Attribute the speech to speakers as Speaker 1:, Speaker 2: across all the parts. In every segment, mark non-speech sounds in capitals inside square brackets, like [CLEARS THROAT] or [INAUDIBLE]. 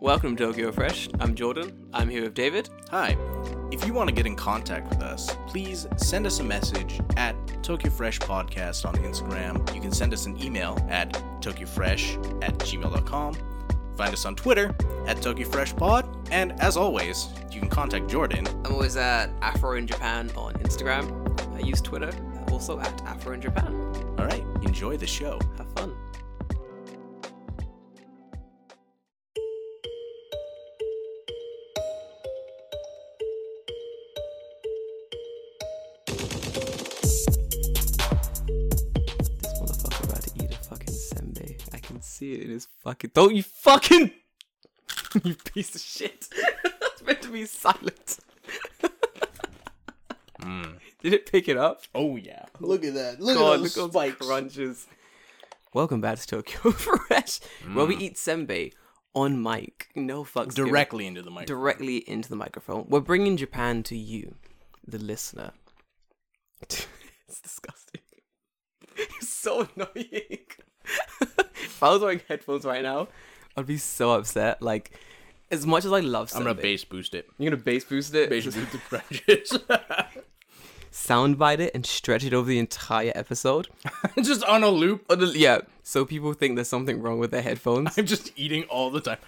Speaker 1: Welcome to Tokyo Fresh. I'm Jordan. I'm here with David.
Speaker 2: Hi. If you want to get in contact with us, please send us a message at Tokyo Fresh Podcast on Instagram. You can send us an email at tokyofresh at gmail.com. Find us on Twitter at Tokyo Fresh Pod. And as always, you can contact Jordan.
Speaker 1: I'm always at Afro in Japan on Instagram. I use Twitter, also at Afro in Japan.
Speaker 2: All right, enjoy the show.
Speaker 1: Have fun. This motherfucker about to eat a fucking senbei. I can see it in his fucking. Don't you fucking. [LAUGHS] you piece of shit. [LAUGHS] That's meant to be silent. [LAUGHS] Did it pick it up?
Speaker 2: Oh, yeah. Look at that. [LAUGHS]
Speaker 1: God, look at those crunches. Welcome back to Tokyo [LAUGHS] Fresh, where
Speaker 2: Mm.
Speaker 1: we eat senbei on mic. No fucks given.
Speaker 2: Directly into the microphone.
Speaker 1: directly into the microphone. We're bringing Japan to you, the listener. [LAUGHS] it's disgusting. [LAUGHS] It's so annoying. if I was wearing headphones right now, I'd be so upset. Like, as much as I love
Speaker 2: I'm
Speaker 1: senbei,
Speaker 2: going to bass boost it.
Speaker 1: you're gonna bass boost it,
Speaker 2: Bass boost the crunches. [LAUGHS]
Speaker 1: soundbite it, and stretch it over the entire episode.
Speaker 2: just on a loop.
Speaker 1: Oh, the- yeah, so people think there's something wrong with their headphones.
Speaker 2: [LAUGHS] I'm just eating all the time.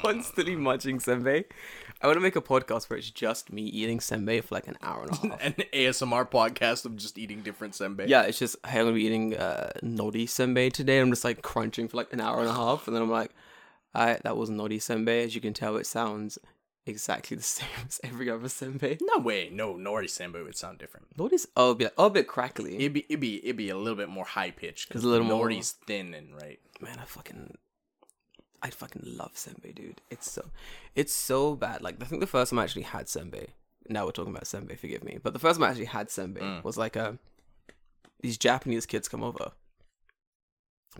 Speaker 1: constantly munching senbei. I want to make a podcast where it's just me eating senbei for like an hour and
Speaker 2: [LAUGHS]
Speaker 1: a half.
Speaker 2: An ASMR podcast of just eating different senbei.
Speaker 1: yeah, it's just hey, I'm gonna be eating uh, nori senbei today. I'm just like crunching for like an hour and a half, and then I'm like, all right, that was nori senbei. As you can tell, it sounds exactly the [LAUGHS] same as every other senbei.
Speaker 2: No way. No, Nori senbei would sound different.
Speaker 1: Nori's oh, it'd be like oh, a bit crackly.
Speaker 2: It'd be it'd be it'd be a little bit more high pitched because
Speaker 1: It's a little more-
Speaker 2: Nori's thin and right.
Speaker 1: man, I fucking, I fucking love senbei, dude. It's so, it's so bad. Like I think the first time I actually had senbei. Now we're talking about senbei. Forgive me, but the first time I actually had senbei
Speaker 2: Mm.
Speaker 1: was like a, these Japanese kids come over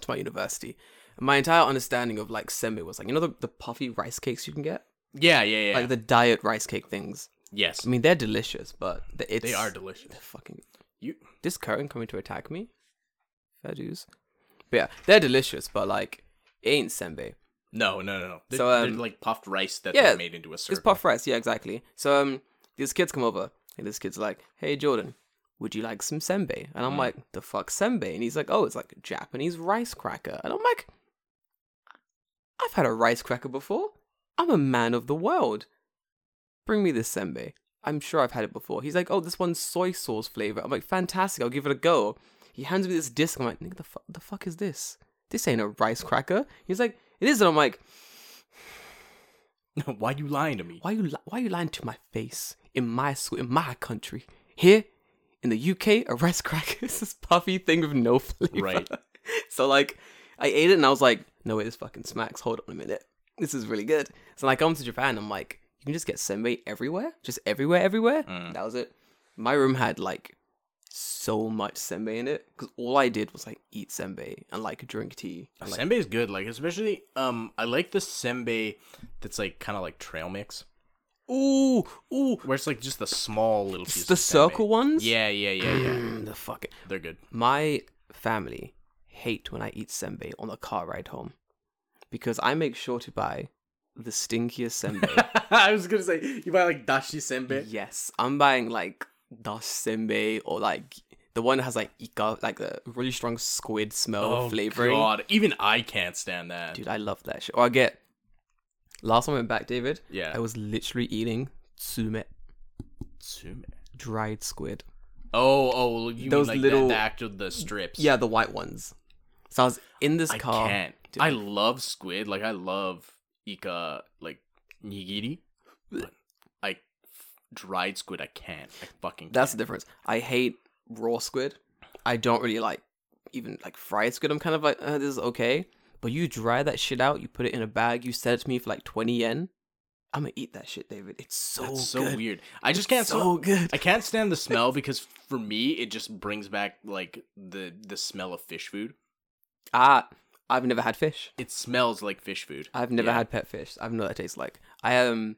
Speaker 1: to my university. And my entire understanding of like senbei was like you know the, the puffy rice cakes you can get,
Speaker 2: Yeah, yeah, yeah.
Speaker 1: like the diet rice cake things.
Speaker 2: yes,
Speaker 1: I mean they're delicious, but the- it's,
Speaker 2: they are delicious.
Speaker 1: they're fucking
Speaker 2: You
Speaker 1: this current coming to attack me. Fair dues. But yeah, they're delicious, but like it ain't senbei.
Speaker 2: no, no, no, no. They're,
Speaker 1: So,
Speaker 2: they're
Speaker 1: um,
Speaker 2: like puffed rice that
Speaker 1: yeah,
Speaker 2: they made into a
Speaker 1: It's
Speaker 2: syrup. [LAUGHS]
Speaker 1: puff rice, yeah, exactly. So um, these kids come over, and this kid's like, "Hey Jordan, would you like some senbei?" And I'm like, "The fuck senbei?" And he's like, "Oh, it's like Japanese rice cracker." And I'm like, "I've had a rice cracker before. I'm a man of the world. Bring me this senbei. I'm sure I've had it before." He's like, "Oh, this one's soy sauce flavor." I'm like, "Fantastic! I'll give it a go." He hands me this disc. I'm like, "Nigga, the fuck, the fuck is this? This ain't a rice cracker." He's like, "It is," and I'm like.
Speaker 2: Why you lying to me?
Speaker 1: Why you li- why you lying to my face in my school in my country here in the UK? A rice cracker is this puffy thing with no flavor.
Speaker 2: Right.
Speaker 1: [LAUGHS] so like, I ate it and I was like, no, wait, this fucking smacks. Hold on a minute, this is really good. So when I come to Japan, I'm like, you can just get senbei everywhere, just everywhere, everywhere. That was it. My room had like so much senbei in it because all I did was like eat senbei and like drink tea. And, like,
Speaker 2: Senbei is good, like especially um, I like the senbei that's like kind of like trail mix,
Speaker 1: ooh, ooh,
Speaker 2: where it's like just the small little pieces.
Speaker 1: the
Speaker 2: of senbei.
Speaker 1: circle ones.
Speaker 2: Yeah, yeah, yeah, yeah.
Speaker 1: Mm, the fucking
Speaker 2: They're good. [LAUGHS]
Speaker 1: My family hate when I eat senbei on the car ride home because I make sure to buy the stinkiest [LAUGHS] senbei.
Speaker 2: I was gonna say you buy like dashi senbei.
Speaker 1: yes, I'm buying like dash senbei or like the one that has like ika, like a really strong squid smell
Speaker 2: Oh
Speaker 1: flavoring.
Speaker 2: god, even I can't stand that.
Speaker 1: Dude, I love that shit. Or I get last time I went back, David.
Speaker 2: Yeah.
Speaker 1: I was literally eating tsume,
Speaker 2: Tsume.
Speaker 1: dried squid.
Speaker 2: Oh, oh, you
Speaker 1: Those
Speaker 2: mean like
Speaker 1: little-
Speaker 2: the, the actual the strips?
Speaker 1: Yeah, the white ones. So I was in this
Speaker 2: I
Speaker 1: car.
Speaker 2: can't. I love squid. Like I love ika like nigiri. But I f- dried squid. I can't. I fucking.
Speaker 1: That's the difference. I hate raw squid. I don't really like even like fried squid. I'm kind of like, uh, this is okay. But you dry that shit out, you put it in a bag, you sell it to me for like 20 yen. I'm gonna eat that shit, David. It's so
Speaker 2: can't. That's so
Speaker 1: good.
Speaker 2: weird. I just can't.
Speaker 1: so
Speaker 2: So
Speaker 1: good.
Speaker 2: I can't stand the smell because for me it just brings back like the the smell of fish food.
Speaker 1: Ah, I've never had fish.
Speaker 2: It smells like fish food.
Speaker 1: I've never
Speaker 2: Yeah.
Speaker 1: had pet fish. I have no know what that tastes like. I um,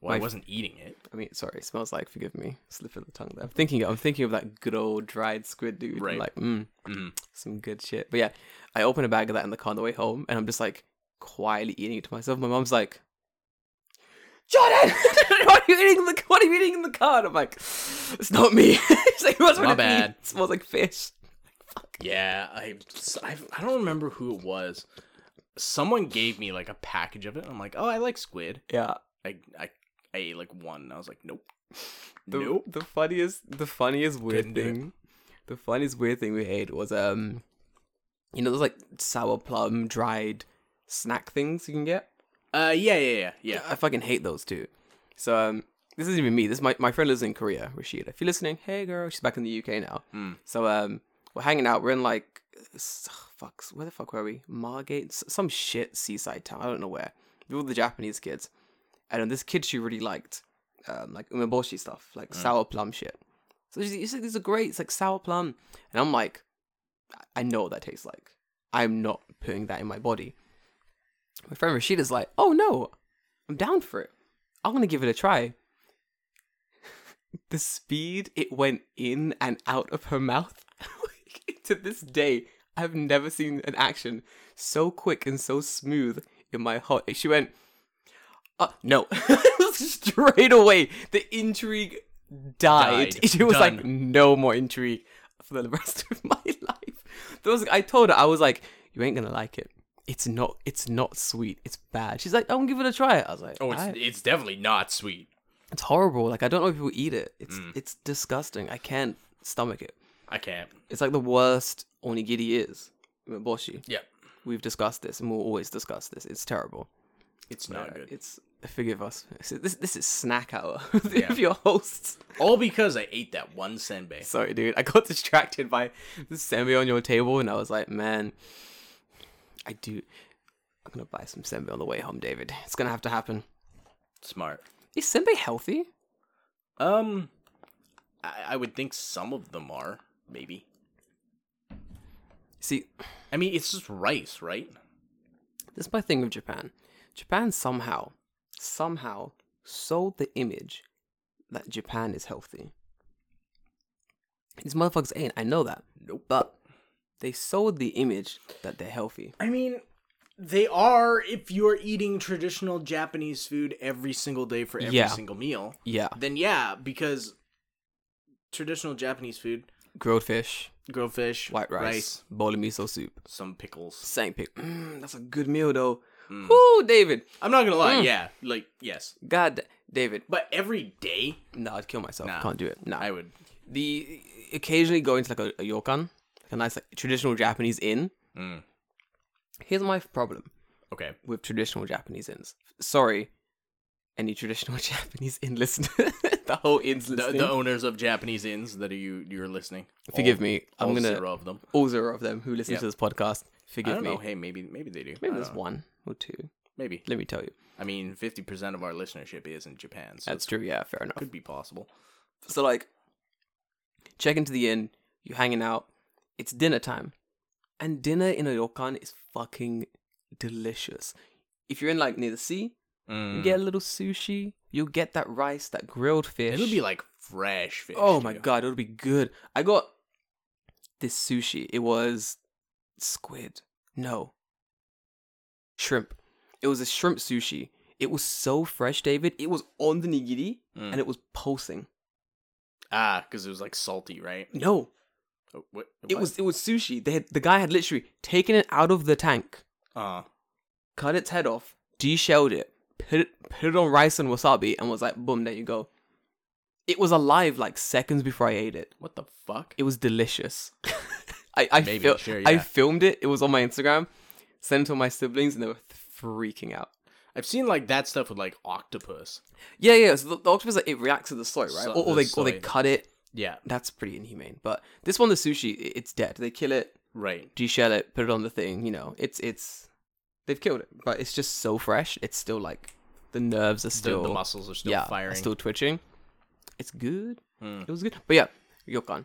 Speaker 2: Well, I
Speaker 1: my-
Speaker 2: wasn't eating it.
Speaker 1: I mean, sorry, it smells like. Forgive me, slip of the tongue there. I'm thinking, I'm thinking of that good old dried squid, dude. I'm
Speaker 2: Right.
Speaker 1: like, mm,
Speaker 2: Mhm.
Speaker 1: some good shit. But yeah, I open a bag of that in the car on the way home, and I'm just like quietly eating it to myself. My mom's like, Jordan, [LAUGHS] what are you eating in the what are you eating in the car? And I'm like, it's not me. [LAUGHS] She's like, What's
Speaker 2: My bad."
Speaker 1: It smells like fish. Fuck.
Speaker 2: Yeah, I, I I don't remember who it was. Someone gave me like a package of it. I'm like, oh, I like squid.
Speaker 1: Yeah.
Speaker 2: I I, I ate like one. And I was like, nope,
Speaker 1: The,
Speaker 2: nope.
Speaker 1: the funniest the funniest
Speaker 2: Couldn't
Speaker 1: weird
Speaker 2: do it.
Speaker 1: thing the funniest weird thing we ate was um you know those like sour plum dried snack things you can get?
Speaker 2: Uh, yeah, yeah, yeah, yeah.
Speaker 1: I fucking hate those too. So um, this isn't even me. This is my my friend lives in Korea, Rashida. If you're listening, hey girl, she's back in the UK now.
Speaker 2: Hmm.
Speaker 1: So um, we're hanging out. We're in like, s- fuck, where the fuck were we? Margate, S- some shit seaside town. I don't know where. With all the Japanese kids, and then this kid she really liked, um, like umeboshi stuff, like sour plum shit. So she's, she's like, "These are great. It's like sour plum," and I'm like, I- I know what that tastes like. I'm not putting that in my body. My friend Rashida's like, oh no, I'm down for it. I'm gonna give it a try. [LAUGHS] the speed it went in and out of her mouth. [LAUGHS] to this day, I've never seen an action so quick and so smooth in my heart. She went, uh, no. [LAUGHS] Straight away, the intrigue died.
Speaker 2: Died.
Speaker 1: [LAUGHS] She was like,
Speaker 2: Done.
Speaker 1: no more intrigue for the [LAUGHS] rest of my life. There was, I told her, I was like, you ain't gonna like it. It's not. It's not sweet. It's bad. She's like, I won't give it a try. I was like,
Speaker 2: oh, it's
Speaker 1: "Aight."
Speaker 2: it's definitely not sweet.
Speaker 1: It's horrible. Like I don't know if people eat it. It's
Speaker 2: Mm.
Speaker 1: it's disgusting. I can't stomach it.
Speaker 2: I can't.
Speaker 1: It's like the worst onigiri is. Boshi.
Speaker 2: Yep,
Speaker 1: We've discussed this and we'll always discuss this. It's terrible.
Speaker 2: it's not good.
Speaker 1: It's forgive us. This this is snack hour [LAUGHS]
Speaker 2: Yeah.
Speaker 1: of your hosts.
Speaker 2: All because I ate that one senbei.
Speaker 1: Sorry, dude. [LAUGHS] I got distracted by the senbei on your table and I was like, man, I do. I'm gonna buy some senbei on the way home, David. It's gonna have to happen.
Speaker 2: Smart.
Speaker 1: Is senbei healthy?
Speaker 2: Um, I, I would think some of them are maybe.
Speaker 1: See,
Speaker 2: I mean, it's just rice, right?
Speaker 1: This is my thing with Japan. Japan somehow, somehow sold the image that Japan is healthy. These motherfuckers ain't. I know that.
Speaker 2: Nope.
Speaker 1: But they sold the image that they're healthy.
Speaker 2: I mean, they are if you're eating traditional Japanese food every single day for every
Speaker 1: Yeah.
Speaker 2: single meal.
Speaker 1: Yeah.
Speaker 2: Then yeah, because traditional Japanese food,
Speaker 1: Grilled fish,
Speaker 2: grilled fish,
Speaker 1: white rice, bowl of miso soup,
Speaker 2: some pickles.
Speaker 1: sang pick. Mm, that's a good meal though.
Speaker 2: Mm.
Speaker 1: Woo, David.
Speaker 2: I'm not gonna lie,
Speaker 1: Mm.
Speaker 2: yeah, like yes,
Speaker 1: God, da- David.
Speaker 2: but every day
Speaker 1: No, I'd kill myself.
Speaker 2: Nah.
Speaker 1: Can't do it. Nah.
Speaker 2: I would.
Speaker 1: the occasionally going to like a, a yokan, like a nice like traditional Japanese inn.
Speaker 2: Mm.
Speaker 1: Here's my problem.
Speaker 2: Okay,
Speaker 1: with traditional Japanese inns. Sorry, any traditional [LAUGHS] Japanese inn listener. [LAUGHS] the whole inn's
Speaker 2: the,
Speaker 1: listening.
Speaker 2: the owners of Japanese inns that are you you're listening.
Speaker 1: forgive
Speaker 2: All-
Speaker 1: me. I'm
Speaker 2: all
Speaker 1: gonna
Speaker 2: zero of them.
Speaker 1: all zero of them who listen
Speaker 2: Yep.
Speaker 1: to this podcast.
Speaker 2: I
Speaker 1: Forgive
Speaker 2: don't
Speaker 1: me.
Speaker 2: know. Hey, maybe maybe they do.
Speaker 1: Maybe
Speaker 2: I
Speaker 1: there's
Speaker 2: don't know.
Speaker 1: one or two.
Speaker 2: Maybe.
Speaker 1: Let me tell you.
Speaker 2: I mean, fifty percent of our listenership is in Japan, so
Speaker 1: That's true. Yeah, fair
Speaker 2: it
Speaker 1: enough.
Speaker 2: could be possible.
Speaker 1: So like, check into the inn. You hanging out. It's dinner time, and dinner in a ryokan is fucking delicious. If you're in like near the sea, you
Speaker 2: Mm.
Speaker 1: get a little sushi. You'll get that rice, that grilled fish.
Speaker 2: It'll be like fresh fish.
Speaker 1: Oh my
Speaker 2: dude.
Speaker 1: god, it'll be good. I got this sushi. It was squid. No. Shrimp. It was a shrimp sushi. It was so fresh, David. It was on the nigiri
Speaker 2: Mm.
Speaker 1: and it was pulsing.
Speaker 2: Ah, because it was like salty, right?
Speaker 1: No.
Speaker 2: Oh, What,
Speaker 1: It was it was sushi. They had, the guy had literally taken it out of the tank,
Speaker 2: Uh,
Speaker 1: cut its head off, deshelled it, put it put it on rice and wasabi, and was like, boom, there you go. It was alive like seconds before I ate it.
Speaker 2: what the fuck?
Speaker 1: It was delicious. [LAUGHS] I I,
Speaker 2: Maybe,
Speaker 1: fil-
Speaker 2: sure,
Speaker 1: I
Speaker 2: yeah.
Speaker 1: filmed it. It was on my Instagram. Sent it to my siblings, and they were freaking out.
Speaker 2: I've seen like that stuff with like octopus.
Speaker 1: Yeah, yeah. So the, the octopus, like, it reacts to the soy, right?
Speaker 2: So-
Speaker 1: or, or
Speaker 2: the
Speaker 1: they or they
Speaker 2: soy.
Speaker 1: cut it.
Speaker 2: Yeah,
Speaker 1: That's pretty inhumane. But this one, the sushi, i- it's dead. They kill it,
Speaker 2: right.
Speaker 1: deshell it, put it on the thing. You know, it's it's they've killed it, but it's just so fresh. It's still like the nerves are
Speaker 2: The,
Speaker 1: still
Speaker 2: the muscles are still
Speaker 1: yeah, are
Speaker 2: firing.
Speaker 1: still twitching. It's good.
Speaker 2: Mm.
Speaker 1: It was good. But yeah, ryokan.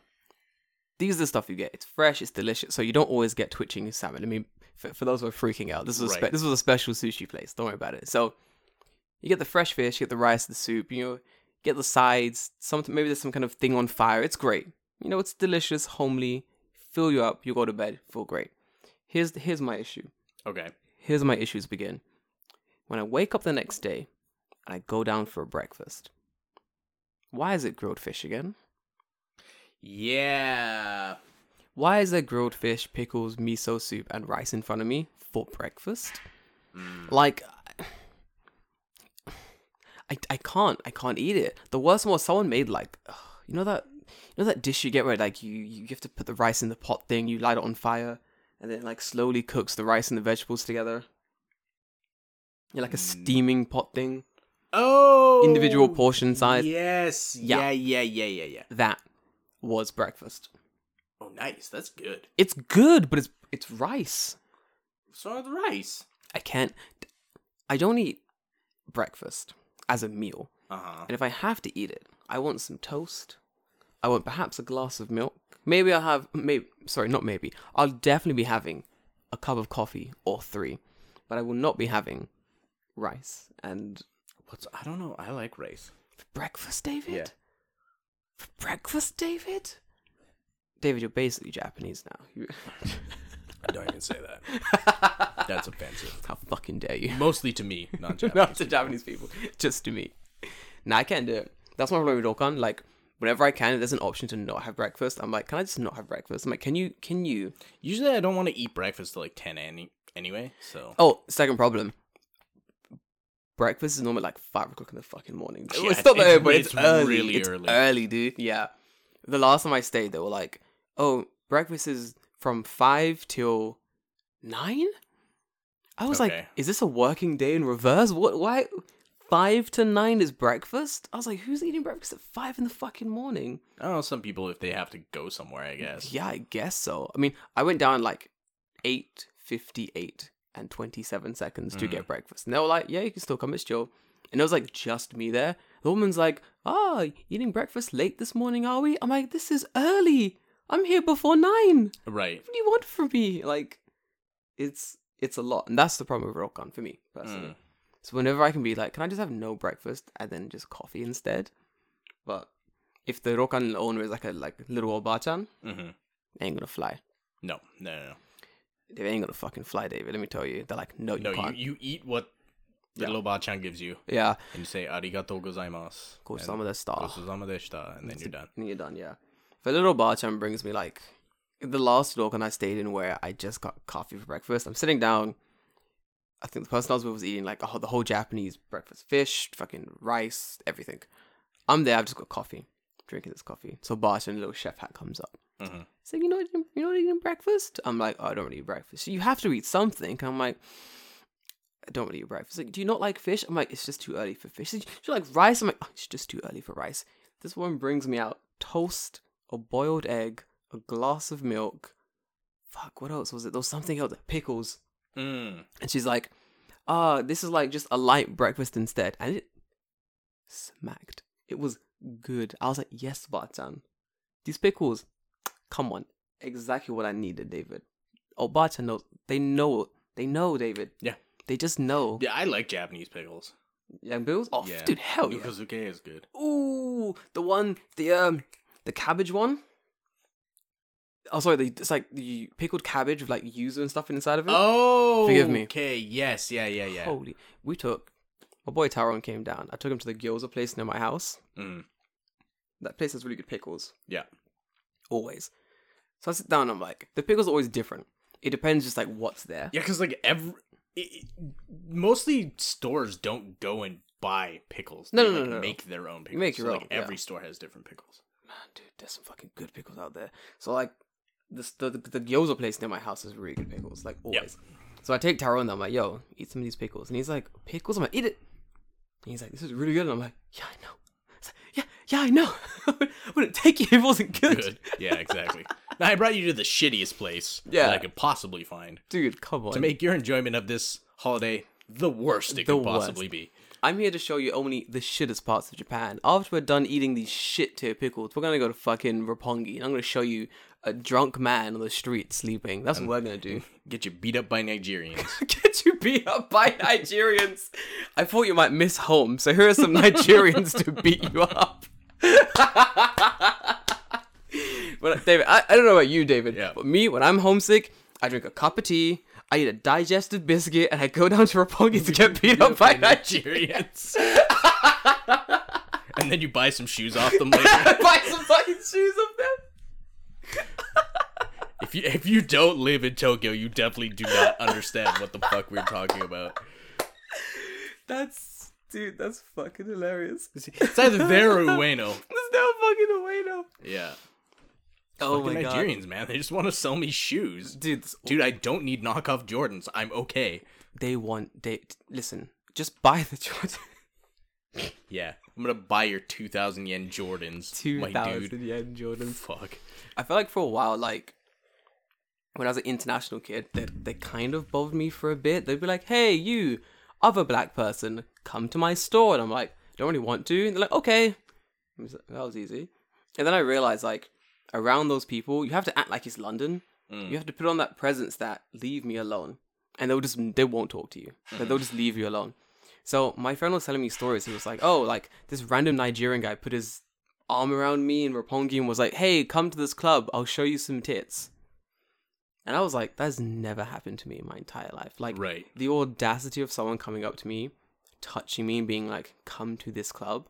Speaker 1: These are the stuff you get. It's fresh. It's delicious. So you don't always get twitching salmon. I mean, for, for those who are freaking out, this was a spe-
Speaker 2: Right.
Speaker 1: this was a special sushi place. Don't worry about it. So you get the fresh fish, you get the rice, the soup. You know, get the sides. Some maybe there's some kind of thing on fire. It's great. You know, it's delicious, homely. Fill you up. You go to bed. Feel great. Here's here's my issue.
Speaker 2: Okay.
Speaker 1: here's where my issues begin. When I wake up the next day and I go down for breakfast, why is it grilled fish again?
Speaker 2: Yeah.
Speaker 1: Why is there grilled fish, pickles, miso soup, and rice in front of me for breakfast? Like, I, I can't I can't eat it. The worst one was someone made like, ugh, you know that you know that dish you get where like you you have to put the rice in the pot thing, you light it on fire, and then it, like slowly cooks the rice and the vegetables together. Yeah, like a steaming pot thing.
Speaker 2: Oh.
Speaker 1: Individual portion size.
Speaker 2: Yes.
Speaker 1: Yeah.
Speaker 2: Yeah. Yeah. Yeah. Yeah. Yeah.
Speaker 1: That was breakfast.
Speaker 2: Oh, nice. That's good.
Speaker 1: It's good, but it's it's rice.
Speaker 2: So are the rice.
Speaker 1: I can't. I don't eat breakfast as a meal.
Speaker 2: Uh huh.
Speaker 1: And if I have to eat it, I want some toast. I want perhaps a glass of milk. Maybe I'll have, maybe, sorry, not maybe. I'll definitely be having a cup of coffee or three, but I will not be having rice and
Speaker 2: What's I don't know. I like rice.
Speaker 1: for breakfast, David.
Speaker 2: Yeah.
Speaker 1: For breakfast, David. David, you're basically Japanese now. [LAUGHS] You-
Speaker 2: Don't even say that.
Speaker 1: [LAUGHS]
Speaker 2: That's offensive.
Speaker 1: How fucking dare you?
Speaker 2: Mostly to me,
Speaker 1: [LAUGHS]
Speaker 2: not Japanese.
Speaker 1: not to Japanese people, just to me. Nah, I can't do it. That's my problem with Dokkan. Like, whenever I can, if there's an option to not have breakfast, I'm like, can I just not have breakfast? I'm like, can you, can you?
Speaker 2: Usually, I don't want to eat breakfast till like ten any anyway. So
Speaker 1: Oh, second problem. Breakfast is normally like five o'clock in the fucking morning.
Speaker 2: Yeah,
Speaker 1: it's not that
Speaker 2: it's-
Speaker 1: early, but it's,
Speaker 2: it's
Speaker 1: early.
Speaker 2: really
Speaker 1: it's
Speaker 2: early.
Speaker 1: early, dude. Yeah. The last time I stayed, they were like, "Oh, breakfast is from five till nine? I was like,
Speaker 2: Okay.
Speaker 1: "Is this a working day in reverse? What? Why? Five to nine is breakfast? I was like, "Who's eating breakfast at five in the fucking morning?"
Speaker 2: I don't know. Some people, if they have to go somewhere, I guess.
Speaker 1: Yeah, I guess so. I mean, I went down like eight fifty eight and twenty seven seconds to get breakfast, and they were like, "Yeah, you can still come. It's chill." And it was like just me there. The woman's like, "Ah, eating breakfast late this morning, are we?" I'm like, "This is early. I'm here before nine.
Speaker 2: Right.
Speaker 1: What do you want from me?" Like, it's it's a lot, and that's the problem with Rokan for me personally. So whenever I can be like, "Can I just have no breakfast and then just coffee instead?" But if the Rokan owner is like a like little obachan,
Speaker 2: Mm-hmm.
Speaker 1: ain't gonna fly.
Speaker 2: No. No. No. no.
Speaker 1: They ain't gonna fucking fly, David. Let me tell you. They're like, no, you
Speaker 2: No, you,
Speaker 1: can't.
Speaker 2: you eat what the little bachan gives you,
Speaker 1: Yeah,
Speaker 2: and you say arigato gozaimasu.
Speaker 1: go
Speaker 2: and
Speaker 1: some of their stuff.
Speaker 2: gozaimasu deshita, and then you're done.
Speaker 1: And you're done, yeah. If a little barchan brings me like the last local I stayed in where I just got coffee for breakfast, I'm sitting down. I think the person I was with was eating like a whole- the whole Japanese breakfast fish, fucking rice, everything. I'm there, I've just got coffee, drinking this coffee. So barchan, little chef hat comes up.
Speaker 2: Mhm.
Speaker 1: He's like, you know, you know, eating breakfast. I'm like, oh, I don't really eat breakfast. You have to eat something. I'm like, I don't really eat breakfast. He's Like, do you not like fish? I'm like, it's just too early for fish. He's Like, do you like rice? I'm like, oh, it's just too early for rice. This one brings me out toast, a boiled egg, a glass of milk. Fuck, what else was it? There was something else. Pickles.
Speaker 2: Mm.
Speaker 1: And she's like, ah, this is like just a light breakfast instead. And it smacked. It was good. I was like, yes, Bachan. These pickles, come on. Exactly what I needed, David. Oh, Bachan knows. They know. They know, David.
Speaker 2: Yeah.
Speaker 1: They just know.
Speaker 2: Yeah, I like Japanese pickles.
Speaker 1: Young Bills? Oh,
Speaker 2: Yeah.
Speaker 1: dude, hell yeah.
Speaker 2: Yukazuke is good.
Speaker 1: Ooh, the one, the um, the cabbage one. Oh, sorry, the, it's like the pickled cabbage with like yuzu and stuff inside of it.
Speaker 2: Oh,
Speaker 1: Forgive me. Oh.
Speaker 2: Okay, yes, yeah, yeah, yeah.
Speaker 1: Holy, we took my boy Tyrone came down. I took him to the gyoza place near my house.
Speaker 2: Mm.
Speaker 1: That place has really good pickles,
Speaker 2: Yeah.
Speaker 1: always. So I sit down. I'm like, the pickles are always different. It depends, just like what's there.
Speaker 2: Yeah, because like every it, it- mostly stores don't go and buy pickles.
Speaker 1: No,
Speaker 2: They,
Speaker 1: no,
Speaker 2: like,
Speaker 1: no, no.
Speaker 2: Make their own pickles.
Speaker 1: make your
Speaker 2: like,
Speaker 1: own, yeah.
Speaker 2: Every store has different pickles. [LAUGHS]
Speaker 1: man, dude, there's some fucking good pickles out there. So like, this the the, the gyoza place near my house is really good pickles, like always. So I take Tyrone and I'm like, yo, eat some of these pickles, and he's like, pickles? I'm like, eat it. And he's like, this is really good, and I'm like, yeah, I know. He's like, yeah, yeah, I know. [LAUGHS] I wouldn't take it if it wasn't good.
Speaker 2: Good.
Speaker 1: [LAUGHS]
Speaker 2: yeah, exactly. now I brought you to the shittiest place
Speaker 1: Yeah.
Speaker 2: that I could possibly find
Speaker 1: Dude, come on.
Speaker 2: to make your enjoyment of this holiday the worst it
Speaker 1: The
Speaker 2: could possibly be.
Speaker 1: I'm here to show you only the shittest parts of Japan. After we're done eating these shit tier pickles, we're gonna go to fucking Roppongi, and I'm gonna show you a drunk man on the street sleeping. That's what we're gonna do.
Speaker 2: Get you beat up by Nigerians.
Speaker 1: Get you beat up by Nigerians. I thought you might miss home, so here are some Nigerians to beat you up. [LAUGHS] but David, I, I don't know about you, David,
Speaker 2: Yeah.
Speaker 1: but me, when I'm homesick, I drink a cup of tea, I eat a digestive biscuit and I go down to Roppongi to get beat up [LAUGHS]
Speaker 2: [LAUGHS]
Speaker 1: by
Speaker 2: Nigerians. [LAUGHS] and then you buy some shoes off them later.
Speaker 1: buy some fucking shoes of them.
Speaker 2: if you if you don't live in Tokyo, you definitely do not understand what the fuck we're talking about.
Speaker 1: That's dude, that's fucking hilarious. There's [LAUGHS]
Speaker 2: It's either there or Ueno.
Speaker 1: no fucking way no.
Speaker 2: [LAUGHS] Yeah.
Speaker 1: Oh
Speaker 2: Fucking
Speaker 1: my god.
Speaker 2: Nigerians, man, they just want to sell me shoes.
Speaker 1: Dude, this-
Speaker 2: Dude, I don't need knockoff Jordans. I'm okay.
Speaker 1: they want they listen, just buy the [LAUGHS] Jordan
Speaker 2: Yeah. I'm gonna buy your two thousand yen Jordans.
Speaker 1: two
Speaker 2: My dude.
Speaker 1: thousand yen Jordan.
Speaker 2: Fuck.
Speaker 1: I feel like for a while, like when I was an international kid, they they kind of bothered me for a bit. They'd be like, "Hey, you, other black person, come to my store," and I'm like, "Don't really want to." And they're like, "Okay," I was like, that was easy. And then I realized, like, around those people, you have to act like it's London. You have to put on that presence that "leave me alone," and they'll just they won't talk to you. Like, They'll just leave you alone. So my friend was telling me stories. He was like, "Oh, like this random Nigerian guy put his arm around me and Roppongi and was like, "Hey, come to this club. I'll show you some tits." And I was like, "That's never happened to me in my entire life." Like
Speaker 2: Right.
Speaker 1: the audacity of someone coming up to me, touching me, and being like, "Come to this club,"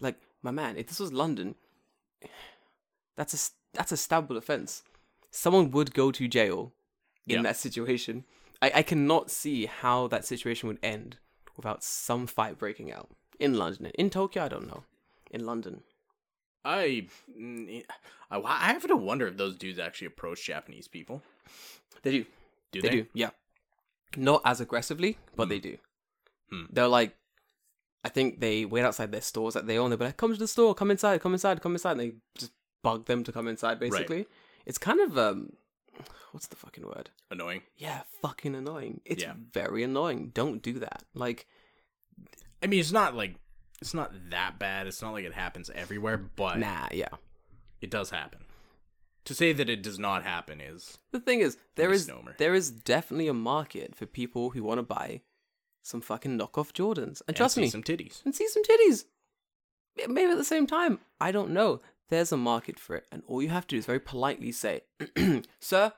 Speaker 1: like my man. If this was London, [SIGHS] that's a s- that's a stabbable offense. Someone would go to jail in
Speaker 2: Yeah.
Speaker 1: that situation. I, I cannot see how that situation would end without some fight breaking out in London, in Tokyo. I don't know. In London,
Speaker 2: I, mm, I, I have to wonder if those dudes actually approach Japanese people.
Speaker 1: they do.
Speaker 2: Do
Speaker 1: they,
Speaker 2: they?
Speaker 1: do. Yeah, not as aggressively, but they do.
Speaker 2: Hmm.
Speaker 1: They're like, I think they wait outside their stores that they own. They're like, "Come to the store. Come inside. Come inside. Come inside." And they just bug them to come inside. Basically, it's kind of um, what's the fucking word?
Speaker 2: Annoying.
Speaker 1: Yeah, fucking annoying. It's
Speaker 2: Yeah.
Speaker 1: very annoying. Don't do that. Like,
Speaker 2: I mean, it's not like it's not that bad. It's not like it happens everywhere, but
Speaker 1: nah, yeah.
Speaker 2: it does happen. To say that it does not happen is
Speaker 1: The thing is, there is
Speaker 2: Misnomer.
Speaker 1: there is definitely a market for people who want to buy some fucking knockoff Jordans. And trust
Speaker 2: and see
Speaker 1: me,
Speaker 2: some titties. [LAUGHS]
Speaker 1: and see some titties. Yeah, Maybe at the same time. I don't know. There's a market for it, and all you have to do is very politely say, [CLEARS THROAT] Sir,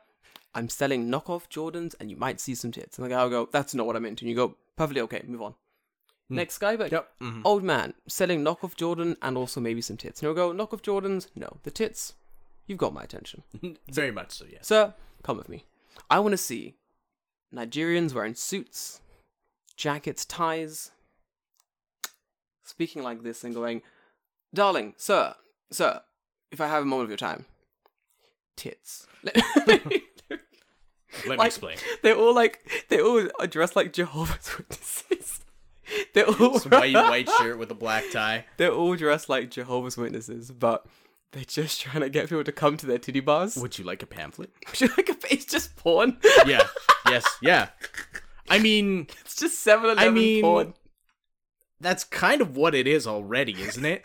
Speaker 1: I'm selling knockoff Jordans and you might see some tits. And the guy will go, That's not what I meant. And you go, Perfectly okay, move on. Next guy, but
Speaker 2: Yep. mhm.
Speaker 1: old man selling knockoff Jordan and also maybe some tits. And he'll go, Knockoff Jordans? No, the tits. You've got my attention.
Speaker 2: Very much so. Yes.
Speaker 1: Sir, come with me. I want to see Nigerians wearing suits, jackets, ties, speaking like this and going, Darling, sir, sir, if I have a moment of your time, tits. [LAUGHS]
Speaker 2: Let me
Speaker 1: Like-
Speaker 2: explain.
Speaker 1: they're all like, they all are dressed like Jehovah's [LAUGHS] Witnesses. They're all
Speaker 2: [LAUGHS] It's a white
Speaker 1: [LAUGHS]
Speaker 2: white shirt with a black tie.
Speaker 1: they're all dressed like Jehovah's Witnesses, but they're just trying to get people to come to their titty bars.
Speaker 2: Would you like a pamphlet?
Speaker 1: Which is [LAUGHS] like a it's just porn.
Speaker 2: Yeah. yes. Yeah. I mean,
Speaker 1: It's [LAUGHS] just 7 Eleven
Speaker 2: I mean,
Speaker 1: porn.
Speaker 2: that's kind of what it is already, isn't it?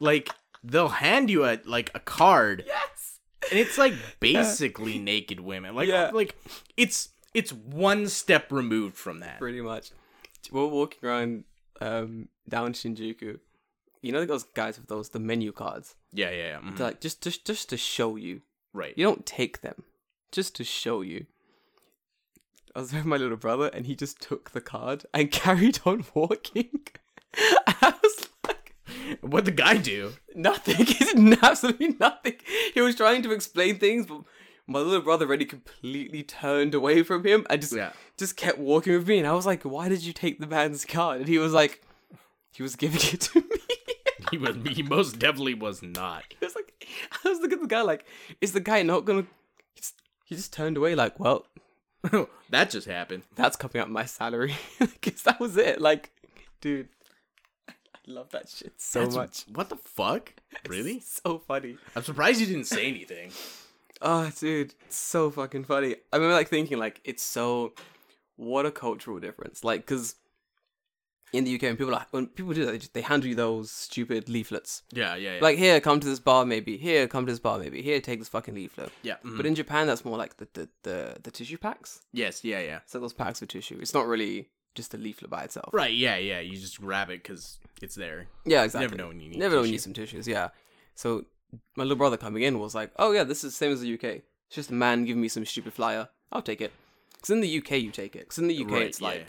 Speaker 2: like they'll hand you a like a card,
Speaker 1: Yes.
Speaker 2: and it's like basically naked women. Like
Speaker 1: Yeah.
Speaker 2: like it's it's one step removed from that.
Speaker 1: Pretty much. We're walking around um down Shinjuku. You know those guys with those the menu cards?
Speaker 2: Yeah, yeah, yeah. mhm.
Speaker 1: They're like just just just to show you.
Speaker 2: Right.
Speaker 1: You don't take them. Just to show you. I was with my little brother and he just took the card and [LAUGHS] carried on walking. [LAUGHS] I was like
Speaker 2: What the guy do?
Speaker 1: Nothing. [LAUGHS] He did absolutely nothing. He was trying to explain things, but my little brother already completely turned away from him and just
Speaker 2: Yeah.
Speaker 1: just kept walking with me. And I was like, "Why did you take the man's card?" And he was like, "He was giving [LAUGHS] it to me."
Speaker 2: He was he most definitely was not.
Speaker 1: He was like, "I was looking at the guy like, is the guy not gonna?" He just, he just turned away like, "Well,
Speaker 2: that just happened.
Speaker 1: that's coming out of my salary." [LAUGHS] Because that was it. Like, dude, [LAUGHS] I love that shit so
Speaker 2: That's-
Speaker 1: much.
Speaker 2: What the fuck? Really?
Speaker 1: [LAUGHS] So funny.
Speaker 2: I'm surprised you didn't say anything.
Speaker 1: Oh, dude, it's so fucking funny. I remember like thinking like it's so what a cultural difference. Like because in the UK, when people are, when people do that, they, just, they hand you those stupid leaflets.
Speaker 2: Yeah, yeah, yeah.
Speaker 1: Like here, come to this bar, maybe here, come to this bar, maybe here, take this fucking leaflet.
Speaker 2: yeah. mhm.
Speaker 1: But in Japan, that's more like the the the, the tissue packs.
Speaker 2: yes, yeah, yeah.
Speaker 1: It's like those packs of tissue. It's not really just a leaflet by itself.
Speaker 2: Right, yeah, yeah. You just grab it because it's there.
Speaker 1: Yeah, exactly.
Speaker 2: Never know when you need
Speaker 1: Never know when you
Speaker 2: tissue.
Speaker 1: need some tissues. Yeah. So my little brother coming in was like, "Oh yeah, this is the same as the UK. It's just a man giving me some stupid flyer. I'll take it." Because in the UK, you take it. Because in the UK,
Speaker 2: Right,
Speaker 1: it's
Speaker 2: yeah.
Speaker 1: like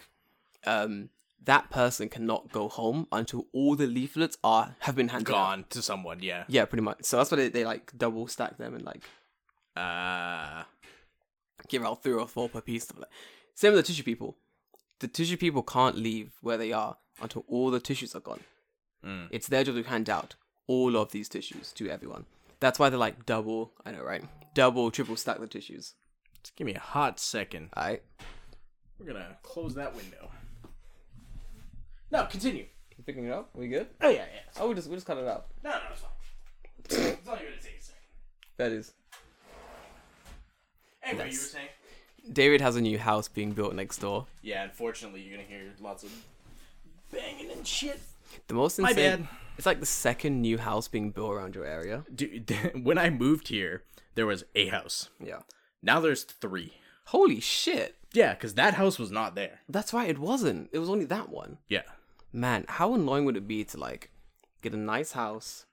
Speaker 1: um, that person cannot go home until all the leaflets are have been handed out.
Speaker 2: Gone to someone, yeah.
Speaker 1: Yeah, pretty much. So that's why they, they like double stack them and like
Speaker 2: Uh,
Speaker 1: give out three or four per piece. Stuff like Same with the tissue people. The tissue people can't leave where they are until all the tissues are gone.
Speaker 2: Mm.
Speaker 1: It's their job to hand out all of these tissues to everyone. That's why they're like double, I know, right? Double, triple stack the tissues.
Speaker 2: just give me a hot second.
Speaker 1: All right.
Speaker 2: We're gonna close that window. No, continue.
Speaker 1: You picking it up? We good?
Speaker 2: Oh yeah, yeah.
Speaker 1: Oh, we just we just cut it out.
Speaker 2: No, no, it's fine. It's only gonna take a second.
Speaker 1: That is.
Speaker 2: Anyway,
Speaker 1: Nice.
Speaker 2: you were saying?
Speaker 1: David has a new house being built next door.
Speaker 2: Yeah, unfortunately, you're gonna hear lots of banging and shit.
Speaker 1: The most insane.
Speaker 2: bad.
Speaker 1: It's like the second new house being built around your area.
Speaker 2: Dude, [LAUGHS] when I moved here, there was a house.
Speaker 1: Yeah.
Speaker 2: Now there's three.
Speaker 1: Holy shit.
Speaker 2: Yeah, because that house was not there.
Speaker 1: That's right. It wasn't. It was only that one.
Speaker 2: Yeah.
Speaker 1: Man, how annoying would it be to like get a nice house?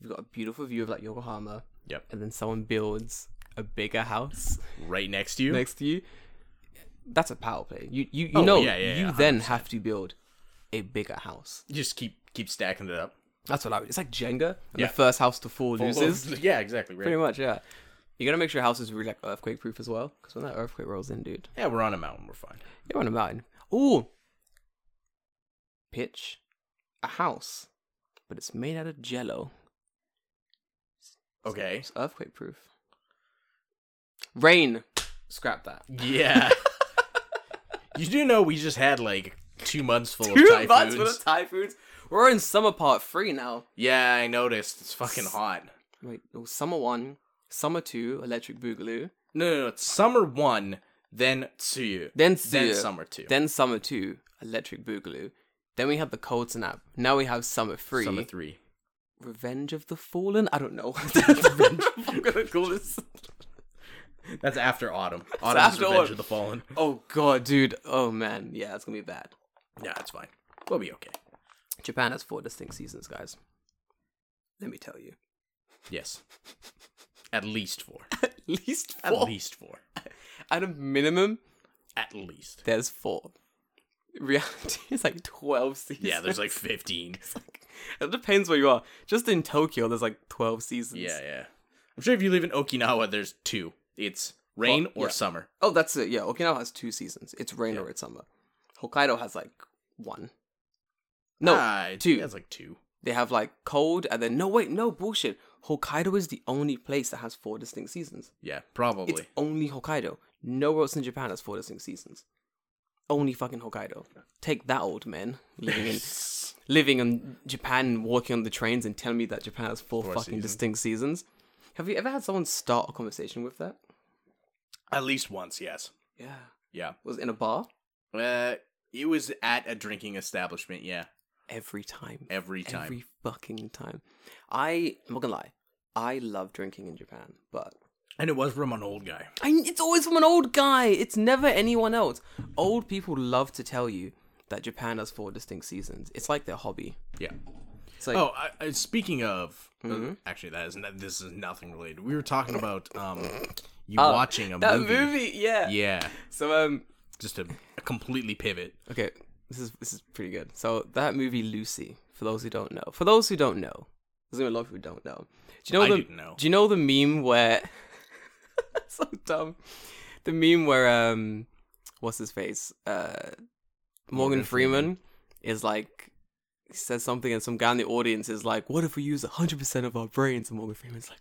Speaker 1: You've got a beautiful view of like Yokohama,
Speaker 2: Yep.
Speaker 1: and then someone builds a bigger house [LAUGHS]
Speaker 2: Right next to you.
Speaker 1: next to you. That's a power play. You you, you
Speaker 2: Oh,
Speaker 1: know
Speaker 2: yeah, yeah,
Speaker 1: you
Speaker 2: yeah,
Speaker 1: then have to build a bigger house.
Speaker 2: You just keep keep stacking it up.
Speaker 1: That's what I would. It's like Jenga, and
Speaker 2: Yeah.
Speaker 1: the first house to fall loses.
Speaker 2: [LAUGHS] yeah, exactly. Right.
Speaker 1: Pretty much, yeah. You gotta make sure your house is really like earthquake proof as well, because when that earthquake rolls in, dude,
Speaker 2: Yeah, we're on a mountain. We're fine.
Speaker 1: you're on a mountain. Ooh, pitch a house, but it's made out of Jello.
Speaker 2: Okay.
Speaker 1: It's earthquake proof. Rain, scrap that. [LAUGHS]
Speaker 2: Yeah. you do know we just had like two months full
Speaker 1: [LAUGHS]
Speaker 2: of
Speaker 1: Two
Speaker 2: typhoons.
Speaker 1: months worth of typhoons. We're in summer part three now.
Speaker 2: yeah, I noticed. It's fucking hot.
Speaker 1: Wait, it was summer one, summer two, electric boogaloo,
Speaker 2: No, no, no. It's summer one, then Tsuyu,
Speaker 1: then
Speaker 2: then
Speaker 1: Tsuyu,
Speaker 2: summer two,
Speaker 1: then summer two, electric boogaloo. Then we had the cold snap. Now we have summer three.
Speaker 2: summer three.
Speaker 1: Revenge of the Fallen? I don't know. [LAUGHS] I'm gonna call this.
Speaker 2: That's after autumn. Autumn's
Speaker 1: after
Speaker 2: Revenge
Speaker 1: autumn.
Speaker 2: of the Fallen.
Speaker 1: Oh god, dude. Oh man, yeah, it's gonna be bad.
Speaker 2: Yeah, it's fine. We'll be okay.
Speaker 1: Japan has four distinct seasons, guys. Let me tell you.
Speaker 2: Yes. At least four.
Speaker 1: [LAUGHS] At least
Speaker 2: At
Speaker 1: four.
Speaker 2: least four.
Speaker 1: At a minimum,
Speaker 2: At least.
Speaker 1: there's four. Reality [LAUGHS] is like twelve seasons.
Speaker 2: Yeah, there's like 15.
Speaker 1: It's like- it depends where you are. Just in Tokyo, there's like twelve seasons.
Speaker 2: Yeah, yeah. I'm sure if you live in Okinawa, there's two. It's rain
Speaker 1: Well,
Speaker 2: or
Speaker 1: yeah.
Speaker 2: summer.
Speaker 1: Oh, that's it. Yeah, Okinawa has two seasons. It's rain or it's summer. Hokkaido has like one. No,
Speaker 2: Ah, I-
Speaker 1: two.
Speaker 2: That's like two.
Speaker 1: They have like cold and then no wait, no bullshit. Hokkaido is the only place that has four distinct seasons.
Speaker 2: Yeah, probably.
Speaker 1: It's only Hokkaido. Nowhere else in Japan has four distinct seasons. Only fucking Hokkaido. Take that old man living
Speaker 2: [LAUGHS]
Speaker 1: in living in Japan and walking on the trains and telling me that Japan has four, fucking
Speaker 2: seasons.
Speaker 1: distinct seasons. Have you ever had someone start a conversation with that?
Speaker 2: At least once, yes.
Speaker 1: Yeah.
Speaker 2: Yeah.
Speaker 1: Was it in a bar?
Speaker 2: Uh, it was at a drinking establishment, yeah.
Speaker 1: Every time.
Speaker 2: Every time.
Speaker 1: Every fucking time. I I'm not gonna lie. I love drinking in Japan, but
Speaker 2: And it was from an old guy.
Speaker 1: I, it's always from an old guy. It's never anyone else. Old people love to tell you that Japan has four distinct seasons. It's like their hobby.
Speaker 2: Yeah.
Speaker 1: It's like, Mm-hmm.
Speaker 2: Oh, I, I, speaking of, uh, actually, that is not, this is nothing related. We were talking about um, you watching a
Speaker 1: Oh, that
Speaker 2: movie.
Speaker 1: movie, yeah.
Speaker 2: Yeah,
Speaker 1: So um,
Speaker 2: just a, a completely pivot.
Speaker 1: okay, this is this is pretty good. So that movie Lucy. For those who don't know, for those who don't know, there's gonna be a lot of people who don't know. Do you know
Speaker 2: I
Speaker 1: the
Speaker 2: didn't know.
Speaker 1: Do you know the meme where? [LAUGHS] so dumb. The meme where um, what's his face? Uh, Morgan Freeman is like says something, and some guy in the audience is like, "What if we use hundred percent of our brains?" And Morgan Freeman's like,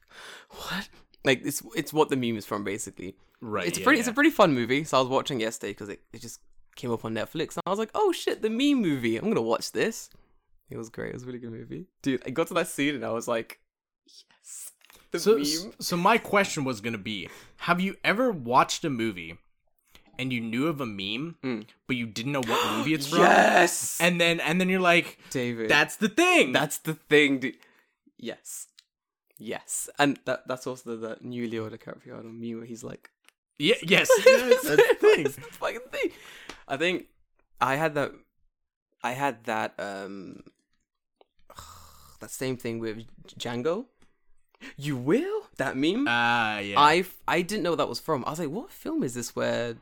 Speaker 1: "What?" Like it's it's what the meme is from basically.
Speaker 2: Right,
Speaker 1: It's
Speaker 2: yeah,
Speaker 1: pretty.
Speaker 2: yeah.
Speaker 1: It's a pretty fun movie. So I was watching yesterday because it, it just came up on Netflix, and I was like, "Oh shit, the meme movie! I'm gonna watch this." It was great. It was a really good movie, dude. I got to that scene and I was like, "Yes." The
Speaker 2: So,
Speaker 1: meme.
Speaker 2: so my question was going to be: Have you ever watched a movie and you knew of a meme, but you didn't know
Speaker 1: [GASPS]
Speaker 2: what movie it's from?
Speaker 1: Hmm. Yes,
Speaker 2: And then, and then you're like,
Speaker 1: David.
Speaker 2: "That's the thing."
Speaker 1: That's the thing, dude. Yes. Yes. And that that's also the, the new Leo DiCaprio on me where he's like,
Speaker 2: yeah,
Speaker 1: [LAUGHS]
Speaker 2: yes, yes, that's the thing.
Speaker 1: It's the fucking thing. I think I had that I had that um [SIGHS] that same thing with Django. You will? That meme?
Speaker 2: Ah, yeah.
Speaker 1: I I didn't know what that was from. I was like, what film is this where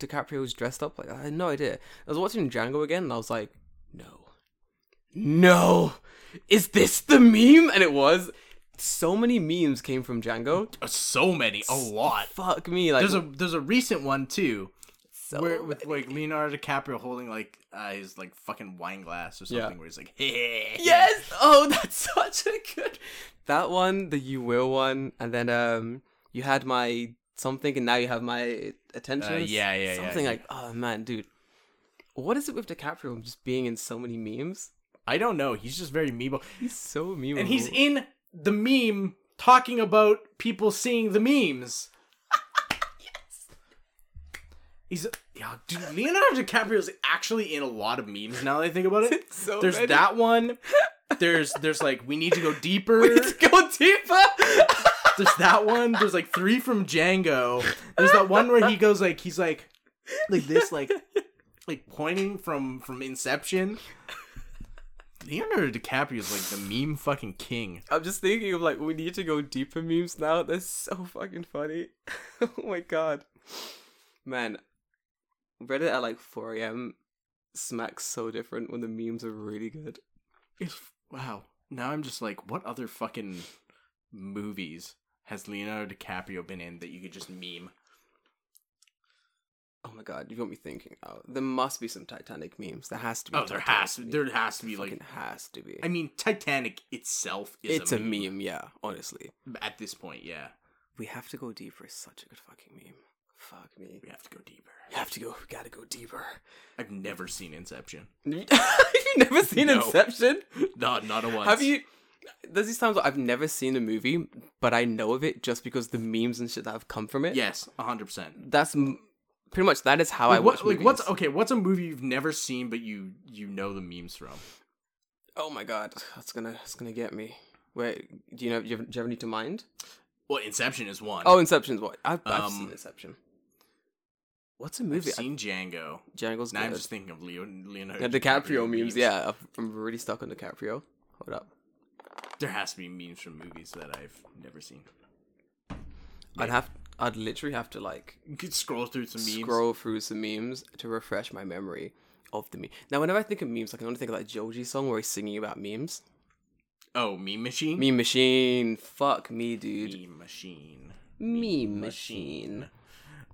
Speaker 1: DiCaprio was dressed up like that. I had no idea. I was watching Django again and I was like, no. No! Is this the meme? And it was. So many memes came from Django.
Speaker 2: Uh, So many, a lot.
Speaker 1: Fuck me. Like,
Speaker 2: There's a there's a recent one too,
Speaker 1: so
Speaker 2: where with like Leonardo DiCaprio holding like uh, his like fucking wine glass or
Speaker 1: Yeah.
Speaker 2: something, where he's like, [LAUGHS] hey,
Speaker 1: Yes! Oh, [LAUGHS] that's such a good. That one, the you will one, and then um, you had my something, and now you have my attention.
Speaker 2: Uh, yeah, yeah, yeah,
Speaker 1: Something
Speaker 2: yeah.
Speaker 1: like, oh man, dude, what is it with DiCaprio just being in so many memes?
Speaker 2: I don't know. He's just very memeable,
Speaker 1: He's so memeable.
Speaker 2: and he's in the meme talking about people seeing the
Speaker 1: [LAUGHS]
Speaker 2: memes. He's yeah, dude, Leonardo DiCaprio's actually in a lot of memes now that I think about
Speaker 1: [LAUGHS]
Speaker 2: it.
Speaker 1: so
Speaker 2: there's
Speaker 1: many.
Speaker 2: [LAUGHS] that one. There's there's like we need
Speaker 1: [LAUGHS]
Speaker 2: to go deeper.
Speaker 1: Let's go deeper.
Speaker 2: There's that one. There's like three from Django. There's that one where he goes like he's like like this like like pointing from from Inception. Leonardo DiCaprio's like the meme fucking king.
Speaker 1: I'm just thinking of like we need to go deeper memes now. They're so fucking funny. [LAUGHS] oh my god, man, Reddit at like 4 a.m. smacks so different when the memes are really good.
Speaker 2: It's wow. Now I'm just like, what other fucking movies has Leonardo DiCaprio been in that you could just meme?
Speaker 1: Oh my god, you got me thinking. Oh, there must be some Titanic memes. There has to be.
Speaker 2: Oh, there
Speaker 1: Titanic
Speaker 2: has
Speaker 1: memes.
Speaker 2: there has to be
Speaker 1: fucking
Speaker 2: like.
Speaker 1: has to be.
Speaker 2: I mean, Titanic itself is
Speaker 1: it's a meme. yeah. Honestly,
Speaker 2: meme at this point. Yeah,
Speaker 1: we have to go deeper. Is such a good fucking meme. Fuck me.
Speaker 2: we have to go deeper.
Speaker 1: We have to go. We gotta go deeper. [LAUGHS]
Speaker 2: I've never seen Inception.
Speaker 1: You've
Speaker 2: [LAUGHS]
Speaker 1: never seen
Speaker 2: No.
Speaker 1: Inception?
Speaker 2: No, not a once.
Speaker 1: Have you? There's these times where I've never seen a movie, but I know of it just because the memes and shit that have come from it.
Speaker 2: Yes, hundred percent.
Speaker 1: that's m- pretty much that is how I watch
Speaker 2: Like, what, like
Speaker 1: movies.
Speaker 2: what's okay? What's a movie you've never seen but you you know the memes from?
Speaker 1: Oh my god, that's gonna that's gonna get me. Wait, do you know? Do you have, do you have any to mind?
Speaker 2: Well, Inception is one.
Speaker 1: Oh, Inception's what I've, I've
Speaker 2: Um,
Speaker 1: seen Inception. What's a
Speaker 2: I've
Speaker 1: movie?
Speaker 2: seen Django.
Speaker 1: Django's
Speaker 2: Now I'm
Speaker 1: good.
Speaker 2: just thinking of Leo Leonardo
Speaker 1: Yeah, DiCaprio memes. Yeah, I've- I'm really stuck on DiCaprio. Hold up,
Speaker 2: there has to be memes from movies that I've never seen.
Speaker 1: I'd have I'd literally have to like
Speaker 2: You could scroll through some memes.
Speaker 1: scroll through some memes to refresh my memory of the meme. Now, whenever I think of memes, I can only think of that Joji song where he's singing about memes.
Speaker 2: Oh, meme machine.
Speaker 1: Meme machine, fuck me, dude.
Speaker 2: Meme machine.
Speaker 1: Meme,
Speaker 2: machine.
Speaker 1: machine.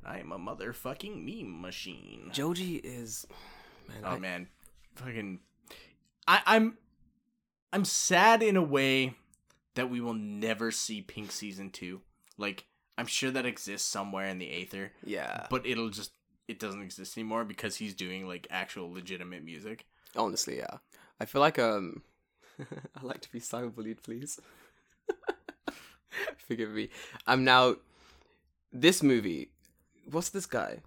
Speaker 2: I am a motherfucking meme machine.
Speaker 1: Joji is man.
Speaker 2: Oh
Speaker 1: I-
Speaker 2: man, fucking, I, I'm, I'm sad in a way that we will never see Pink season two. Like I'm sure that exists somewhere in the aether,
Speaker 1: yeah.
Speaker 2: but it'll just it doesn't exist anymore because he's doing like actual legitimate music.
Speaker 1: Honestly, yeah. I feel like um, [LAUGHS] I like to be cyberbullied, please. [LAUGHS] Forgive me. I'm now. This movie. What's this guy?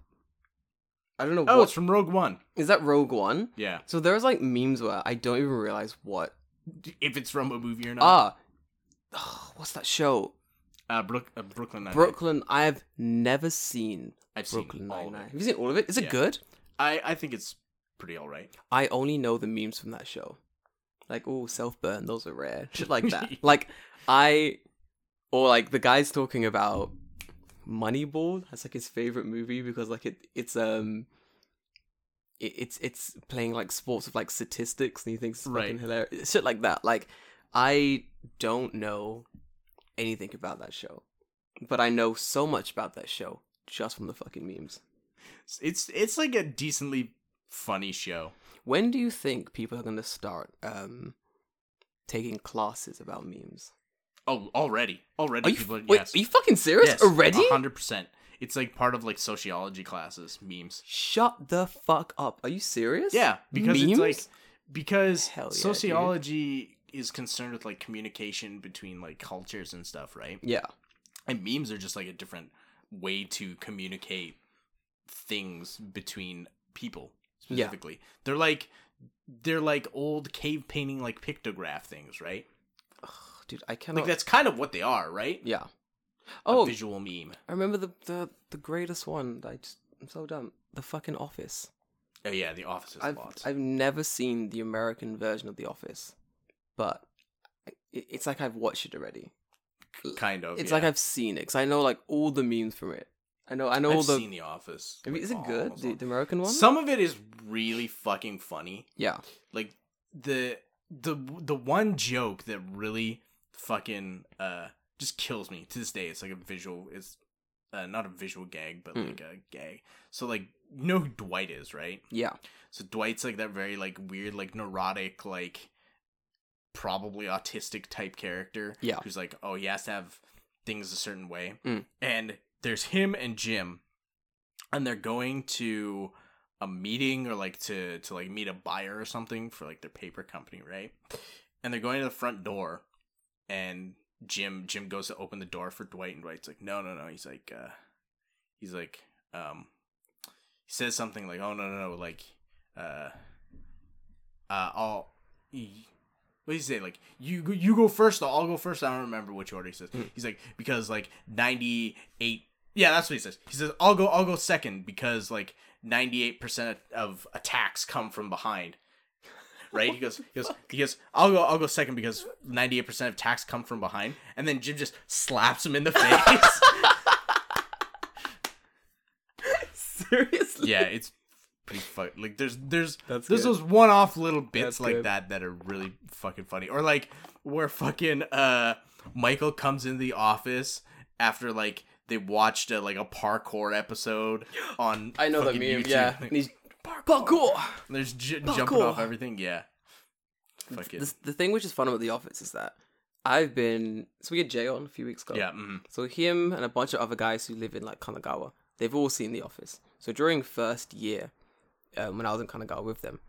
Speaker 1: I don't know.
Speaker 2: Oh,
Speaker 1: what
Speaker 2: it's from Rogue One.
Speaker 1: is that? Rogue One.
Speaker 2: Yeah,
Speaker 1: So there's like memes where I don't even realize what.
Speaker 2: if it's from a movie or not.
Speaker 1: Ah, Ugh, what's that show? Ah.
Speaker 2: uh, Brook, uh, Brooklyn Nine.
Speaker 1: Brooklyn. I've never seen
Speaker 2: I've seen
Speaker 1: Brooklyn
Speaker 2: all
Speaker 1: Nine
Speaker 2: of
Speaker 1: Nine.
Speaker 2: it.
Speaker 1: Have you seen all of it? Is it
Speaker 2: Yeah.
Speaker 1: good?
Speaker 2: I I think it's pretty all right.
Speaker 1: I only know the memes from that show. Like, oh, self burn, those are rare. [LAUGHS] Shit like that. like, I. Or, like, the guy's talking about Moneyball. That's, like, his favorite movie because, like, it it's, um. It, it's it's playing, like, sports with, like, statistics and he thinks it's fucking
Speaker 2: Right.
Speaker 1: hilarious. Shit like that. Like, I don't know anything about that show. But I know so much about that show just from the fucking memes.
Speaker 2: It's it's like a decently funny show.
Speaker 1: When do you think people are going to start um, taking classes about memes?
Speaker 2: Oh, already, already
Speaker 1: Are you,
Speaker 2: people.
Speaker 1: wait,
Speaker 2: yes.
Speaker 1: are you fucking serious already?
Speaker 2: hundred percent. It's like part of like sociology classes, memes.
Speaker 1: Shut the fuck up. Are you serious?
Speaker 2: Yeah, because
Speaker 1: memes?
Speaker 2: it's like because
Speaker 1: Hell yeah, dude.
Speaker 2: sociology is concerned with like communication between like cultures and stuff, right?
Speaker 1: Yeah.
Speaker 2: And memes are just like a different way to communicate things between people
Speaker 1: Yeah.
Speaker 2: specifically. They're like they're like old cave painting like pictograph things, right?
Speaker 1: Ugh, dude, I cannot.
Speaker 2: Like that's kind of what they are, right?
Speaker 1: Yeah.
Speaker 2: Oh,
Speaker 1: Oh,
Speaker 2: a visual meme.
Speaker 1: I remember the, the, the greatest one. that I just, I'm so dumb. The fucking Office.
Speaker 2: Oh yeah, the office is
Speaker 1: I've,
Speaker 2: lots.
Speaker 1: I've never seen the American version of The Office, but it, it's like I've watched it already.
Speaker 2: kind of.
Speaker 1: It's
Speaker 2: Oh, yeah.
Speaker 1: like I've seen it because I know like all the memes from it. I know. I know all
Speaker 2: I've
Speaker 1: the.
Speaker 2: seen The Office.
Speaker 1: Have you-
Speaker 2: like,
Speaker 1: is it
Speaker 2: all-
Speaker 1: good?
Speaker 2: almost
Speaker 1: The,
Speaker 2: all-
Speaker 1: the American one.
Speaker 2: Some of it is really fucking funny.
Speaker 1: yeah.
Speaker 2: Like the the the one joke that really fucking uh just kills me to this day. It's like a visual. It's uh, not a visual gag, but
Speaker 1: Mm.
Speaker 2: like a gag. So like you know who Dwight is, right?
Speaker 1: [LAUGHS] Yeah.
Speaker 2: So Dwight's like that very like weird, like neurotic, like probably autistic type character.
Speaker 1: Yeah.
Speaker 2: Who's like, oh, he has to have things a certain way.
Speaker 1: Mm.
Speaker 2: And there's him and Jim, and they're going to a meeting or like to to like meet a buyer or something for like their paper company, right? And they're going to the front door, and Jim Jim goes to open the door for Dwight, and Dwight's like, no, no, no. He's like, uh, he's like, um, he says something like, oh no, no, no, like, uh, uh, I'll. he- What did he say? Like you, go- you go first. Though. I'll go first. I don't remember which order he says. He's like because like ninety eight. Yeah, that's what he says. He says I'll go. I'll go second because like ninety eight percent of attacks come from behind. Right? He goes. He goes. He goes. I'll go. I'll go second because ninety eight percent of attacks come from behind. And then Jim just slaps him in the face.
Speaker 1: Seriously.
Speaker 2: yeah, it's pretty fun. Like there's there's
Speaker 1: That's
Speaker 2: there's
Speaker 1: good.
Speaker 2: those one off little bits
Speaker 1: That's
Speaker 2: like
Speaker 1: good.
Speaker 2: that that are really fucking funny. Or like where fucking uh Michael comes into the office after like they watched a, like a
Speaker 1: [GASPS]
Speaker 2: parkour episode on
Speaker 1: I know that
Speaker 2: fucking
Speaker 1: meme.
Speaker 2: YouTube.
Speaker 1: Yeah. And he's parkour.
Speaker 2: There's j- jumping off
Speaker 1: Parkour.
Speaker 2: everything. Yeah. Fucking
Speaker 1: The, the thing which is fun about The Office is that I've been. So we had Jay on a few weeks ago.
Speaker 2: yeah. mhm.
Speaker 1: So him and a bunch of other guys who live in like Kanagawa, they've all seen The Office. So during first year, um, when I was in Kanagawa with them,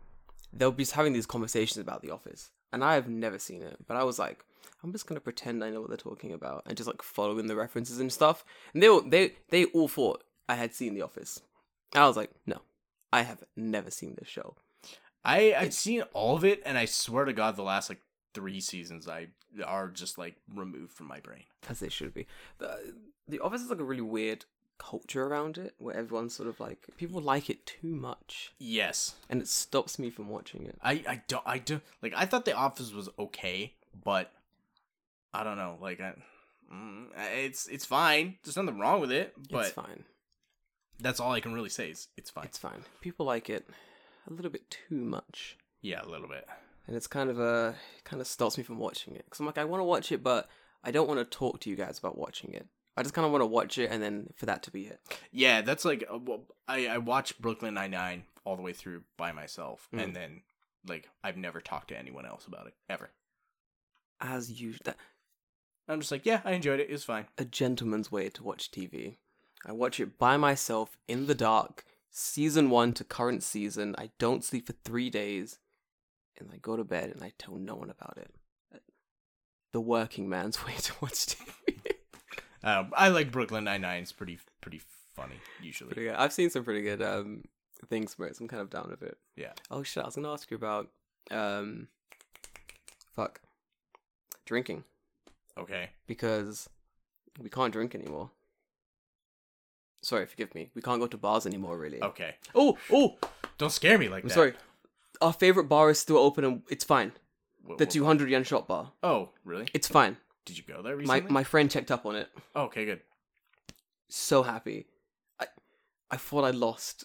Speaker 1: they'll be having these conversations about The Office, and I have never seen it, but I was like, I'm just gonna pretend I know what they're talking about and just like following the references and stuff. And they all, they they all thought I had seen The Office. I was like, no, I have never seen this show.
Speaker 2: I I've seen all of it, and I swear to God, the last like three seasons I are just like removed from my brain.
Speaker 1: as it should be. The, the office is like a really weird culture around it where everyone's sort of like people like it too much
Speaker 2: Yes.
Speaker 1: and it stops me from watching it.
Speaker 2: I I don't I do like I thought The Office was okay, but I don't know. Like I, mm, I- it's it's fine. There's nothing wrong with it,
Speaker 1: it's
Speaker 2: but
Speaker 1: fine.
Speaker 2: that's all I can really say is it's fine.
Speaker 1: It's fine. People like it a little bit too much.
Speaker 2: yeah, a little bit.
Speaker 1: And it's kind of a kind of stops me from watching it cuz I'm like I want to watch it but I don't want to talk to you guys about watching it. I just kind of want to watch it and then for that to be it.
Speaker 2: Yeah, that's like uh, well, I I watched Brooklyn Nine Nine all the way through by myself,
Speaker 1: Mm.
Speaker 2: and then like I've never talked to anyone else about it ever.
Speaker 1: As usual, that,
Speaker 2: I'm just like, yeah, I enjoyed it. It was fine.
Speaker 1: a gentleman's way to watch TV. I watch it by myself in the dark, season one to current season. I don't sleep for three days, and I go to bed and I tell no one about it. The working man's [LAUGHS] way to watch TV.
Speaker 2: Um, I like Brooklyn Nine Nine. It's pretty pretty funny usually.
Speaker 1: pretty good. I've seen some pretty good um things for it. So I'm kind of down with it.
Speaker 2: Yeah.
Speaker 1: Oh shit! I was gonna ask you about um, fuck, drinking
Speaker 2: Okay.
Speaker 1: because we can't drink anymore. Sorry, forgive me. We can't go to bars anymore, really.
Speaker 2: Okay. Oh oh, don't scare me like
Speaker 1: I'm
Speaker 2: that.
Speaker 1: sorry. Our favorite bar is still open and it's fine.
Speaker 2: Wha-
Speaker 1: The
Speaker 2: wha-
Speaker 1: 200 yen shop bar.
Speaker 2: Oh, really?
Speaker 1: It's fine.
Speaker 2: Did you go there
Speaker 1: My
Speaker 2: recently?
Speaker 1: my friend checked up on it.
Speaker 2: oh, okay, good.
Speaker 1: So happy. I I thought I lost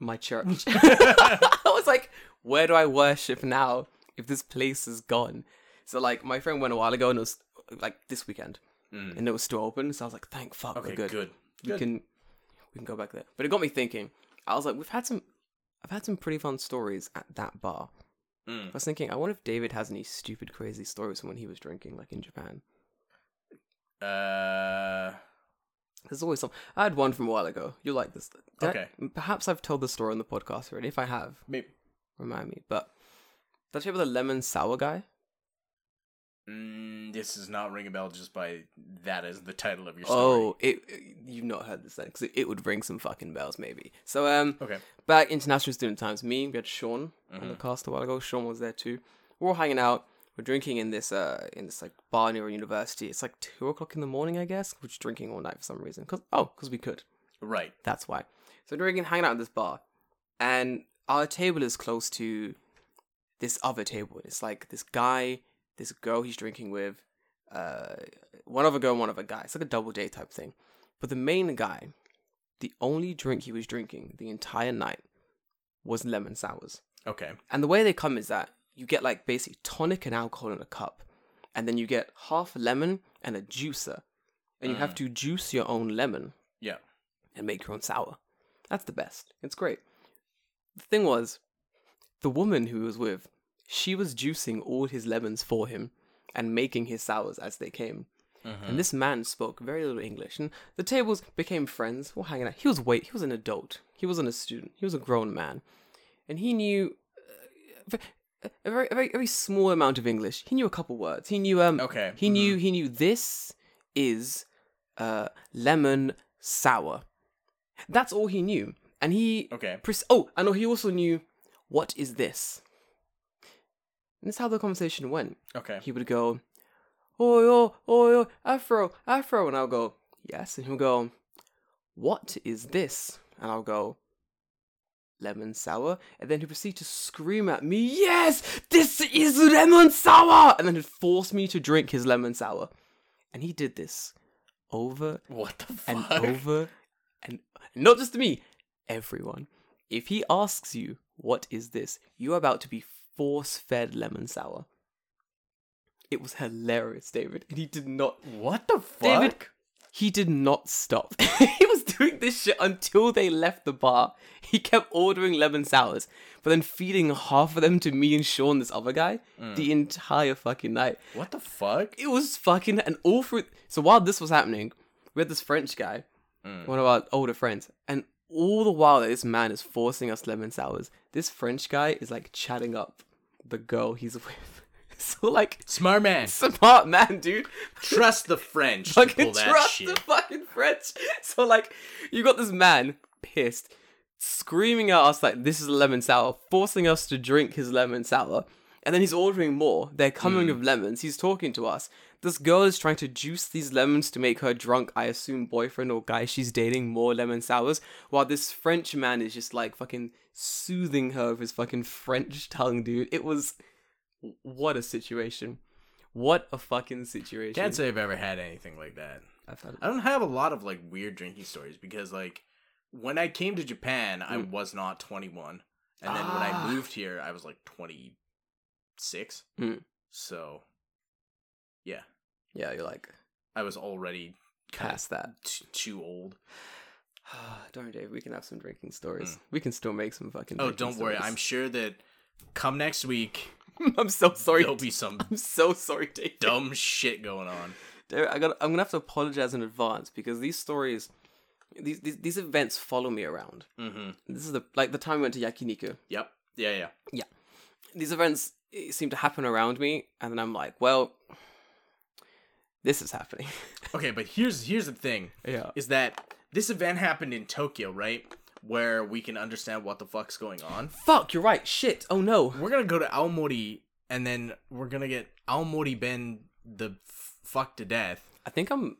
Speaker 1: my
Speaker 2: [LAUGHS]
Speaker 1: church. [LAUGHS] I was like, where do I worship now if this place is gone? So like my friend went a while ago and it was like this weekend
Speaker 2: Mm.
Speaker 1: and it was still open. So I was like, thank fuck,
Speaker 2: Okay,
Speaker 1: we're
Speaker 2: good.
Speaker 1: good.
Speaker 2: good.
Speaker 1: We can we can go back there. But it got me thinking. I was like, we've had some I've had some pretty fun stories at that bar. I
Speaker 2: Mm.
Speaker 1: was thinking, I wonder if David has any stupid, crazy stories from when he was drinking, like in Japan.
Speaker 2: Uh,
Speaker 1: There's always some. I had one from a while ago. You'll like this. Did I-
Speaker 2: Okay.
Speaker 1: perhaps I've told the story on the podcast already. If I have,
Speaker 2: maybe.
Speaker 1: remind me. But that's about the lemon sour guy.
Speaker 2: Mm, this does not ring a bell just by that as the title of your story.
Speaker 1: Oh, it, you've not heard this then, because it, it would ring some fucking bells, maybe. So, um,
Speaker 2: Okay.
Speaker 1: back international student times, me we had Sean on
Speaker 2: Mm-hmm.
Speaker 1: the cast a while ago. Sean was there too. We're all hanging out. We're drinking in this uh in this like bar near a university. It's like two o'clock in the morning, I guess. We're just drinking all night for some reason. Cause oh, cause we could.
Speaker 2: Right.
Speaker 1: That's why. So we're drinking, hanging out at this bar, and our table is close to this other table. It's like this guy, this girl he's drinking with, uh, one other girl, and one other guy. It's like a double date type thing. But the main guy the only drink he was drinking the entire night was lemon sours.
Speaker 2: Okay.
Speaker 1: And the way they come is that you get like basically tonic and alcohol in a cup, and then you get half a lemon and a juicer, and you have to juice your own lemon
Speaker 2: Yeah.
Speaker 1: and make your own sour. That's the best. It's great. The thing was, the woman who he was with, she was juicing all his lemons for him and making his sours as they came. And this man spoke very little English, and the tables became friends. We're hanging out. He was wait. He was an adult. He wasn't a student. He was a grown man, and he knew uh, a very, a very, very small amount of English. He knew a couple words. He knew um.
Speaker 2: Okay,
Speaker 1: He knew he knew this is uh lemon sour. That's all he knew, and he
Speaker 2: Okay.
Speaker 1: Pres- oh, and he also knew what is this. And this is how the conversation went
Speaker 2: Okay.
Speaker 1: he would go, "Oi, oi, oi, oi, Afro, Afro," and I'll go, "Yes," and he'll go, "What is this?" And I'll go, "Lemon sour," and then he'd proceed to scream at me, "Yes, this is lemon sour!" And then he'd force me to drink his lemon sour, and he did this over
Speaker 2: What the fuck?
Speaker 1: and over and not just me, everyone. If he asks you, what is this? You're about to be force fed lemon sour. It was hilarious, David. And he did not
Speaker 2: What the fuck?
Speaker 1: David, he did not stop. he was doing this shit until they left the bar. He kept ordering lemon sours, but then feeding half of them to me and Sean, this other guy, the entire fucking night
Speaker 2: What the fuck?
Speaker 1: it was fucking and all through so while this was happening we had this french guy one of our older friends and all the while that this man is forcing us lemon sours this french guy is like chatting up the girl he's [LAUGHS] with so like [LAUGHS]
Speaker 2: Smart man.
Speaker 1: smart man dude
Speaker 2: Trust the French. to
Speaker 1: fucking
Speaker 2: pull that
Speaker 1: trust
Speaker 2: shit.
Speaker 1: the fucking French. [LAUGHS] So like, you got this man pissed, screaming at us like, "This is lemon sour," forcing us to drink his lemon sour, and then he's ordering more. They're coming
Speaker 2: Hmm.
Speaker 1: with lemons. He's talking to us. This girl is trying to juice these lemons to make her drunk. I assume boyfriend or guy she's dating more lemon sours, while this French man is just like fucking soothing her with his fucking French tongue, dude. It was what a situation. What a fucking situation.
Speaker 2: Can't say I've ever had anything like that.
Speaker 1: I've had
Speaker 2: I don't have a lot of like weird drinking stories because like when I came to Japan, I was not 21, and then when
Speaker 1: Mm. Ah.
Speaker 2: I moved here, I was like 26.
Speaker 1: Mm.
Speaker 2: So, yeah,
Speaker 1: Yeah, you're like
Speaker 2: I was already kind of
Speaker 1: past that. [SIGHS]
Speaker 2: t- too old.
Speaker 1: don't worry, Dave. We can have some drinking stories. We can still make some fucking.
Speaker 2: Mm. Oh,
Speaker 1: drinking
Speaker 2: don't worry. I'm
Speaker 1: stories.
Speaker 2: sure that come next week
Speaker 1: [LAUGHS] I'm
Speaker 2: [LAUGHS]
Speaker 1: so sorry.
Speaker 2: there'll be
Speaker 1: [LAUGHS]
Speaker 2: some
Speaker 1: I'm so sorry, Dave.
Speaker 2: dumb shit going on.
Speaker 1: Dave, I got. I'm gonna have to apologize in advance because these stories, these these, these events follow me around.
Speaker 2: Mm-hmm.
Speaker 1: This is the like the time we went to yakiniku.
Speaker 2: Yep. Yeah. Yeah.
Speaker 1: These events eh, seem to happen around me, and then I'm like, well, this is happening.
Speaker 2: Okay, but here's here's the thing.
Speaker 1: Yeah.
Speaker 2: is that this event happened in Tokyo, right? Where we can understand what the fuck's going
Speaker 1: [LAUGHS]
Speaker 2: on.
Speaker 1: Fuck. You're right. Shit. Oh no.
Speaker 2: We're gonna go to Aomori, and then we're gonna get Aomori Ben the f- fuck to death.
Speaker 1: I think I'm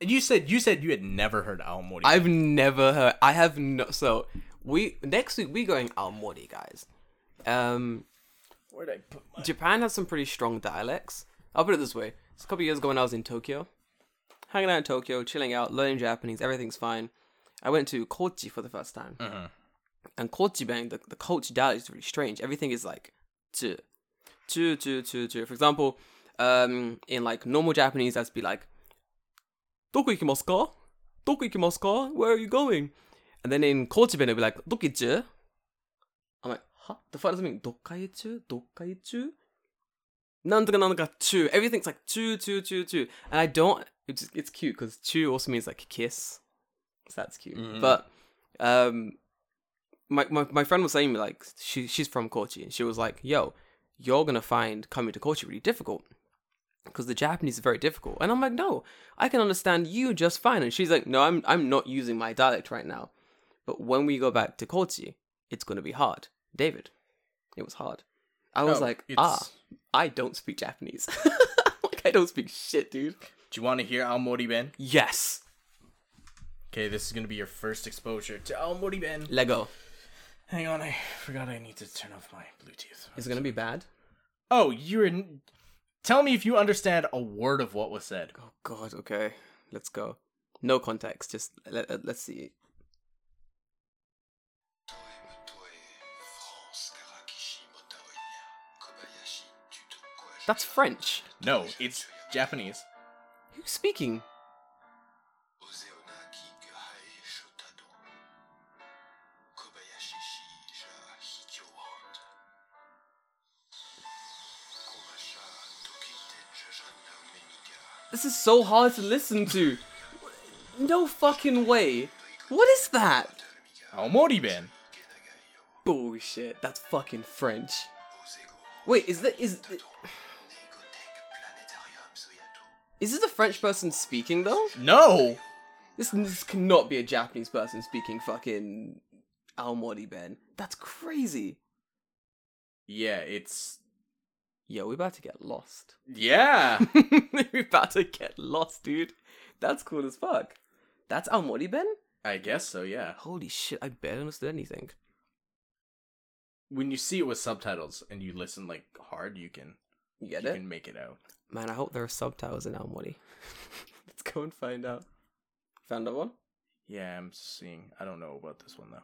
Speaker 2: And you said you said you had never heard Aomori.
Speaker 1: I've never heard. I have not. So we next week we going Al Mori, guys. Um,
Speaker 2: Where'd I put my?
Speaker 1: Japan has some pretty strong dialects. I'll put it this way: it's a couple years ago when I was in Tokyo, hanging out in Tokyo, chilling out, learning Japanese, everything's fine. I went to Kochi for the first time, and Kochi bang the the Kochi dialect is really strange. Everything is like to, to, to, to, to. For example, um, in like normal Japanese, that's be like, "Doko ikimasu ka? Doko ikimasu ka? Where are you going?" And then in Kochi bang it'll be like, "Dokichu." I'm like, huh? The fuck does it mean? Dokaichu? Dokaichu? なんとかなんとか中. Everything's like chu chu chu chu. And I don't it's just, it's cute because chu also means like kiss. So that's cute. But um my, my my friend was saying to me like she she's from Kochi and she was like, yo, you're gonna find coming to Kochi really difficult. Because the Japanese is very difficult. And I'm like, no, I can understand you just fine. And she's like, no, I'm I'm not using my dialect right now. But when we go back to Kochi, it's gonna be hard. David. It was hard. I was
Speaker 2: Oh,
Speaker 1: like,
Speaker 2: it's-
Speaker 1: ah, I don't speak Japanese. [LAUGHS] like I don't speak shit, dude.
Speaker 2: Do you want to hear Aomori Ben?
Speaker 1: Yes.
Speaker 2: Okay, this is gonna be your first exposure to Aomori Ben.
Speaker 1: Lego.
Speaker 2: Hang on, I forgot I need to turn off my Bluetooth.
Speaker 1: Is it gonna be bad?
Speaker 2: Oh, you're. In... Tell me if you understand a word of what was said.
Speaker 1: Oh god, okay. Let's go. No context, just let, let- let's see. That's French.
Speaker 2: No, it's Japanese.
Speaker 1: Who's speaking? This is so hard to listen to. No fucking way. What is that?
Speaker 2: Aomori Ben.
Speaker 1: Bullshit. That's fucking French. Wait, is that is th- is this a French person speaking though?
Speaker 2: No!
Speaker 1: This, this cannot be a Japanese person speaking fucking Aomori Ben. That's crazy.
Speaker 2: Yeah, it's.
Speaker 1: Yo, we about to get lost. [LAUGHS]
Speaker 2: Yeah!
Speaker 1: we about to get lost, dude. That's cool as fuck. That's Aomori Ben.
Speaker 2: I guess so, yeah.
Speaker 1: Holy shit! I barely understood anything.
Speaker 2: When you see it with subtitles and you listen, like, hard, you can.
Speaker 1: You get
Speaker 2: you
Speaker 1: it,
Speaker 2: can make it out.
Speaker 1: man. I hope there are subtitles in Aomori. [LAUGHS] Let's go and find out. Found out one.
Speaker 2: Yeah, I'm seeing. I don't know about this one, though.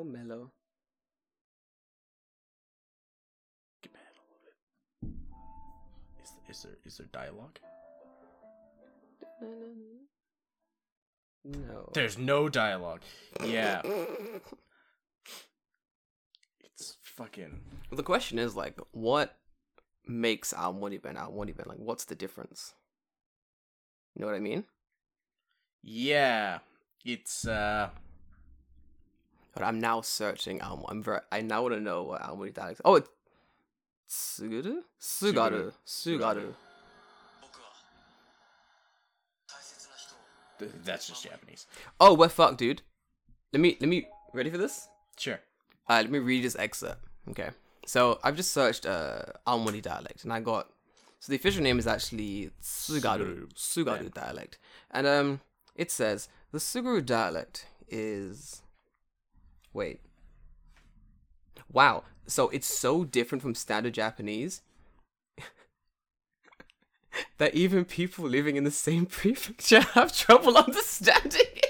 Speaker 1: Oh, mellow.
Speaker 2: Get mad a little bit. Is, is, there, is there dialogue?
Speaker 1: No.
Speaker 2: There's no dialogue. Yeah.
Speaker 1: well,
Speaker 2: It's fucking.
Speaker 1: the question is like, what makes our money Ben our money Ben? Like, what's the difference? You know what I mean?
Speaker 2: Yeah. It's, uh.
Speaker 1: But I'm now searching Almo. I'm very. I now want to know what Almoni dialect. Oh, it's Suguru, Sugaru, Sugaru.
Speaker 2: Sugaru. th- That's just Japanese.
Speaker 1: Oh, we're fucked, dude. Let me. Let me. Ready for this?
Speaker 2: Sure.
Speaker 1: Uh, let me read this excerpt. Okay. So I've just searched uh Aomori dialect and I got so the official name is actually Tsugaru
Speaker 2: Tsugaru.
Speaker 1: Tsugaru dialect. And um it says the Tsugaru dialect is wait. Wow. So it's so different from standard Japanese [LAUGHS] that even people living in the same [LAUGHS] prefecture have trouble [LAUGHS] understanding it.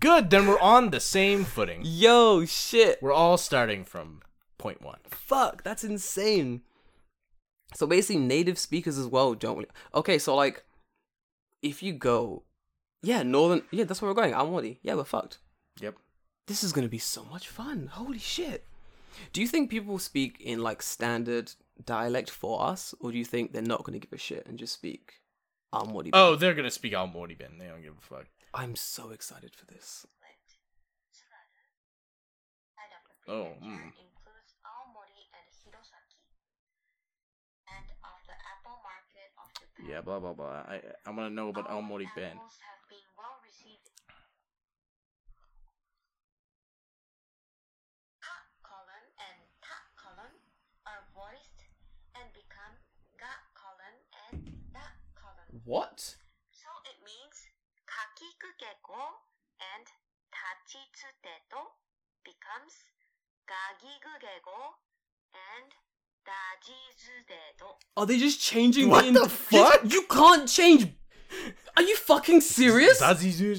Speaker 2: Good, then we're on the same footing.
Speaker 1: Yo, shit.
Speaker 2: We're all starting from point one.
Speaker 1: fuck that's insane so basically native speakers as well don't really- okay so like if you go yeah northern yeah that's where we're going amwadi yeah we're fucked
Speaker 2: Yep.
Speaker 1: this is gonna be so much fun holy shit do you think people speak in like standard dialect for us or do you think they're not gonna give a shit and just speak amwadi
Speaker 2: Oh, they're gonna speak all Morty Ben. They don't give a fuck.
Speaker 1: i'm so excited for this
Speaker 2: Oh, mm.
Speaker 3: includes Aomori and Hirosaki, and of the apple market of Japan.
Speaker 2: Yeah, blah blah blah. I I want to know about all Morty Ben.
Speaker 3: apples have been well received. Ta colon and ta colon are voiced and become ga colon and da colon.
Speaker 1: what
Speaker 3: So it means kakikugeko and tachitsuteto becomes gagigugeko and dajizudeto.
Speaker 1: are they just changing
Speaker 2: What
Speaker 1: ent-
Speaker 2: the fuck?
Speaker 1: you can't change are you fucking serious
Speaker 2: Dazi zu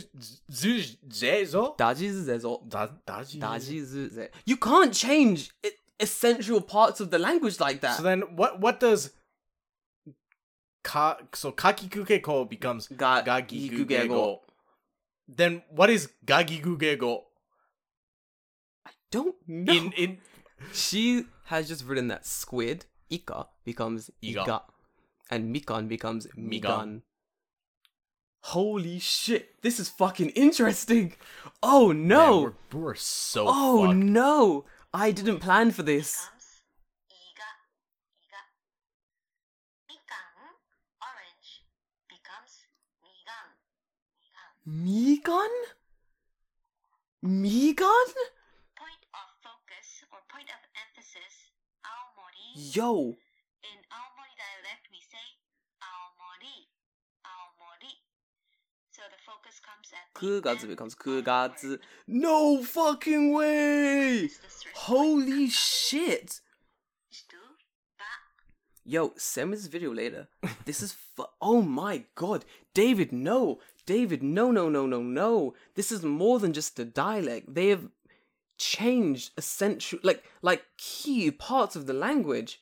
Speaker 2: zezo.
Speaker 1: Dajis is all
Speaker 2: Dazi.
Speaker 1: Daji Zuze. You can't change e- essential parts of the language like that.
Speaker 2: So then, what what does ka so kakikukeko becomes
Speaker 1: Ga-
Speaker 2: gagigugego? Then what is gagigugego
Speaker 1: Don't know.
Speaker 2: in in?
Speaker 1: she has just written that squid Ika becomes Ika,
Speaker 2: Ika.
Speaker 1: and Mikan becomes Migan.
Speaker 2: Migan.
Speaker 1: Holy shit! This is fucking interesting. Oh
Speaker 2: Man,
Speaker 1: no!
Speaker 2: we're, we're so
Speaker 1: oh
Speaker 2: fucked.
Speaker 1: no! I didn't plan for this.
Speaker 3: Becomes iga, iga. Mikan, orange, becomes migan, migan.
Speaker 1: Migan. Migan.
Speaker 3: Point of focus or point of emphasis, aomori.
Speaker 1: Yo.
Speaker 3: In Aomori dialect, we say Aomori, Aomori. So the focus comes at the
Speaker 1: Kugatsu
Speaker 3: end
Speaker 1: becomes
Speaker 3: of the
Speaker 1: Kugatsu.
Speaker 3: word.
Speaker 1: No fucking way!
Speaker 3: It's the stress
Speaker 1: Holy shit!
Speaker 3: point to ba.
Speaker 1: Yo, send me this video later. This is fu- oh my god, David, no, David, no, no, no, no, no. This is more than just a dialect. They have changed essential like like key parts of the language.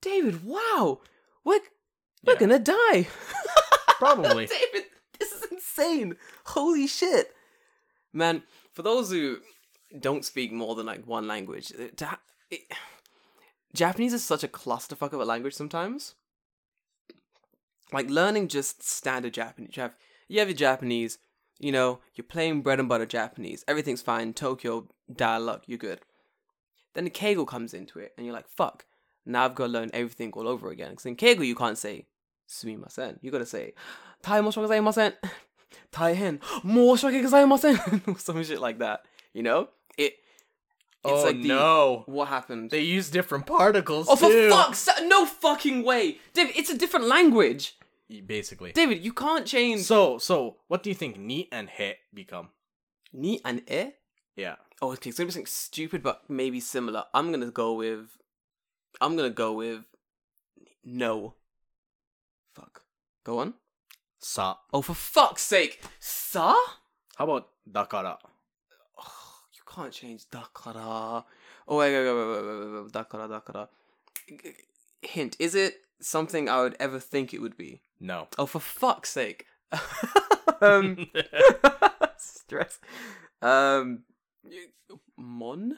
Speaker 1: David, wow, we're we're
Speaker 4: Yeah.
Speaker 1: gonna die.
Speaker 2: [LAUGHS]
Speaker 4: Probably.
Speaker 1: [LAUGHS] David, this is insane. Holy shit. Man, for those who don't speak more than like one language, it, to ha- it, Japanese is such a clusterfuck of a language sometimes. Like learning just standard Japanese. You have, you have your Japanese, you know, you're playing bread and butter Japanese. Everything's fine. Tokyo dialogue, you're good. Then the Kegel comes into it, and you're like, fuck. Now I've got to learn everything all over again. Because in Kegel, you can't say すみません. You gotta say 大変申し訳ございません.大変申し訳ございません. [LAUGHS] Some shit like that. You know? It. It's
Speaker 4: oh
Speaker 1: like the,
Speaker 4: no!
Speaker 1: What happened?
Speaker 4: They use different particles
Speaker 1: oh, for
Speaker 4: too.
Speaker 1: fuck's sa- No fucking way, David. It's a different language,
Speaker 2: Basically.
Speaker 1: David. You can't change
Speaker 2: So, so what do you think ni and he become?
Speaker 1: ni and e.
Speaker 2: Yeah.
Speaker 1: Oh, okay. It's gonna be something stupid, but maybe similar. I'm gonna go with. I'm gonna go with. No. Fuck. Go on.
Speaker 2: Sa.
Speaker 1: Oh, for fuck's sake, sa.
Speaker 2: How about dakara?
Speaker 1: Oh, you can't change だから. Oh, wait, wait, wait, wait, wait, wait, wait, だから,だから. Hint, is it something I would ever think it would be? [LAUGHS]
Speaker 2: No.
Speaker 1: Oh, for fuck's sake. [LAUGHS] um, [LAUGHS] stress. Um, mon?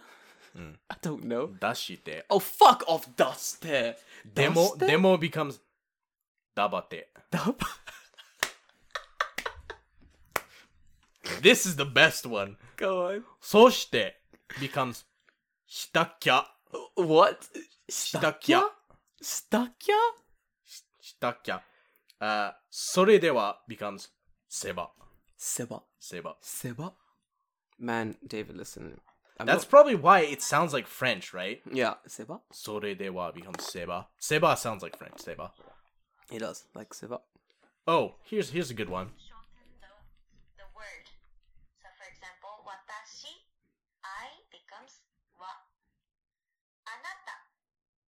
Speaker 2: Mm.
Speaker 1: [LAUGHS] I don't know.
Speaker 2: Dashite.
Speaker 1: Oh, fuck off, Duster.
Speaker 2: Demo
Speaker 1: Duster?
Speaker 2: demo becomes dabate.
Speaker 1: Dub?
Speaker 2: This is the best one.
Speaker 1: [LAUGHS] Go on.
Speaker 2: そして becomes したっきゃ
Speaker 1: What?
Speaker 2: Stakya?
Speaker 1: Stakya?
Speaker 2: したっきゃ uh, それでは becomes せば
Speaker 1: Seba.
Speaker 2: せば
Speaker 1: Seba? Man, David, listen. I'm
Speaker 2: That's
Speaker 1: not-
Speaker 2: probably why it sounds like French, right?
Speaker 1: Yeah, Seba?
Speaker 2: それでは becomes せばせば sounds like French, せば
Speaker 1: He does, like Seba.
Speaker 2: Oh, here's here's a good one.
Speaker 3: shorten the, the word. So, for example, watashi, I becomes wa. Anata,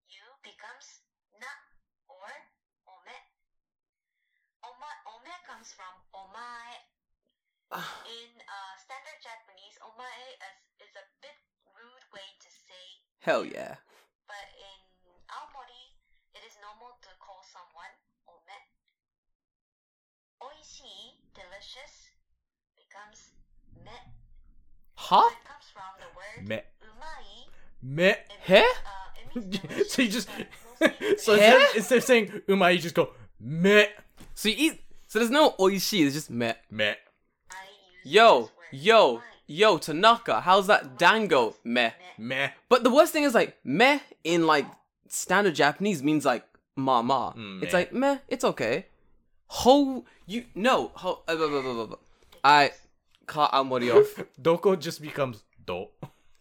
Speaker 3: you becomes na or ome. Oma, ome comes from omae. In uh, standard Japanese, omae is, is a bit rude way to say
Speaker 1: Hell yeah.
Speaker 3: but in Aomori, it is normal to call someone ome. Oishii, delicious, becomes me.
Speaker 2: Oh.
Speaker 1: Huh?
Speaker 3: It comes from the word
Speaker 2: Me.
Speaker 3: umai.
Speaker 2: Me.
Speaker 3: It
Speaker 1: Heh?
Speaker 3: means, uh, it means delicious,
Speaker 2: [LAUGHS] so you just [LAUGHS]
Speaker 3: but mostly
Speaker 2: so instead of, instead of saying umai, you just go me
Speaker 1: So you eat. So there's no oishi. It's just meh.
Speaker 2: me.
Speaker 3: I use
Speaker 1: Yo,
Speaker 3: this word,
Speaker 1: yo,
Speaker 3: umai.
Speaker 1: yo, Tanaka. How's that dango? Meh.
Speaker 2: Meh.
Speaker 1: But the worst thing is like meh in like standard Japanese means like ma ma.
Speaker 2: Mm,
Speaker 1: It's
Speaker 2: meh.
Speaker 1: like meh. It's okay. Ho you no ho. Uh, blah, blah, blah, blah, blah. I cut Amori
Speaker 2: [LAUGHS]
Speaker 1: off.
Speaker 2: Doko just becomes do.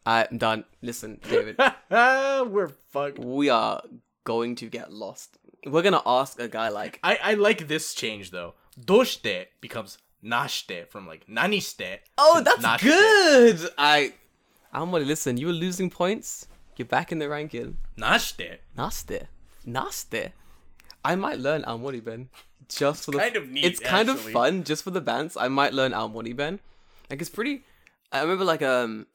Speaker 1: I'm done. Listen, David.
Speaker 2: [LAUGHS] We're fucked.
Speaker 1: we are going to get lost. We're gonna ask a guy like
Speaker 2: I, I like this change though. Doshite becomes nashite from like nanishite.
Speaker 1: Oh,
Speaker 2: to
Speaker 1: that's
Speaker 2: nashite.
Speaker 1: good. I, I'm gonna listen. You were losing points. You're back in the ranking.
Speaker 2: Nashite.
Speaker 1: Nasty, nasty. I might learn Almori Ben just for the.
Speaker 2: kind of neat,
Speaker 1: It's kind
Speaker 2: actually.
Speaker 1: of fun just for the bands. I might learn Almori Ben. Like it's pretty. I remember like um,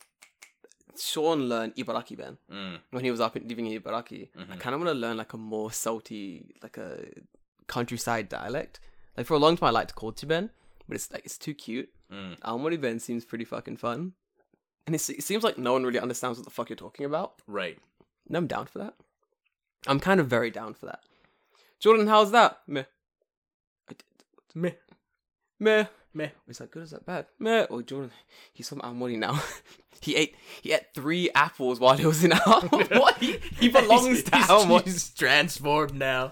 Speaker 1: Sean learned Ibaraki Ben
Speaker 2: Mm.
Speaker 1: when he was up in, living in Ibaraki.
Speaker 2: Mm-hmm.
Speaker 1: I kind of want to learn like a more salty, like a countryside dialect. Like for a long time, I liked Kochi Ben, but it's like it's too cute.
Speaker 2: Mm.
Speaker 1: Almori Ben seems pretty fucking fun, and it's, it seems like no one really understands what the fuck you're talking about.
Speaker 2: Right.
Speaker 1: And I'm down for that. I'm kind of very down for that. Jordan, how's that? Meh. I d-
Speaker 2: Meh.
Speaker 1: Meh.
Speaker 2: Meh.
Speaker 1: Is that good? Is that bad? Meh. Oh, Jordan, he's from Almori now. [LAUGHS] he ate he ate three apples while he was in [LAUGHS] Almori. [LAUGHS]
Speaker 2: [LAUGHS]
Speaker 1: what? He, he belongs
Speaker 2: He's-
Speaker 1: to
Speaker 2: he's-
Speaker 1: Almori.
Speaker 2: He's [LAUGHS] transformed now.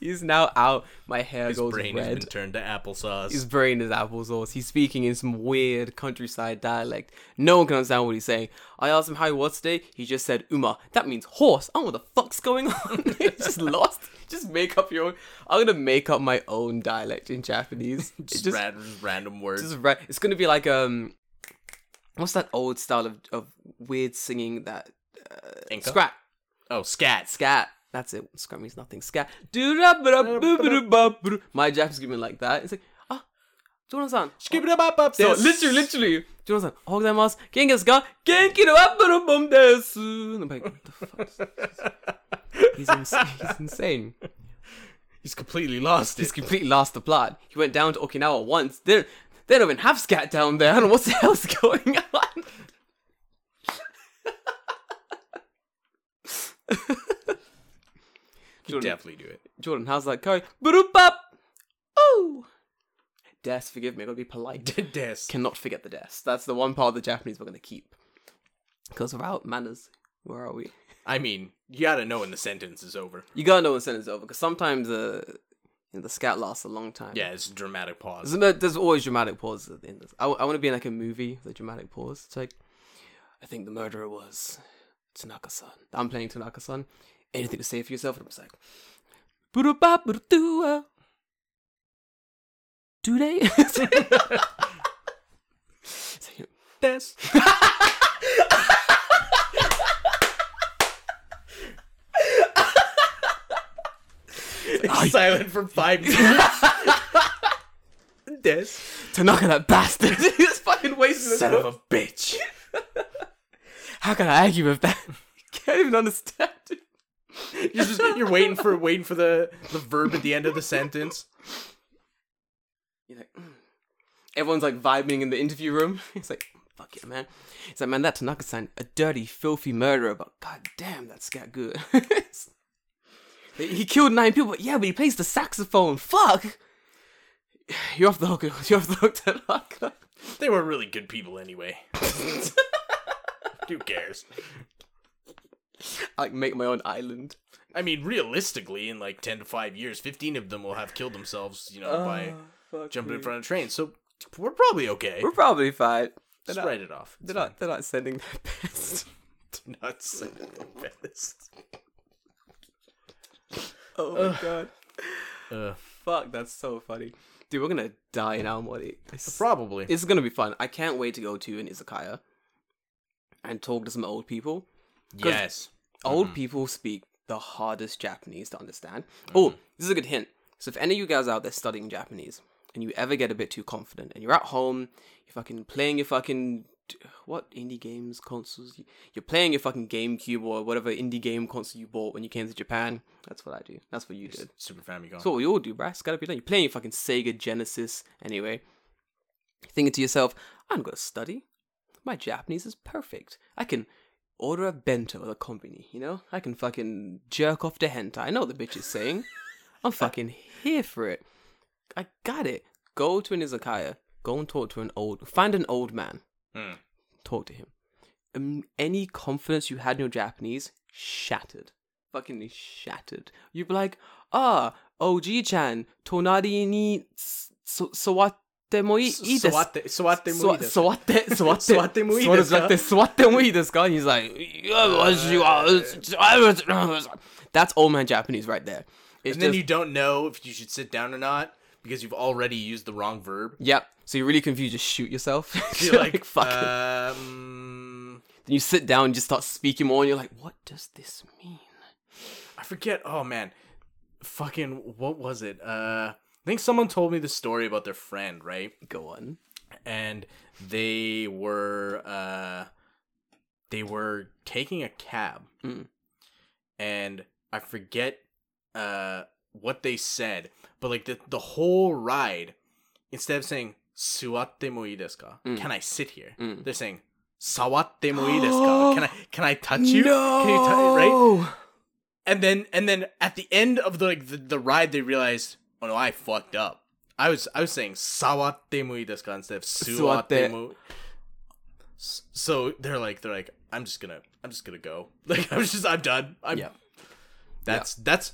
Speaker 1: He's now out. My hair
Speaker 2: His
Speaker 1: goes
Speaker 2: brain has
Speaker 1: red.
Speaker 2: been turned to applesauce.
Speaker 1: His brain is applesauce. He's speaking in some weird countryside dialect. No one can understand what he's saying. I asked him how he was today. He just said "uma." That means horse. I don't know what the fuck's going on. [LAUGHS] He's just lost. Just make up your own. I'm gonna make up my own dialect in Japanese. It
Speaker 2: [LAUGHS] just,
Speaker 1: just,
Speaker 2: ran- just random words.
Speaker 1: just ra- It's gonna be like um, what's that old style of, of weird singing that
Speaker 2: Inca?
Speaker 1: scrap
Speaker 2: Oh, scat.
Speaker 1: scat. That's it. Scat means nothing. Scat. Do-da-ba-da-boo-ba-doo-ba-boo. My Japanese giving like that. It's like, ah, Jonas-san.
Speaker 2: Skip it up up
Speaker 1: So literally, literally, Jonas-san, "おはようございます。元気ですか元気のアップルボムです。And I'm like, what the fuck? is this? He's, ins- he's insane.
Speaker 2: He's completely lost
Speaker 1: He's
Speaker 2: it.
Speaker 1: completely lost the plot. He went down to Okinawa once. They, they don't even have scat down there. I don't know what the [LAUGHS] hell's going on. Jordan,
Speaker 2: Definitely do it.
Speaker 1: Jordan, how's that going? Boop Oh! Des, forgive me, i got to be polite. [LAUGHS]
Speaker 2: [LAUGHS] Des.
Speaker 1: Cannot forget the des. That's the one part of the Japanese we're going to keep. Because without manners, where are we?
Speaker 2: I mean, you gotta know when the sentence is over.
Speaker 1: You gotta know when sentence is over, because sometimes uh, you know, the scat lasts a long time.
Speaker 2: Yeah, it's a dramatic pause.
Speaker 1: There's, no- there's always dramatic pauses at the end. Of, I, want to be in like a movie with a dramatic pause. It's like, I think the murderer was Tanaka-san. I'm playing Tanaka-san. Anything to say for yourself? And I'm just like, "Boo-doo-ba-boo-doo-doo-ah." do they? [LAUGHS] It's like,
Speaker 2: Des. [LAUGHS] Silent for five minutes. [LAUGHS] Des.
Speaker 1: Tanaka, that bastard! [LAUGHS] He's fucking wasting
Speaker 2: Son of a bitch.
Speaker 1: How can I argue with that? [LAUGHS] Can't even understand it.
Speaker 2: You're just you're waiting for waiting for the the verb at the end of the sentence.
Speaker 1: You're like, mm. everyone's like vibing in the interview room. [LAUGHS] It's like, fuck it, man. It's like, man, that Tanaka-san, a dirty, filthy murderer, but goddamn, that's got good. [LAUGHS] It's- he killed nine people, but yeah, but he plays the saxophone. Fuck. [SIGHS] You're off the hook. [LAUGHS] You're off the hook, Tanaka.
Speaker 2: They were really good people anyway. [LAUGHS] Who cares?
Speaker 1: I like make my own island.
Speaker 2: I mean, realistically, in like ten to five years, fifteen of them will have killed themselves, you know, by
Speaker 1: fuck
Speaker 2: jumping in
Speaker 1: me.
Speaker 2: front of trains. So we're probably okay.
Speaker 1: We're probably fine. They're
Speaker 2: Just
Speaker 1: not,
Speaker 2: write it off.
Speaker 1: they're
Speaker 2: [LAUGHS]
Speaker 1: not. They're not sending their [LAUGHS] best.
Speaker 2: nuts. Feminist.
Speaker 1: Oh my god. Fuck, that's so funny. Dude, we're gonna die in Aomori. It's,
Speaker 2: probably.
Speaker 1: it's gonna be fun. I can't wait to go to an izakaya and talk to some old people.
Speaker 2: yes.
Speaker 1: Old people speak the hardest Japanese to understand. Oh, this is a good hint. So if any of you guys out there studying Japanese and you ever get a bit too confident and you're at home, you're fucking playing your fucking what indie games consoles you- you're playing your fucking GameCube or whatever indie game console you bought when you came to Japan. That's what I do. That's what you did.
Speaker 2: Super Famicom.
Speaker 1: That's what we all do, bruh. It's gotta be done. You're playing your fucking Sega Genesis anyway. Thinking to yourself, I'm gonna study. My Japanese is perfect. I can order a bento at a company, you know? I can fucking jerk off to hentai. I know what the bitch is saying. I'm fucking here for it. I got it. Go to an izakaya. Go and talk to an old. Find an old man.
Speaker 2: Hmm.
Speaker 1: Talk to him. Um, any confidence you had in your Japanese shattered. Fucking shattered. You'd be like, ah, OG-chan, tonari ni s- so- sowatte mo i- ii desu ka?"
Speaker 2: Swate, swate
Speaker 1: Swa- swatte-
Speaker 2: [LAUGHS]
Speaker 1: swatte-
Speaker 2: 座ってもいいですか？
Speaker 1: 座ってもいいですか？座ってもいいですか？He's like, "いや、私は、that's old man Japanese right there. It's
Speaker 2: And then
Speaker 1: just-
Speaker 2: you don't know if you should sit down or not because you've already used the wrong [LAUGHS] verb.
Speaker 1: Yep. So you're really confused. Just shoot yourself. [LAUGHS]
Speaker 2: You're like, uh,
Speaker 1: fuck. it.
Speaker 2: um,
Speaker 1: Then you sit down and just start speaking more, and you're like, what does this mean?
Speaker 2: I forget. Oh man, fucking what was it? Uh, I think someone told me the story about their friend, right?
Speaker 1: Go on.
Speaker 2: and they were uh they were taking a cab
Speaker 1: Mm.
Speaker 2: and i forget uh what they said but like the the whole ride instead of saying suatte mo ii desu ka
Speaker 1: Mm.
Speaker 2: can i sit here
Speaker 1: Mm.
Speaker 2: they're saying sawatte mo ii desu
Speaker 1: [GASPS]
Speaker 2: ka can i can i touch you can you touch right
Speaker 1: No!
Speaker 2: and then and then at the end of the like the, the ride they realized oh no i fucked up i was i was saying sawatte mo ii desu ka instead of suwatte
Speaker 1: Suwatte.
Speaker 2: mo S- so they're like they're like i'm just gonna i'm just gonna go [LAUGHS] like i'm just i'm done i'm
Speaker 1: Yeah.
Speaker 2: that's that's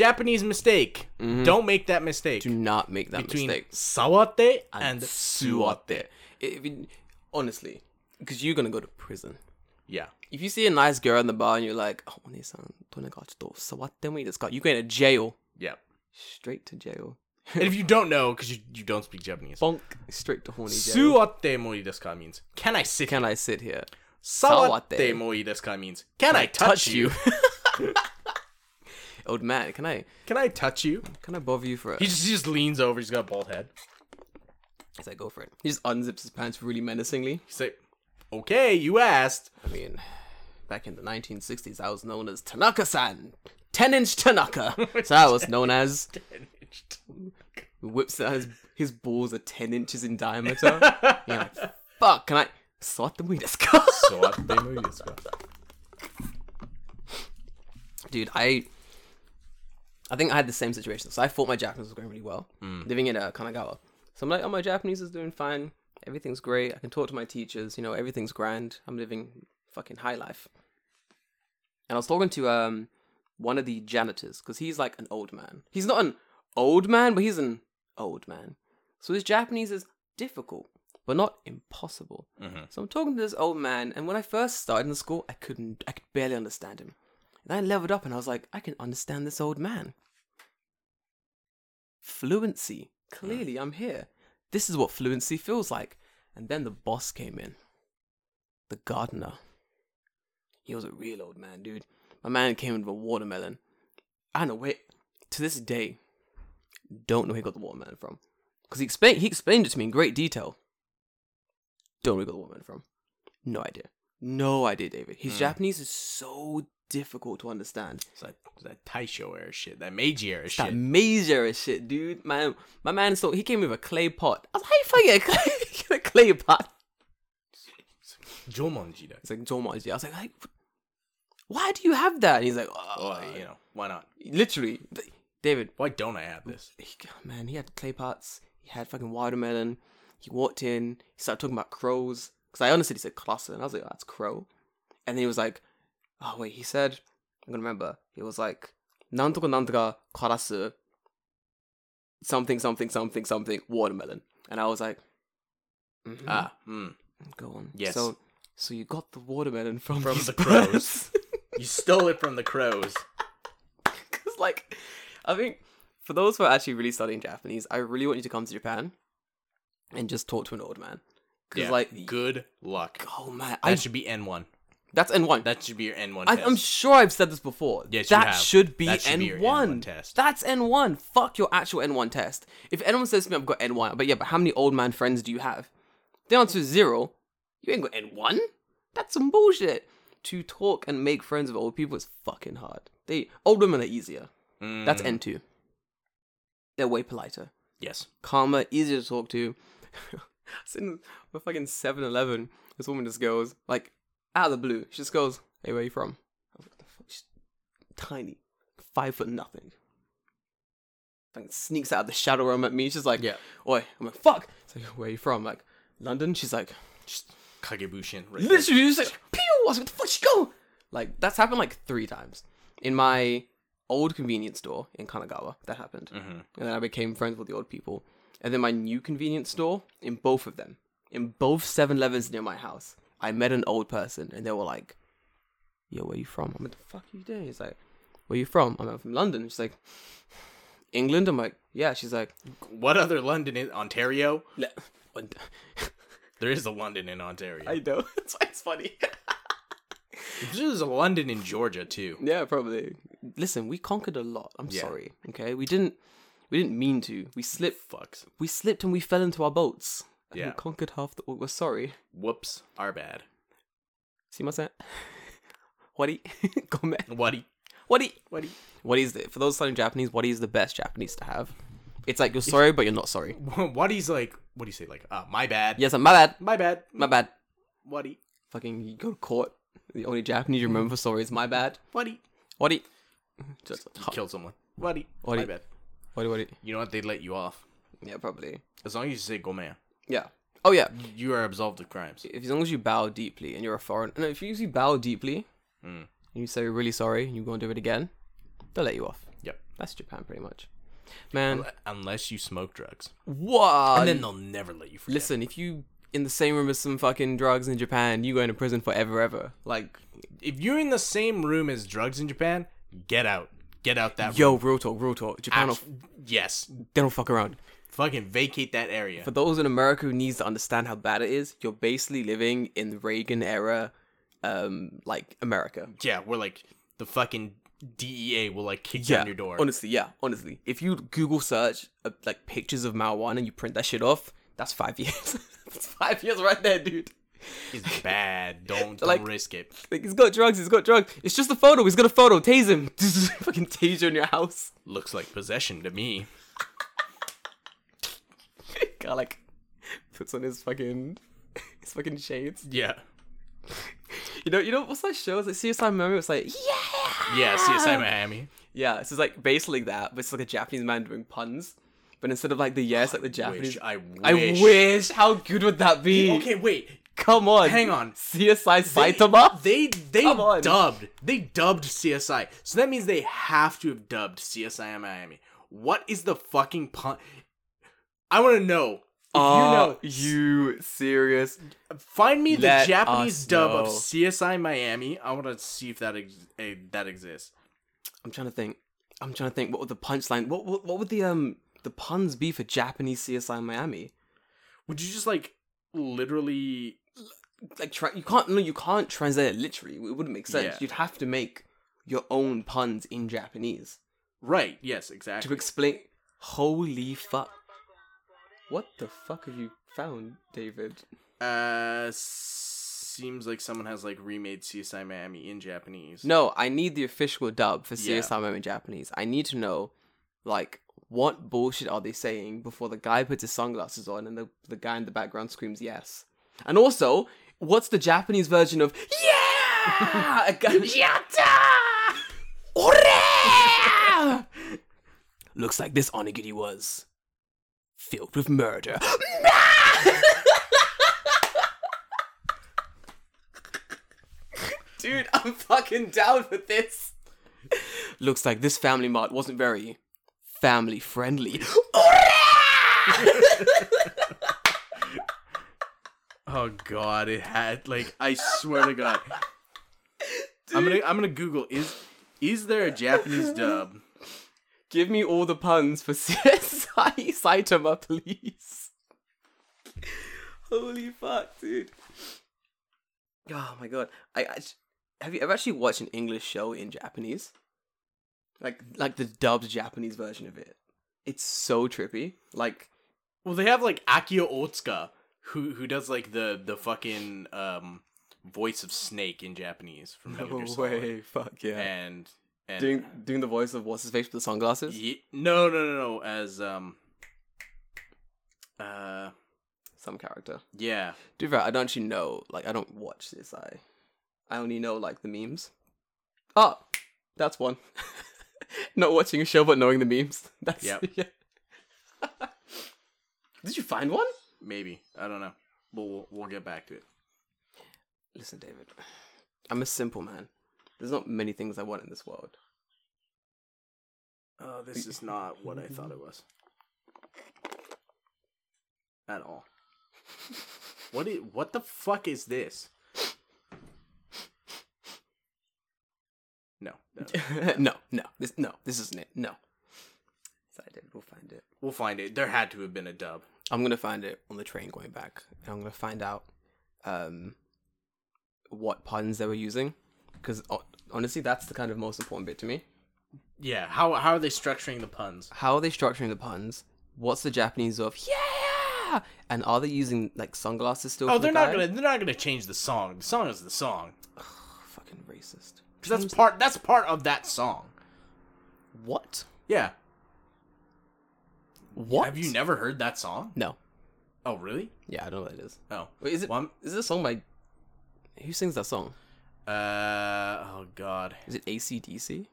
Speaker 2: japanese mistake don't make that mistake
Speaker 1: Mm-hmm. Do not make that
Speaker 2: between
Speaker 1: mistake.
Speaker 2: sawatte and
Speaker 1: And
Speaker 2: suwatte
Speaker 1: suwatte. If you- honestly, because you're going to go to prison.
Speaker 2: yeah
Speaker 1: If you see a nice girl in the bar and you're like, oh, Oni-san, tonegachito, you're going to jail. [LAUGHS]
Speaker 2: yeah
Speaker 1: Straight to jail.
Speaker 2: and if you don't know because you, you don't speak japanese
Speaker 1: Bonk. Straight to horny jail.
Speaker 2: suwatte mo ii desu ka means can i sit
Speaker 1: Can I sit here?
Speaker 2: Sawate mo ii desu ka means can I touch you? [LAUGHS]
Speaker 1: [LAUGHS] Old man, can I
Speaker 2: Can I touch you?
Speaker 1: can I bother you for a
Speaker 2: He just he just leans over. He's got a bald head.
Speaker 1: He's like, go for it. He just unzips his pants really menacingly.
Speaker 2: He's like, okay, you
Speaker 1: [LAUGHS]
Speaker 2: asked.
Speaker 1: I mean, back in the 1960s, I was known as Tanaka-san. 10-inch Tanaka. So I was known as... Whips out his, his balls are 10 inches in diameter. You're like, fuck, can I... Swat the weed
Speaker 2: so I they move this way.
Speaker 1: dude i i think i had the same situation so i thought my japanese was going really well living in uh, kanagawa so i'm like oh my japanese is doing fine everything's great i can talk to my teachers you know everything's grand i'm living fucking high life and i was talking to um one of the janitors because he's like an old man he's not an old man but he's an old man so his japanese is difficult but not impossible so i'm talking to this old man and when i first started in school i couldn't i could barely understand him and I leveled up and I was like, I can understand this old man. Fluency. Clearly, I'm here. This is what fluency feels like. And then the boss came in. The gardener. He was a real old man, dude. My man came in with a watermelon. I don't know where, to this day, don't know where he got the watermelon from. Because he, explain, he explained it to me in great detail. Don't know where he got the watermelon from. No idea. No idea, David. His
Speaker 2: Hmm.
Speaker 1: Japanese is so difficult to understand.
Speaker 2: It's like that Taisho era shit, that Meiji era
Speaker 1: That
Speaker 2: shit.
Speaker 1: major as shit, dude. Man, my man, so he came with a clay pot. I was like, how you fucking get a clay, [LAUGHS] get a clay pot?
Speaker 2: Jomonji does.
Speaker 1: It's like, Jomaji. I was like, like, why do you have that? And he's like,
Speaker 2: Oh,
Speaker 1: oh,
Speaker 2: you know, why not?
Speaker 1: literally, David.
Speaker 2: Why don't I have this?
Speaker 1: He, oh, man, he had clay pots. He had fucking watermelon. He walked in. He started talking about crows because I honestly said cluster, and I was like, oh, that's crow. And then he was like, oh wait, he said, I'm gonna remember. It was like, nantoka nantoka karasu, something something something something watermelon. And I was like, mhm,
Speaker 2: Ah, mm.
Speaker 1: go on.
Speaker 2: yes.
Speaker 1: So, so you got the watermelon from
Speaker 2: From
Speaker 1: these
Speaker 2: the crows.
Speaker 1: birds.
Speaker 2: you stole it from the crows.
Speaker 1: [LAUGHS] Because, like, I think for those who are actually really studying Japanese, I really want you to come to Japan and just talk to an old man. Because,
Speaker 2: Yeah,
Speaker 1: like,
Speaker 2: good luck.
Speaker 1: oh man,
Speaker 2: That
Speaker 1: I,
Speaker 2: should be N1.
Speaker 1: that's N1.
Speaker 2: That should be your N1
Speaker 1: I,
Speaker 2: test.
Speaker 1: I'm sure I've said this before.
Speaker 2: Yes, you
Speaker 1: that
Speaker 2: have.
Speaker 1: should be
Speaker 2: That should
Speaker 1: N1.
Speaker 2: be your N1 test.
Speaker 1: That's N1. Fuck your actual N1 test. If anyone says to me, I've got N1, but yeah, but how many old man friends do you have? The answer is zero. You ain't got N1. That's some bullshit. To talk and make friends with old people is fucking hard. They old women are easier.
Speaker 2: Mm.
Speaker 1: That's N2. They're way politer,
Speaker 2: yes.
Speaker 1: calmer, easier to talk to. [LAUGHS] I was in the fucking 7 Eleven. This woman just goes, like, out of the blue. She just goes, Hey, where you from? I was like, "What the fuck? She's tiny, five foot nothing. Fucking sneaks out of the shadow realm at me. She's like,
Speaker 2: Yeah.
Speaker 1: Oi. I'm like, Fuck. It's like, Where you from? like, London? She's like,
Speaker 2: Just Kagebushin. Right there.
Speaker 1: literally just like pew. I was like, "What the fuck she go?" Like that's happened like three times in my old convenience store in Kanagawa. That happened, and then I became friends with the old people, and then my new convenience store in both of them, in both 7-Elevens near my house. I met an old person, and they were like, "Yo, where you from?" I'm like, "The fuck are you doing?" He's like, "Where you from?" I'm like, "I'm from London." She's like, "England." I'm like, "Yeah." She's like,
Speaker 2: What other London in Ontario?
Speaker 1: "Le- [LAUGHS]
Speaker 2: There is a London in Ontario.
Speaker 1: "I know." [LAUGHS] that's why it's funny.
Speaker 2: There's a London in Georgia too.
Speaker 1: Yeah, probably. Listen, we conquered a lot. I'm
Speaker 2: Yeah.
Speaker 1: sorry. Okay, we didn't. We didn't mean to. We slipped.
Speaker 2: Fucks.
Speaker 1: We slipped and we fell into our boats. And
Speaker 2: Yeah.
Speaker 1: We conquered half the. We're sorry.
Speaker 2: Whoops. Our bad.
Speaker 1: See my set. [LAUGHS] Wadi, [LAUGHS] come
Speaker 2: What? do you-
Speaker 1: Wadi,
Speaker 2: [LAUGHS]
Speaker 1: Wadi. Wadi is the, for those studying Japanese. Wadi is the best Japanese to have. It's like you're sorry, but you're not sorry.
Speaker 2: What? He's like. What do you say? Like, uh, my bad.
Speaker 1: Yes, I'm- my bad.
Speaker 2: My bad.
Speaker 1: My bad.
Speaker 2: What? do you-
Speaker 1: Fucking, you go to court. The only Japanese you remember for sorry is my bad.
Speaker 2: What? do you-
Speaker 1: [LAUGHS] Wadi.
Speaker 2: You killed someone. What? do you-
Speaker 1: What do
Speaker 2: My
Speaker 1: you-
Speaker 2: bad.
Speaker 1: Wadi, Wadi.
Speaker 2: You know what? They'd let you off
Speaker 1: Yeah, probably.
Speaker 2: as long as you say "Gomen."
Speaker 1: Yeah. Oh yeah.
Speaker 2: You are absolved of crimes.
Speaker 1: if as long as you bow deeply and you're a foreign, no, if you usually bow deeply
Speaker 2: Hmm.
Speaker 1: and you say you're really sorry and you go and do it again, they'll let you off.
Speaker 2: Yep.
Speaker 1: That's Japan, pretty much. Man,
Speaker 2: Uh, Unless you smoke drugs,
Speaker 1: what?
Speaker 2: and then they'll never let you. Forget.
Speaker 1: listen, if you in the same room as some fucking drugs in Japan, you go into prison forever, ever. Like,
Speaker 2: if you're in the same room as drugs in Japan, get out. Get out that room.
Speaker 1: yo, real talk, real talk. Japan, don't,
Speaker 2: Yes.
Speaker 1: they don't fuck around.
Speaker 2: Fucking vacate that area.
Speaker 1: For those in America who needs to understand how bad it is, you're basically living in the Reagan era, um, like America.
Speaker 2: yeah, we're like the fucking DEA will like kick down your door.
Speaker 1: Honestly, yeah, honestly. If you Google search uh, like pictures of marijuana and you print that shit off, That's five [LAUGHS] years. That's five years right there, dude.
Speaker 2: He's
Speaker 1: [LAUGHS]
Speaker 2: bad. Don't,
Speaker 1: Like-
Speaker 2: don't risk it.
Speaker 1: Like, he's got drugs. He's got drugs. It's just a photo. He's got a photo. Tase him. [LAUGHS] Fucking tase you in your house. [LAUGHS]
Speaker 2: Looks like possession to me.
Speaker 1: God, like, puts on his fucking [LAUGHS] his fucking shades.
Speaker 2: Yeah.
Speaker 1: You know, you know what's that show? It's like CSI Miami. It's like yeah,
Speaker 2: Yeah, CSI Miami.
Speaker 1: yeah. It's just like basically that, but it's like a Japanese man doing puns. But instead of like the yes, like the [LAUGHS] Japanese.
Speaker 2: Which I wish.
Speaker 1: I wish. How good would that be?
Speaker 2: Okay, wait.
Speaker 1: Come on.
Speaker 2: Hang on.
Speaker 1: CSI
Speaker 2: They-
Speaker 1: Saitama.
Speaker 2: They they
Speaker 1: Come on.
Speaker 2: dubbed. They dubbed CSI. So that means they have to have dubbed CSI Miami. What is the fucking pun? I want to know. If
Speaker 1: Are
Speaker 2: you know,
Speaker 1: Uh, you serious?
Speaker 2: find me the
Speaker 1: let
Speaker 2: Japanese
Speaker 1: us
Speaker 2: dub of
Speaker 1: know.
Speaker 2: CSI Miami. I want to see if that ex- eh, that exists.
Speaker 1: I'm trying to think. I'm trying to think. What would the punchline? What, what what would the um the puns be for Japanese CSI Miami?
Speaker 2: Would you just like literally?
Speaker 1: Like tra- you can't no you can't translate it literally. It wouldn't make sense.
Speaker 2: Yeah.
Speaker 1: You'd have to make your own puns in Japanese
Speaker 2: Right. Yes.
Speaker 1: to
Speaker 2: Exactly.
Speaker 1: explain. Holy fuck! What the fuck have you found, David?
Speaker 2: Uh, seems like someone has like remade CSI Miami in Japanese.
Speaker 1: No, I need the official dub for
Speaker 2: Yeah.
Speaker 1: CSI Miami in Japanese. I need to know, like, what bullshit are they saying before the guy puts his sunglasses on and the, the guy in the background screams yes. And also, what's the Japanese version of [LAUGHS] yeah? A guy- [LAUGHS] Yatta! Ore! [LAUGHS] Looks like this onigiri was filled with murder. [LAUGHS] Dude, I'm fucking down for this. Looks like this family mart wasn't very family friendly. [GASPS]
Speaker 2: Oh god, it had like I swear to [LAUGHS] god. I'm gonna I'm gonna Google is is there a Japanese dub?
Speaker 1: Give me all the puns for [LAUGHS] CSI Saitama, please. Holy fuck, dude. Oh my god. I, I have you ever actually watched an English show in Japanese? Like like the dubbed Japanese version of it. It's so trippy. Like
Speaker 2: [LAUGHS] Well, they have like Akio Otsuka who who does like the the fucking um voice of Snake in Japanese from Metal Gear Solid.
Speaker 1: fuck yeah.
Speaker 2: And and
Speaker 1: Doing doing the voice of what's his face with the sunglasses?
Speaker 2: Ye- no no no no as um uh
Speaker 1: Some character.
Speaker 2: yeah
Speaker 1: To be fair, I don't actually know. Like, I don't watch CSI. I only know like the memes. Ah, that's one. [LAUGHS] Not watching a show, but knowing the memes. [LAUGHS] That's
Speaker 2: Yep.
Speaker 1: yeah. Did you find one?
Speaker 2: maybe I don't know. But we'll we'll get back to it.
Speaker 1: Listen, David. I'm a simple man. There's not many things I want in this world. [LAUGHS]
Speaker 2: Oh, this is not what I thought it was. At all. What is, what the fuck is this? No. [LAUGHS] no.
Speaker 1: no, no, this no, this isn't it. No. Sorry, David. We'll find it.
Speaker 2: We'll find it. There had to have been a dub.
Speaker 1: I'm gonna find it on the train going back, and I'm gonna find out um, what puns they were using, because honestly, that's the kind of most important bit to me.
Speaker 2: Yeah, how how are they structuring the puns?
Speaker 1: How are they structuring the puns? What's the Japanese of yeah? And are they using like sunglasses still?
Speaker 2: Oh,
Speaker 1: for the
Speaker 2: they're not
Speaker 1: guy?
Speaker 2: going to they're not going to change the song. The song is the song.
Speaker 1: fucking racist.
Speaker 2: 'Cause that's part that's part of that song.
Speaker 1: What?
Speaker 2: Yeah.
Speaker 1: What?
Speaker 2: Have you never heard that song?
Speaker 1: No.
Speaker 2: Oh, really?
Speaker 1: Yeah, I don't know what it is.
Speaker 2: Oh.
Speaker 1: Wait, is it? Is
Speaker 2: Well, I'm-
Speaker 1: it a song by? Who sings that song?
Speaker 2: uh oh god. [LAUGHS]
Speaker 1: Is it ACDC?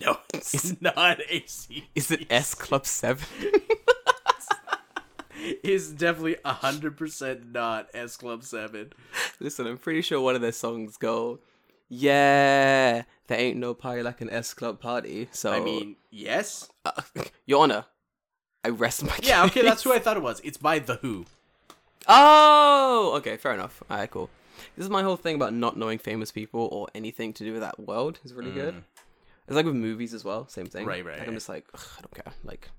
Speaker 2: No, it's not AC.
Speaker 1: Is it S Club Seven?
Speaker 2: It's definitely hundred percent not S Club Seven.
Speaker 1: Listen, I'm pretty sure one of their songs go, "Yeah, there ain't no party like an S Club party." So
Speaker 2: I mean, yes.
Speaker 1: uh, [LAUGHS] Your Honor, I rest my.
Speaker 2: Yeah, okay,
Speaker 1: case.
Speaker 2: that's who I thought it was. It's by The Who.
Speaker 1: [LAUGHS] Oh, okay, fair enough. Alright, cool. This is my whole thing about not knowing famous people or anything to do with that world is really good. It's like with movies as well, same thing.
Speaker 2: Mm. Right, right,
Speaker 1: Like,
Speaker 2: right.
Speaker 1: I'm just like, "Ugh, I don't care. Like,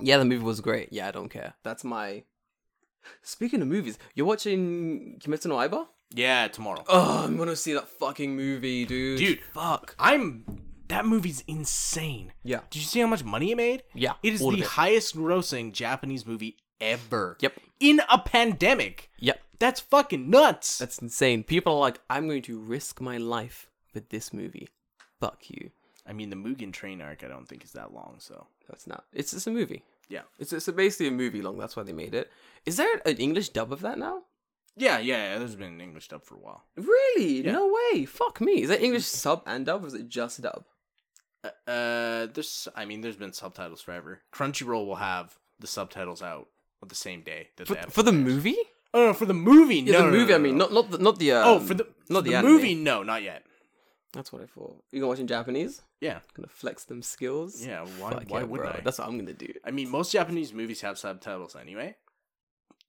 Speaker 1: yeah, the movie was great. Yeah, I don't care. That's my. Speaking of movies, you're watching Kimetsu no Yaiba?
Speaker 2: Yeah, tomorrow.
Speaker 1: Oh, I'm gonna see that fucking movie, dude.
Speaker 2: Dude.
Speaker 1: fuck.
Speaker 2: I'm. That movie's insane.
Speaker 1: Yeah.
Speaker 2: Did you see how much money it made?
Speaker 1: Yeah,
Speaker 2: It is
Speaker 1: all of
Speaker 2: the
Speaker 1: it.
Speaker 2: highest grossing Japanese movie ever.
Speaker 1: Yep.
Speaker 2: In a pandemic.
Speaker 1: Yep.
Speaker 2: That's fucking nuts.
Speaker 1: That's insane. People are like, I'm going to risk my life for this movie. Fuck you.
Speaker 2: I mean, the Mugen Train arc, I don't think is that long, so.
Speaker 1: That's not. It's just a movie.
Speaker 2: Yeah.
Speaker 1: It's it's basically a movie long. That's why they made it. Is there an English dub of that now?
Speaker 2: Yeah, yeah, yeah. There's been an English dub for a while.
Speaker 1: Really?
Speaker 2: Yeah.
Speaker 1: No way. Fuck me. Is that
Speaker 2: [LAUGHS]
Speaker 1: English sub and dub, or is it just dub?
Speaker 2: Uh, uh, there's, I mean, there's been subtitles forever. Crunchyroll will have the subtitles out on the same day that
Speaker 1: For,
Speaker 2: the
Speaker 1: for the movie?
Speaker 2: Oh, no, for the movie.
Speaker 1: Yeah, the
Speaker 2: no, no, no,
Speaker 1: movie.
Speaker 2: no,
Speaker 1: I mean,
Speaker 2: no.
Speaker 1: not not the not the. Um,
Speaker 2: oh, for the
Speaker 1: not
Speaker 2: for
Speaker 1: the
Speaker 2: the,
Speaker 1: anime.
Speaker 2: movie. No, not yet.
Speaker 1: That's what I thought. You gonna watch in Japanese?
Speaker 2: Yeah,
Speaker 1: Gonna flex them skills?
Speaker 2: yeah. Why?
Speaker 1: Fuck
Speaker 2: why
Speaker 1: yeah,
Speaker 2: would
Speaker 1: bro.
Speaker 2: I?
Speaker 1: That's what I'm gonna do.
Speaker 2: I mean, most Japanese movies have subtitles anyway.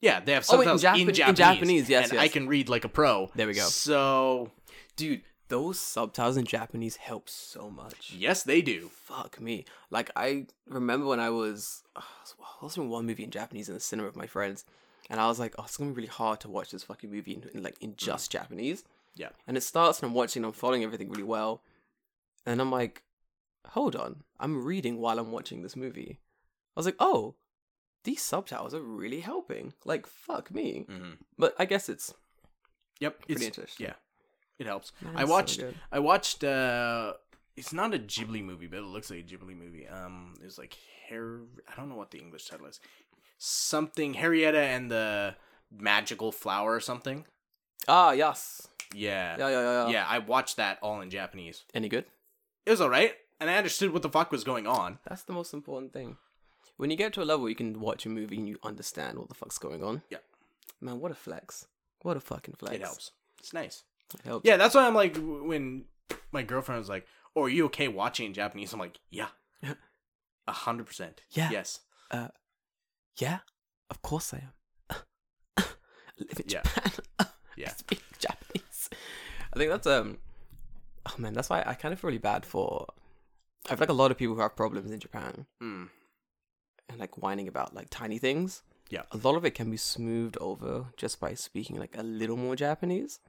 Speaker 2: Yeah, they have
Speaker 1: Oh, wait, in
Speaker 2: subtitles
Speaker 1: Japan-
Speaker 2: in,
Speaker 1: in
Speaker 2: Japanese,
Speaker 1: Japanese, yes,
Speaker 2: and
Speaker 1: yes.
Speaker 2: I can read like a pro.
Speaker 1: There we go.
Speaker 2: So
Speaker 1: Dude, those subtitles in Japanese help so much.
Speaker 2: yes, they do.
Speaker 1: Fuck me. Like I remember when I was uh, I was watching one movie in Japanese in the cinema with my friends, and I was like, "Oh, it's gonna be really hard to watch this fucking movie in, in like in just Japanese."
Speaker 2: Mm. Yeah.
Speaker 1: And it starts, and I'm watching, I'm following everything really well, and I'm like, "Hold on, I'm reading while I'm watching this movie." I was like, "Oh, these subtitles are really helping." Like, fuck me.
Speaker 2: Mhm.
Speaker 1: But I guess it's
Speaker 2: Yep,
Speaker 1: pretty
Speaker 2: it's,
Speaker 1: interesting.
Speaker 2: yeah, it helps.
Speaker 1: Man,
Speaker 2: I
Speaker 1: so
Speaker 2: watched.
Speaker 1: good.
Speaker 2: I watched. uh It's not a Ghibli movie, but it looks like a Ghibli movie. Um, it was like Har. I don't know what the English title is. Something Harrietta and the Magical Flower or something.
Speaker 1: Ah, yes.
Speaker 2: Yeah.
Speaker 1: Yeah, yeah, yeah, yeah.
Speaker 2: Yeah, I watched that all in Japanese.
Speaker 1: Any good?
Speaker 2: It was alright, and I understood what the fuck was going on.
Speaker 1: That's the most important thing. When you get to a level where you can watch a movie and you understand what the fuck's going on.
Speaker 2: Yeah.
Speaker 1: Man, what a flex. What a fucking flex.
Speaker 2: It helps. It's nice.
Speaker 1: It helps.
Speaker 2: Yeah, that's why I'm like, w- when my girlfriend was like, Oh, are you okay watching in Japanese? I'm like,
Speaker 1: [LAUGHS]
Speaker 2: Yeah.
Speaker 1: Yeah.
Speaker 2: A hundred percent.
Speaker 1: Yeah.
Speaker 2: Yes.
Speaker 1: Yeah, Of course I am. [LAUGHS] I live in
Speaker 2: Yeah.
Speaker 1: Japan. [LAUGHS] I
Speaker 2: Yeah.
Speaker 1: speak Japanese. I think that's um Oh man, that's why I kind of feel really bad for I feel like a lot of people who have problems in Japan
Speaker 2: Mm.
Speaker 1: and like whining about like tiny things.
Speaker 2: Yeah.
Speaker 1: A lot of it can be smoothed over just by speaking like a little more Japanese.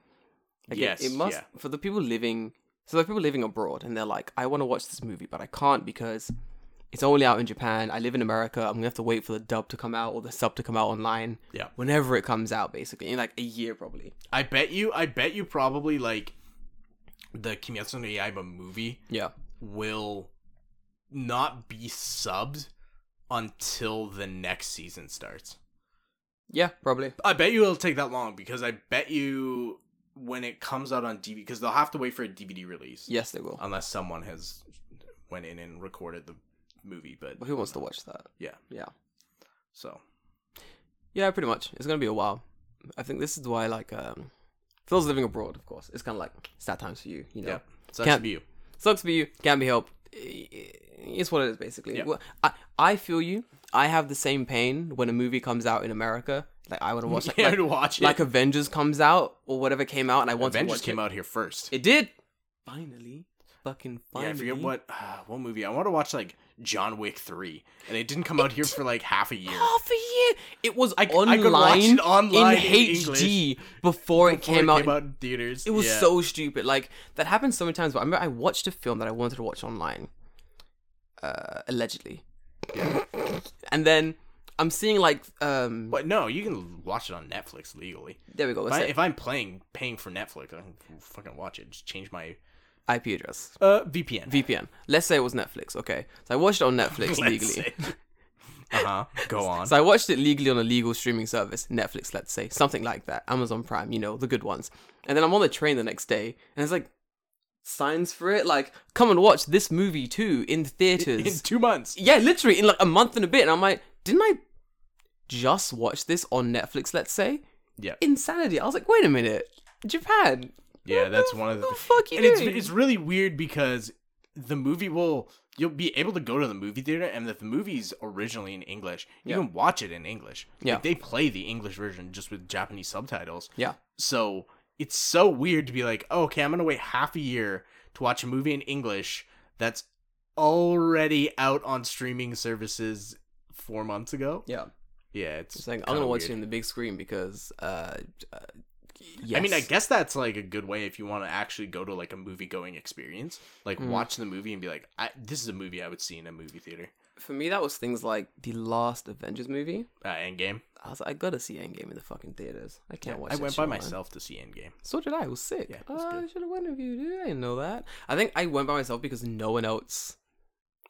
Speaker 1: Like, it-
Speaker 2: Yes,
Speaker 1: It, must
Speaker 2: yeah.
Speaker 1: for the people living so the people living abroad and they're like, I want to watch this movie, but I can't because it's only out in Japan. I live in America. I'm gonna have to wait for the dub to come out or the sub to come out online.
Speaker 2: Yeah.
Speaker 1: Whenever it comes out, basically. In like a year probably.
Speaker 2: I bet you I bet you probably like the Kimetsu no Yaiba movie
Speaker 1: Yeah.
Speaker 2: will not be subbed until the next season starts.
Speaker 1: Yeah, probably.
Speaker 2: I bet you it'll take that long because I bet you when it comes out on DVD, because they'll have to wait for a DVD release
Speaker 1: Yes they will.
Speaker 2: unless someone has went in and recorded the movie. But
Speaker 1: but who wants to watch that?
Speaker 2: Yeah.
Speaker 1: Yeah.
Speaker 2: so
Speaker 1: Yeah, pretty much. It's gonna be a while. I think this is why, like, um, for those living abroad, of course, it's kind of like it's that times for you. You know,
Speaker 2: yeah, so that's
Speaker 1: Can't-
Speaker 2: for you.
Speaker 1: sucks for you, can't be helped. It's what it is, basically.
Speaker 2: Yeah.
Speaker 1: Well, I I feel you. I have the same pain when a movie comes out in America. Like I want to
Speaker 2: [LAUGHS]
Speaker 1: watch, like,
Speaker 2: Yeah,
Speaker 1: like,
Speaker 2: to watch it.
Speaker 1: like Avengers comes out or whatever came out, and I want to
Speaker 2: Avengers
Speaker 1: watch
Speaker 2: came
Speaker 1: it.
Speaker 2: out here first.
Speaker 1: It did finally, fucking
Speaker 2: yeah,
Speaker 1: finally.
Speaker 2: I forget what [SIGHS] uh, what movie. I want to watch like John Wick three, and it didn't come out here for like half a year.
Speaker 1: half a year. It was
Speaker 2: I c- I could watch
Speaker 1: online,
Speaker 2: it online
Speaker 1: in
Speaker 2: in
Speaker 1: HD before, it
Speaker 2: Before
Speaker 1: came out in
Speaker 2: in theaters.
Speaker 1: It was
Speaker 2: Yeah.
Speaker 1: so stupid. Like that happened so many times. But I remember I watched a film that I wanted to watch online, uh, allegedly, and then I'm seeing like um.
Speaker 2: But no, you can watch it on Netflix legally.
Speaker 1: There we go.
Speaker 2: If, I,
Speaker 1: What's it?
Speaker 2: if I'm playing paying for Netflix, I can fucking watch it. Just change my
Speaker 1: IP address,
Speaker 2: uh VPN.
Speaker 1: VPN. Let's say it was Netflix. Okay, so I watched it on
Speaker 2: [LAUGHS]
Speaker 1: Netflix legally.
Speaker 2: Uh huh.
Speaker 1: [LAUGHS]
Speaker 2: Go on.
Speaker 1: So I watched it legally on a legal streaming service, Netflix, let's say, something like that, Amazon Prime, you know, the good ones. And then I'm on the train the next day, and it's like signs for it, like come and watch this movie too in theaters
Speaker 2: [LAUGHS] in two months.
Speaker 1: yeah, literally in like a month and a bit. And I'm like, didn't I just watch this on Netflix? Let's say
Speaker 2: Yeah.
Speaker 1: insanity. I was like, wait a minute, Japan.
Speaker 2: Yeah, that's one of
Speaker 1: What
Speaker 2: the.
Speaker 1: the fuck you
Speaker 2: And it's
Speaker 1: doing?
Speaker 2: it's really weird because the movie will you'll be able to go to the movie theater and if the movie's originally in English, you
Speaker 1: Yeah.
Speaker 2: can watch it in English.
Speaker 1: Yeah.
Speaker 2: Like they play the English version just with Japanese subtitles.
Speaker 1: yeah,
Speaker 2: So it's so weird to be like, oh, okay, I'm gonna wait half a year to watch a movie in English that's already out on streaming services four months ago.
Speaker 1: yeah.
Speaker 2: Yeah, it's,
Speaker 1: It's like I'm
Speaker 2: kinda
Speaker 1: gonna watch
Speaker 2: weird.
Speaker 1: it in the big screen because, uh, uh yes.
Speaker 2: I mean, I guess that's like a good way if you want to actually go to like a movie going experience, like
Speaker 1: Mm.
Speaker 2: watch the movie and be like, I, "This is a movie I would see in a movie theater."
Speaker 1: for me, that was things like the last Avengers movie.
Speaker 2: Uh, Endgame.
Speaker 1: I was like, I gotta see Endgame in the fucking theaters. I can't watch.
Speaker 2: I
Speaker 1: that
Speaker 2: went
Speaker 1: shit
Speaker 2: by
Speaker 1: online.
Speaker 2: myself to see Endgame.
Speaker 1: So did I. It was sick.
Speaker 2: Yeah, it was
Speaker 1: Uh, I
Speaker 2: good.
Speaker 1: should have went with you, dude. I didn't know that. I think I went by myself because no one else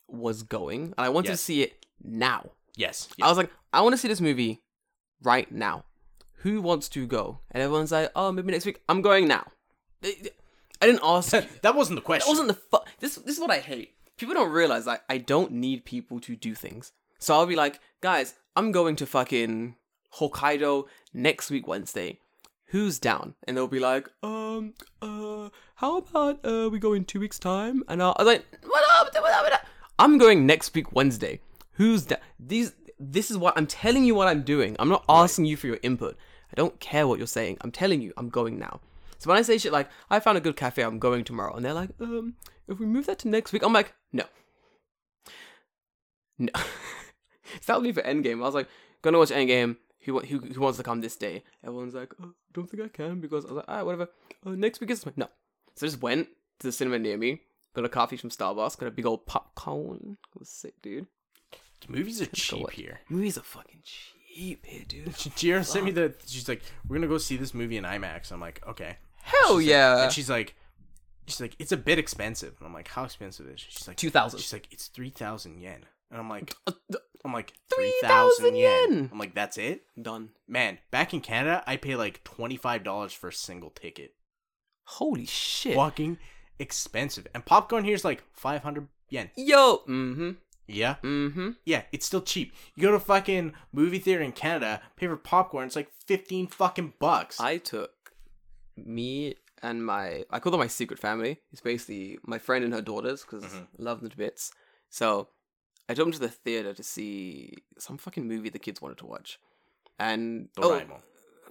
Speaker 1: was going, and I wanted
Speaker 2: Yes.
Speaker 1: to see it now.
Speaker 2: Yes.
Speaker 1: I was like, I want to see this movie right now. Who wants to go? And everyone's like, oh, maybe next week. I'm going now. I I didn't ask. that
Speaker 2: that wasn't the question.
Speaker 1: wasn't the fu- This this is what I hate. People don't realize like I don't need people to do things. So I'll be like, guys, I'm going to fucking Hokkaido next week Wednesday. Who's down? And they'll be like, um, uh, how about uh we go in two weeks time? And I'll, I was like, what up? What up? What up? I'm going next week Wednesday. Who's down? These. This is what I'm telling you. What I'm doing. I'm not asking you for your input. I don't care what you're saying. I'm telling you. I'm going now. So when I say shit like, I found a good cafe. I'm going tomorrow. And they're like, um, if we move that to next week, I'm like, no. No. [LAUGHS] so that would be for Endgame. I was like, gonna watch Endgame. Who, wa- who, who wants to come this day? Everyone's like, oh, don't think I can because I was like, alright, whatever. Uh, next week is no. So I just went to the cinema near me, got a coffee from Starbucks, got a big old popcorn. It was sick, dude. [LAUGHS]
Speaker 2: Movies are
Speaker 1: go
Speaker 2: cheap
Speaker 1: watch-
Speaker 2: here. [LAUGHS]
Speaker 1: Movies are fucking cheap here, dude.
Speaker 2: Jira sent me the. She's like, we're gonna go see this movie in IMAX. I'm like, okay.
Speaker 1: Hell
Speaker 2: She's like-
Speaker 1: yeah.
Speaker 2: and she's like, she's like, it's a bit expensive. And I'm like, how expensive is? It? She's like,
Speaker 1: 2,000.
Speaker 2: She's like, it's three thousand yen. And I'm like,
Speaker 1: Uh, th-
Speaker 2: I'm like,
Speaker 1: 3,000
Speaker 2: 3,000 yen.
Speaker 1: yen.
Speaker 2: I'm like, that's it?
Speaker 1: Done.
Speaker 2: Man, back in Canada, I pay like $25 for a single ticket.
Speaker 1: Holy shit.
Speaker 2: Fucking expensive. And popcorn here's like 500 yen.
Speaker 1: Yo. Mm-hmm.
Speaker 2: Yeah?
Speaker 1: Mm-hmm.
Speaker 2: Yeah, it's still cheap. You go to fucking movie theater in Canada, pay for popcorn, it's like 15 fucking bucks.
Speaker 1: I took me and my I call them my secret family. It's basically my friend and her daughters because
Speaker 2: Mhm.
Speaker 1: I love them to bits. So I took them to the theater to see some fucking movie the kids wanted to watch, and
Speaker 2: Doraemon.
Speaker 1: oh,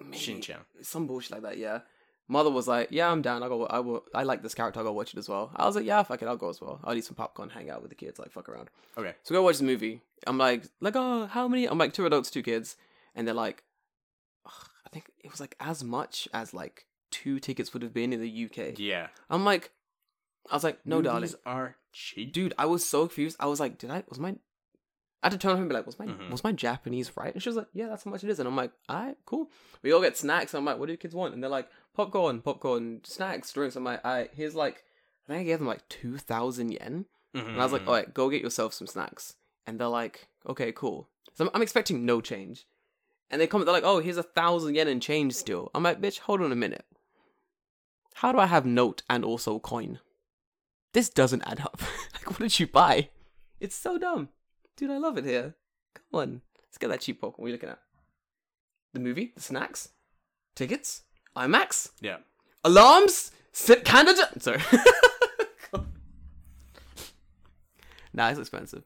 Speaker 1: maybe-
Speaker 2: Shinchan.
Speaker 1: some bullshit like that. Yeah. Mother was like, "Yeah, I'm down. I go. I will. I like this character. I'll go watch it as well." I was like, "Yeah, fuck it. I'll go as well. I'll eat some popcorn, hang out with the kids, like fuck around."
Speaker 2: Okay.
Speaker 1: So we go watch the movie. I'm like, like, oh, how many? I'm like, two adults, two kids, and they're like, ugh, I think it was like as much as like two tickets would have been in the UK.
Speaker 2: Yeah.
Speaker 1: I'm like, I was like, no,
Speaker 2: Movies
Speaker 1: darling,
Speaker 2: are cheap.
Speaker 1: dude. I was so confused. I was like, did I? Was my? I had to turn to her and be like, was my
Speaker 2: Mhm.
Speaker 1: was my Japanese right? And she was like, yeah, that's how much it is. And I'm like, alright, cool. We all get snacks. And I'm like, what do you kids want? And they're like, popcorn, popcorn, snacks, drinks. I'm like, alright, here's like, I think I gave them like two thousand yen.
Speaker 2: Mm-hmm,
Speaker 1: And I was like, all right, go get yourself some snacks. And they're like, okay, cool. So I'm, I'm expecting no change. And they come, they're like, oh, here's a thousand yen in change still. I'm like, bitch, hold on a minute. How do I have note and also coin? This doesn't add up. [LAUGHS] like, what did you buy? It's so dumb. Dude, I love it here. Come on. Let's get that cheap popcorn. What are you looking at? The movie? The snacks? Tickets? IMAX?
Speaker 2: yeah.
Speaker 1: Alarms? Sit Canada? Sorry. [LAUGHS] nah, it's expensive.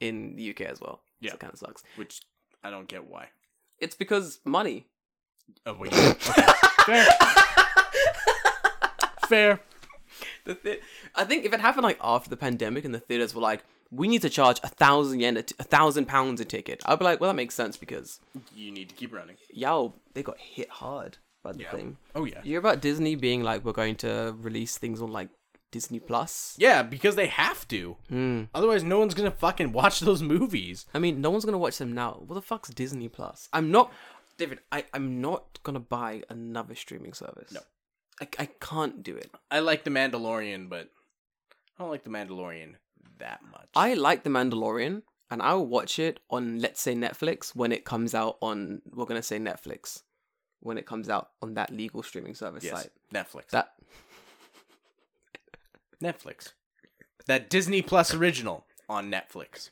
Speaker 1: In the UK as well.
Speaker 2: Yeah.
Speaker 1: So it kind of sucks.
Speaker 2: Which I don't get why.
Speaker 1: It's because money.
Speaker 2: Oh wait. Okay.
Speaker 1: [LAUGHS]
Speaker 2: Fair. Fair.
Speaker 1: The thea- I think if it happened like after the pandemic and the theaters were like, we need to charge a thousand yen, a t- a thousand pounds a ticket, I'd be like, well, that makes sense because
Speaker 2: You need to keep running.
Speaker 1: y'all, they got hit hard by the thing.
Speaker 2: Oh yeah.
Speaker 1: You hear about Disney being like, we're going to release things on like Disney Plus?
Speaker 2: Yeah, because they have to.
Speaker 1: Hmm.
Speaker 2: Otherwise, no one's gonna fucking watch [LAUGHS] those movies.
Speaker 1: I mean, no one's gonna watch them now. What the fuck's Disney Plus? I'm not, David. I I'm not gonna buy another streaming service.
Speaker 2: No.
Speaker 1: I, I can't do it.
Speaker 2: I like The Mandalorian, but I don't like The Mandalorian that much.
Speaker 1: I like The Mandalorian, and I'll watch it on let's say Netflix when it comes out on we're gonna say Netflix when it comes out on that legal streaming service
Speaker 2: yes,
Speaker 1: site.
Speaker 2: Netflix.
Speaker 1: That
Speaker 2: Netflix. That Disney Plus original
Speaker 1: [LAUGHS]
Speaker 2: on Netflix.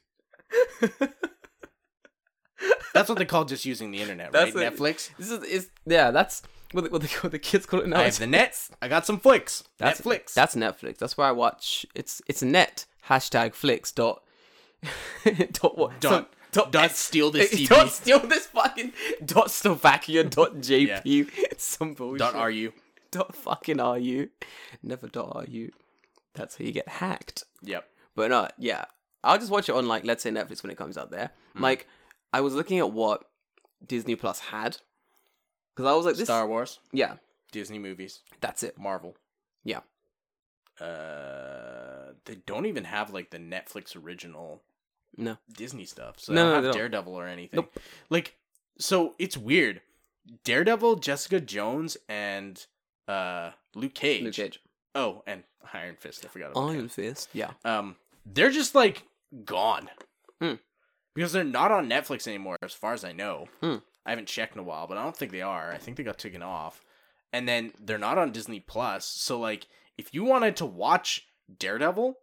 Speaker 2: That's what they call just using the internet, right?
Speaker 1: That's it.
Speaker 2: Netflix.
Speaker 1: this is is yeah. That's what the, what, the, [LAUGHS] what the kids call it now.
Speaker 2: I have the nets. I got some flicks.
Speaker 1: [LAUGHS] That's,
Speaker 2: Netflix.
Speaker 1: That's Netflix. That's where I watch. It's it's net hashtag flicks dot [LAUGHS] dot what
Speaker 2: Dot-
Speaker 1: some-
Speaker 2: dot
Speaker 1: [LAUGHS]
Speaker 2: steal [LAUGHS] this
Speaker 1: eh,
Speaker 2: TV.
Speaker 1: dot steal this fucking dot
Speaker 2: [LAUGHS]
Speaker 1: Slovakia dot JP some bullshit
Speaker 2: dot ru.
Speaker 1: dot fucking are you never dot are you that's how you get hacked.
Speaker 2: Yep.
Speaker 1: But no, yeah. I'll just watch it on like let's say Netflix when it comes out there.
Speaker 2: Mm.
Speaker 1: Like I was looking at what Disney Plus had because I was like this.
Speaker 2: Star Wars,
Speaker 1: yeah,
Speaker 2: Disney movies,
Speaker 1: that's it.
Speaker 2: Marvel.
Speaker 1: Yeah.
Speaker 2: Uh, they don't even have like the Netflix original
Speaker 1: No.
Speaker 2: Disney stuff. So
Speaker 1: No, no,
Speaker 2: I don't
Speaker 1: they
Speaker 2: have
Speaker 1: don't.
Speaker 2: Daredevil or anything.
Speaker 1: Nope.
Speaker 2: Like, so it's weird. Daredevil, Jessica Jones, and uh Luke Cage.
Speaker 1: Luke Cage.
Speaker 2: Oh, and Iron Fist. I forgot about him.
Speaker 1: Iron Fist. Yeah.
Speaker 2: Um, they're just like gone
Speaker 1: Hmm.
Speaker 2: because they're not on Netflix anymore, as far as I know.
Speaker 1: Hmm.
Speaker 2: I haven't checked in a while, but I don't think they are. I think they got taken off, and then they're not on Disney Plus. So like, if you wanted to watch Daredevil,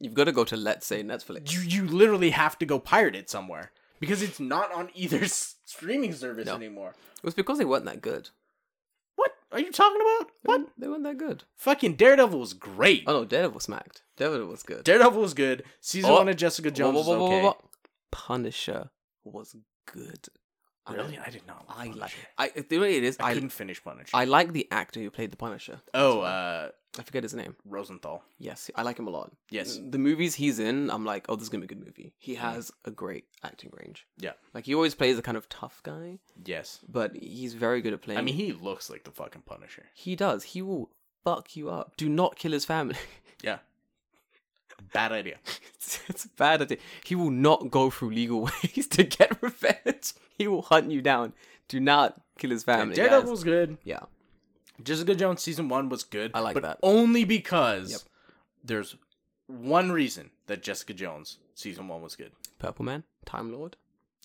Speaker 1: You've got to go to let's say Netflix.
Speaker 2: you you literally have to go pirate it somewhere because it's not on either [LAUGHS] s- streaming service
Speaker 1: No.
Speaker 2: anymore.
Speaker 1: It was because they weren't that good.
Speaker 2: What are you talking about?
Speaker 1: They
Speaker 2: What
Speaker 1: weren't- They weren't that good.
Speaker 2: fucking Daredevil was great.
Speaker 1: Oh no, Daredevil smacked. Daredevil was good.
Speaker 2: Daredevil was good. Season
Speaker 1: Oh.
Speaker 2: one of Jessica Jones
Speaker 1: Whoa, whoa, whoa,
Speaker 2: was
Speaker 1: whoa,
Speaker 2: okay.
Speaker 1: whoa, whoa. Punisher was good. I-
Speaker 2: Really, I did not.
Speaker 1: I
Speaker 2: watch
Speaker 1: like.
Speaker 2: it.
Speaker 1: I the way it is.
Speaker 2: I,
Speaker 1: I
Speaker 2: couldn't finish Punisher.
Speaker 1: I like the actor who played the Punisher.
Speaker 2: oh, uh,
Speaker 1: I forget his name.
Speaker 2: Rosenthal.
Speaker 1: Yes, I like him a lot.
Speaker 2: Yes. Mm.
Speaker 1: The movies he's in, I'm like, oh, this is gonna be a good movie. He has a great acting range.
Speaker 2: Yeah.
Speaker 1: Like he always plays a kind of tough guy,
Speaker 2: Yes.
Speaker 1: but he's very good at playing.
Speaker 2: I mean, he looks like the fucking Punisher.
Speaker 1: he does. He will fuck you up. Do not kill his family. [LAUGHS]
Speaker 2: Yeah. [LAUGHS] Bad idea.
Speaker 1: it's, it's a bad idea. He will not go through legal [LAUGHS] ways to get revenge. He will hunt you down. Do not kill his family. guys.
Speaker 2: Daredevil's good.
Speaker 1: Yeah.
Speaker 2: Jessica Jones season one was good.
Speaker 1: I like
Speaker 2: but
Speaker 1: that.
Speaker 2: Only because
Speaker 1: Yep.
Speaker 2: there's one reason that Jessica Jones season one was good.
Speaker 1: Purple Man, Time Lord.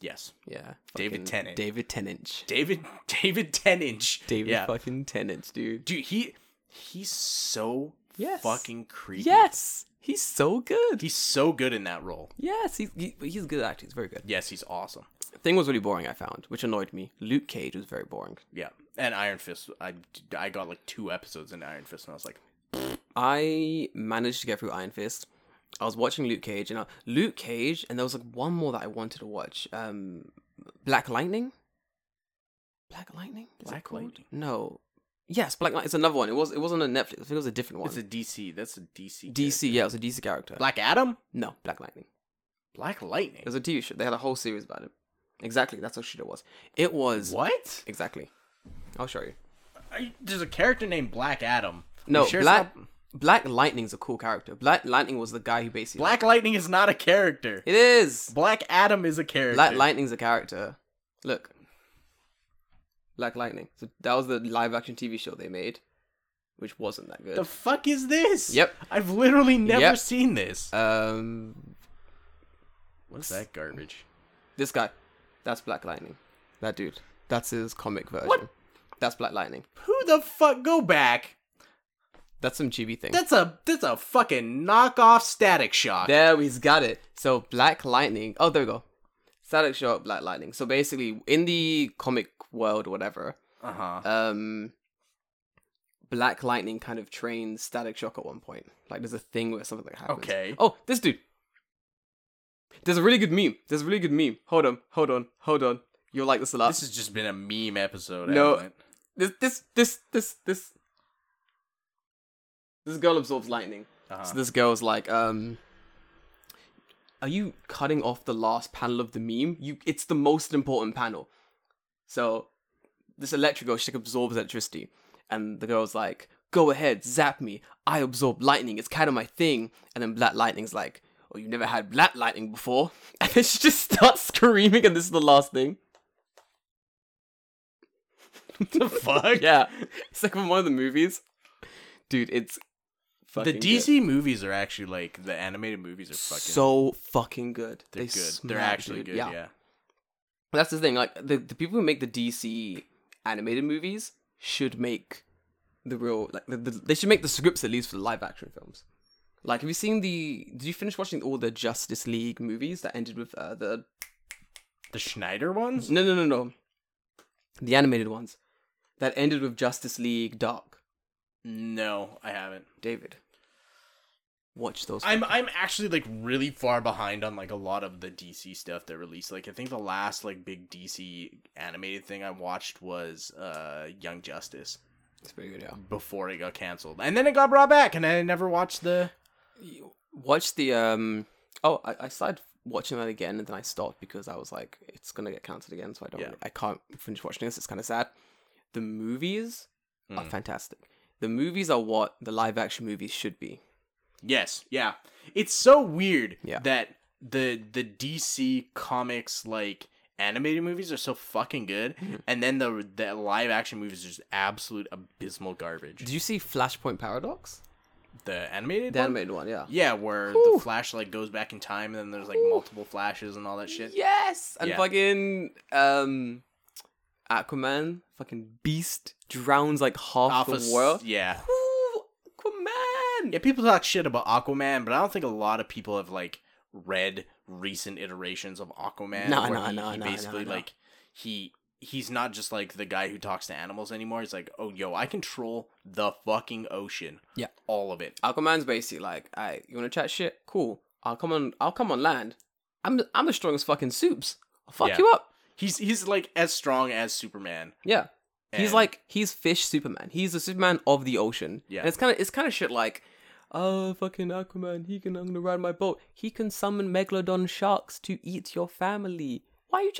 Speaker 2: Yes.
Speaker 1: Yeah.
Speaker 2: David
Speaker 1: fucking
Speaker 2: Tennant.
Speaker 1: David Tennant.
Speaker 2: David [LAUGHS] David Teninch.
Speaker 1: David
Speaker 2: Yeah.
Speaker 1: fucking Tennant, dude.
Speaker 2: Dude, he he's so
Speaker 1: Yes.
Speaker 2: fucking creepy.
Speaker 1: Yes, he's so good.
Speaker 2: He's so good in that role.
Speaker 1: yes, he's he, he's good at acting. He's very good.
Speaker 2: Yes, he's awesome.
Speaker 1: Thing was really boring. I found, which annoyed me. Luke Cage was very boring.
Speaker 2: Yeah. And Iron Fist, I, I got like two episodes in Iron Fist, and I was like,
Speaker 1: I managed to get through Iron Fist. I was watching Luke Cage, and I, Luke Cage, and there was like one more that I wanted to watch. Um, Black Lightning. Black Lightning. Is it
Speaker 2: Black
Speaker 1: called?
Speaker 2: Lightning?
Speaker 1: No. Yes, Black Lightning. It's another one. It was. It wasn't on Netflix. I think it was a different one.
Speaker 2: it's a DC. That's a DC. character.
Speaker 1: DC. Yeah, it was a DC character.
Speaker 2: Black Adam?
Speaker 1: no, Black Lightning.
Speaker 2: Black Lightning.
Speaker 1: It was a TV show. They had a whole series about it. Exactly. That's what shit it was. It was.
Speaker 2: What?
Speaker 1: Exactly. I'll show you.
Speaker 2: I, there's a character named Black Adam.
Speaker 1: No,
Speaker 2: I'm sure it's
Speaker 1: Black
Speaker 2: not-
Speaker 1: Black Lightning's a cool character. Black Lightning was the guy who basically
Speaker 2: Black Lightning is not a character.
Speaker 1: It is.
Speaker 2: Black Adam is a character.
Speaker 1: Black Lightning's a character. Look. Black Lightning. So that was the live action TV show they made, which wasn't that good.
Speaker 2: The fuck is this?
Speaker 1: Yep.
Speaker 2: I've literally never
Speaker 1: Yep.
Speaker 2: seen this.
Speaker 1: um
Speaker 2: What's that garbage?
Speaker 1: this guy. That's Black Lightning. That dude. That's his comic version.
Speaker 2: What?
Speaker 1: That's Black Lightning.
Speaker 2: Who the fuck? Go back.
Speaker 1: That's some chibi thing.
Speaker 2: That's a that's a fucking knockoff Static Shock.
Speaker 1: There we've got it. So Black Lightning. Oh, there we go. Static Shock, Black Lightning. So basically, in the comic world, whatever,
Speaker 2: uh huh.
Speaker 1: um, Black Lightning kind of trains Static Shock at one point. Like there's a thing where something like happens.
Speaker 2: Okay.
Speaker 1: Oh, this dude. There's a really good meme. There's a really good meme. Hold on, hold on, hold on. You'll like this a lot.
Speaker 2: This has just been a meme episode.
Speaker 1: uh, No.
Speaker 2: haven't it?
Speaker 1: this, this, this, this, this. This girl absorbs lightning.
Speaker 2: Uh-huh.
Speaker 1: So this girl's like, um, are you cutting off the last panel of the meme? You, it's the most important panel. So this electric girl, she like, absorbs electricity, and the girl's like, go ahead, zap me. I absorb lightning. It's kind of my thing. And then Black Lightning's like, oh, you've never had Black Lightning before. [LAUGHS] And then she just starts [LAUGHS] screaming, and this is the last thing.
Speaker 2: the
Speaker 1: [LAUGHS]
Speaker 2: fuck?
Speaker 1: Yeah, it's like from one of the movies, dude. It's
Speaker 2: The
Speaker 1: fucking
Speaker 2: DC
Speaker 1: good.
Speaker 2: movies are actually like the animated movies are fucking
Speaker 1: so fucking good.
Speaker 2: they're
Speaker 1: They
Speaker 2: good.
Speaker 1: smack,
Speaker 2: they're actually
Speaker 1: dude.
Speaker 2: good. Yeah.
Speaker 1: that's the thing. Like the, the people who make the DC animated movies should make the real like the, the, they should make the scripts at least for the live action films. Like, have you seen the? Did you finish watching all the Justice League movies that ended with uh, the?
Speaker 2: The Schneider ones?
Speaker 1: No, no, no, no. The animated ones that ended with Justice League Dark.
Speaker 2: No, I haven't.
Speaker 1: David, watch those.
Speaker 2: I'm I'm actually like really far behind on like a lot of the DC stuff that released. Like I think the last like big DC animated thing I watched was uh Young Justice
Speaker 1: It's pretty good, yeah.
Speaker 2: before it got canceled. And then it got brought back and I never watched the
Speaker 1: you- watch the um oh I, I started watching that again and then i stopped because i was like it's gonna get cancelled again so i don't
Speaker 2: Yeah.
Speaker 1: really- i can't finish watching this it's kind of sad the movies are
Speaker 2: Mm.
Speaker 1: fantastic the movies are what the live action movies should be
Speaker 2: Yes, yeah. It's so weird
Speaker 1: Yeah.
Speaker 2: that the the DC comics like animated movies are so fucking good, and then the the live action movies are just absolute abysmal garbage.
Speaker 1: Did you see Flashpoint Paradox?
Speaker 2: the animated,
Speaker 1: The
Speaker 2: one?
Speaker 1: animated one, yeah.
Speaker 2: yeah, where
Speaker 1: Whew.
Speaker 2: the Flash like goes back in time, and then there's like
Speaker 1: Whew.
Speaker 2: multiple flashes and all that shit.
Speaker 1: Yes, and
Speaker 2: Yeah.
Speaker 1: fucking um, Aquaman, fucking beast drowns like half
Speaker 2: Off
Speaker 1: the world.
Speaker 2: yeah.
Speaker 1: Ooh, Aquaman.
Speaker 2: Yeah, people talk shit about Aquaman, but I don't think a lot of people have like read recent iterations of Aquaman.
Speaker 1: No,
Speaker 2: where
Speaker 1: no,
Speaker 2: he,
Speaker 1: no,
Speaker 2: he
Speaker 1: no,
Speaker 2: Basically,
Speaker 1: no, no.
Speaker 2: like he he's not just like the guy who talks to animals anymore. He's like, oh yo, I control the fucking ocean.
Speaker 1: Yeah.
Speaker 2: all of it.
Speaker 1: Aquaman's basically like, "I, you want to chat shit? Cool. I'll come on. I'll come on land. I'm I'm the strongest fucking soups. I'll fuck
Speaker 2: Yeah.
Speaker 1: you up.
Speaker 2: He's he's like as strong as Superman.
Speaker 1: Yeah. he's
Speaker 2: and-
Speaker 1: like he's fish Superman. He's the Superman of the ocean.
Speaker 2: Yeah.
Speaker 1: And it's kind of it's kind of shit like, oh fucking Aquaman. He can I'm gonna ride my boat. He can summon megalodon sharks to eat your family. Why you? Ch-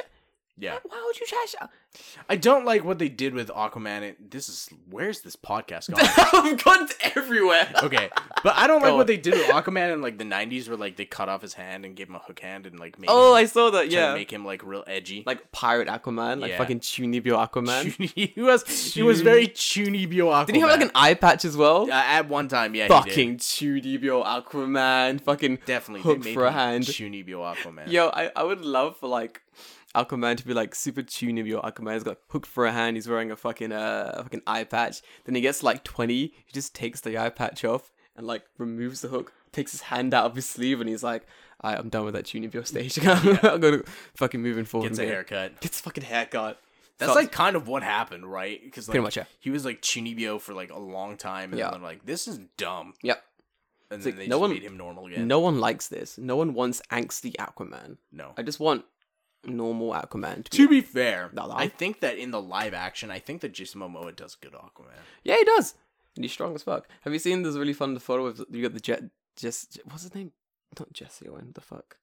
Speaker 2: yeah.
Speaker 1: Why would you trash?
Speaker 2: [LAUGHS] I don't like what they did with Aquaman. It, this is where's this podcast going?
Speaker 1: I've gone
Speaker 2: [LAUGHS]
Speaker 1: everywhere.
Speaker 2: okay, but I don't like
Speaker 1: Go
Speaker 2: what
Speaker 1: on.
Speaker 2: they did with Aquaman in like the '90s, where like they cut off his hand and gave him a hook hand and like made
Speaker 1: Oh,
Speaker 2: him,
Speaker 1: I saw that.
Speaker 2: try to
Speaker 1: Yeah.
Speaker 2: make him like real edgy. [LAUGHS]
Speaker 1: like pirate Aquaman, like
Speaker 2: Yeah.
Speaker 1: fucking Chunibyo Aquaman.
Speaker 2: Chuni- he was he was very Chunibyo Aquaman.
Speaker 1: Did he have like an eye patch as well?
Speaker 2: uh, at one time? Yeah, he did.
Speaker 1: fucking Chunibyo Aquaman, fucking
Speaker 2: definitely
Speaker 1: hook
Speaker 2: they made
Speaker 1: for a
Speaker 2: him
Speaker 1: hand.
Speaker 2: Chunibyo Aquaman.
Speaker 1: Yo, I, I would love for like Aquaman to be like super Chunibyo Aquaman. He's got hooked for a hand. He's wearing a fucking uh a fucking eye patch. Then he gets like twenty. He just takes the eye patch off and like removes the hook. Takes his hand out of his sleeve and he's like, "Alright, I'm done with that Chunibyo stage. [LAUGHS] I'm gonna fucking moving forward."
Speaker 2: gets a
Speaker 1: from here."
Speaker 2: haircut.
Speaker 1: Gets a fucking haircut.
Speaker 2: That's
Speaker 1: So-
Speaker 2: like kind of what happened, right? Because like,
Speaker 1: Pretty much, yeah.
Speaker 2: he was like Chunibyo for like a long time, and
Speaker 1: Yeah.
Speaker 2: then like this is dumb,
Speaker 1: Yep.
Speaker 2: and
Speaker 1: like,
Speaker 2: then they
Speaker 1: no
Speaker 2: just
Speaker 1: one-
Speaker 2: made him normal again.
Speaker 1: No one likes this. No one wants angsty Aquaman.
Speaker 2: no.
Speaker 1: I just want normal Aquaman to be.
Speaker 2: To be fair,
Speaker 1: No, no.
Speaker 2: I think that in the live action, I think that Jason Momoa does good Aquaman.
Speaker 1: yeah, he does. And he's strong as fuck. Have you seen this really fun photo of you got the jet? Just what's his name? Not Jesse Owen. What the fuck?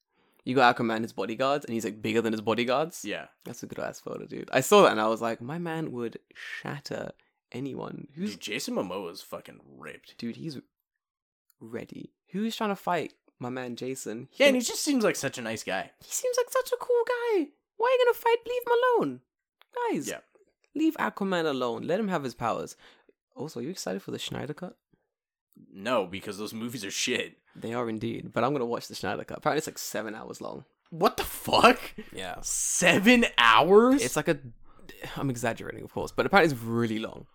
Speaker 1: You got Aquaman, his bodyguards, and he's like bigger than his bodyguards.
Speaker 2: Yeah.
Speaker 1: that's a good ass photo, dude. I saw that and I was like, my man would shatter anyone. Who's
Speaker 2: Dude, Jason Momoa is fucking ripped.
Speaker 1: dude? He's ready. Who's trying to fight my man Jason?
Speaker 2: Yeah, and he just seems like such a nice guy.
Speaker 1: he seems like such a cool guy. Why are you gonna fight? Leave him alone, guys.
Speaker 2: Yeah.
Speaker 1: Leave Aquaman alone. Let him have his powers. Also, are you excited for the Schneider cut?
Speaker 2: No, because those movies are shit.
Speaker 1: They are indeed, but I'm gonna watch the Schneider cut. Apparently, it's like seven hours long.
Speaker 2: What the fuck?
Speaker 1: Yeah,
Speaker 2: Seven hours?
Speaker 1: it's like a. I'm exaggerating, of course, but apparently it's really long.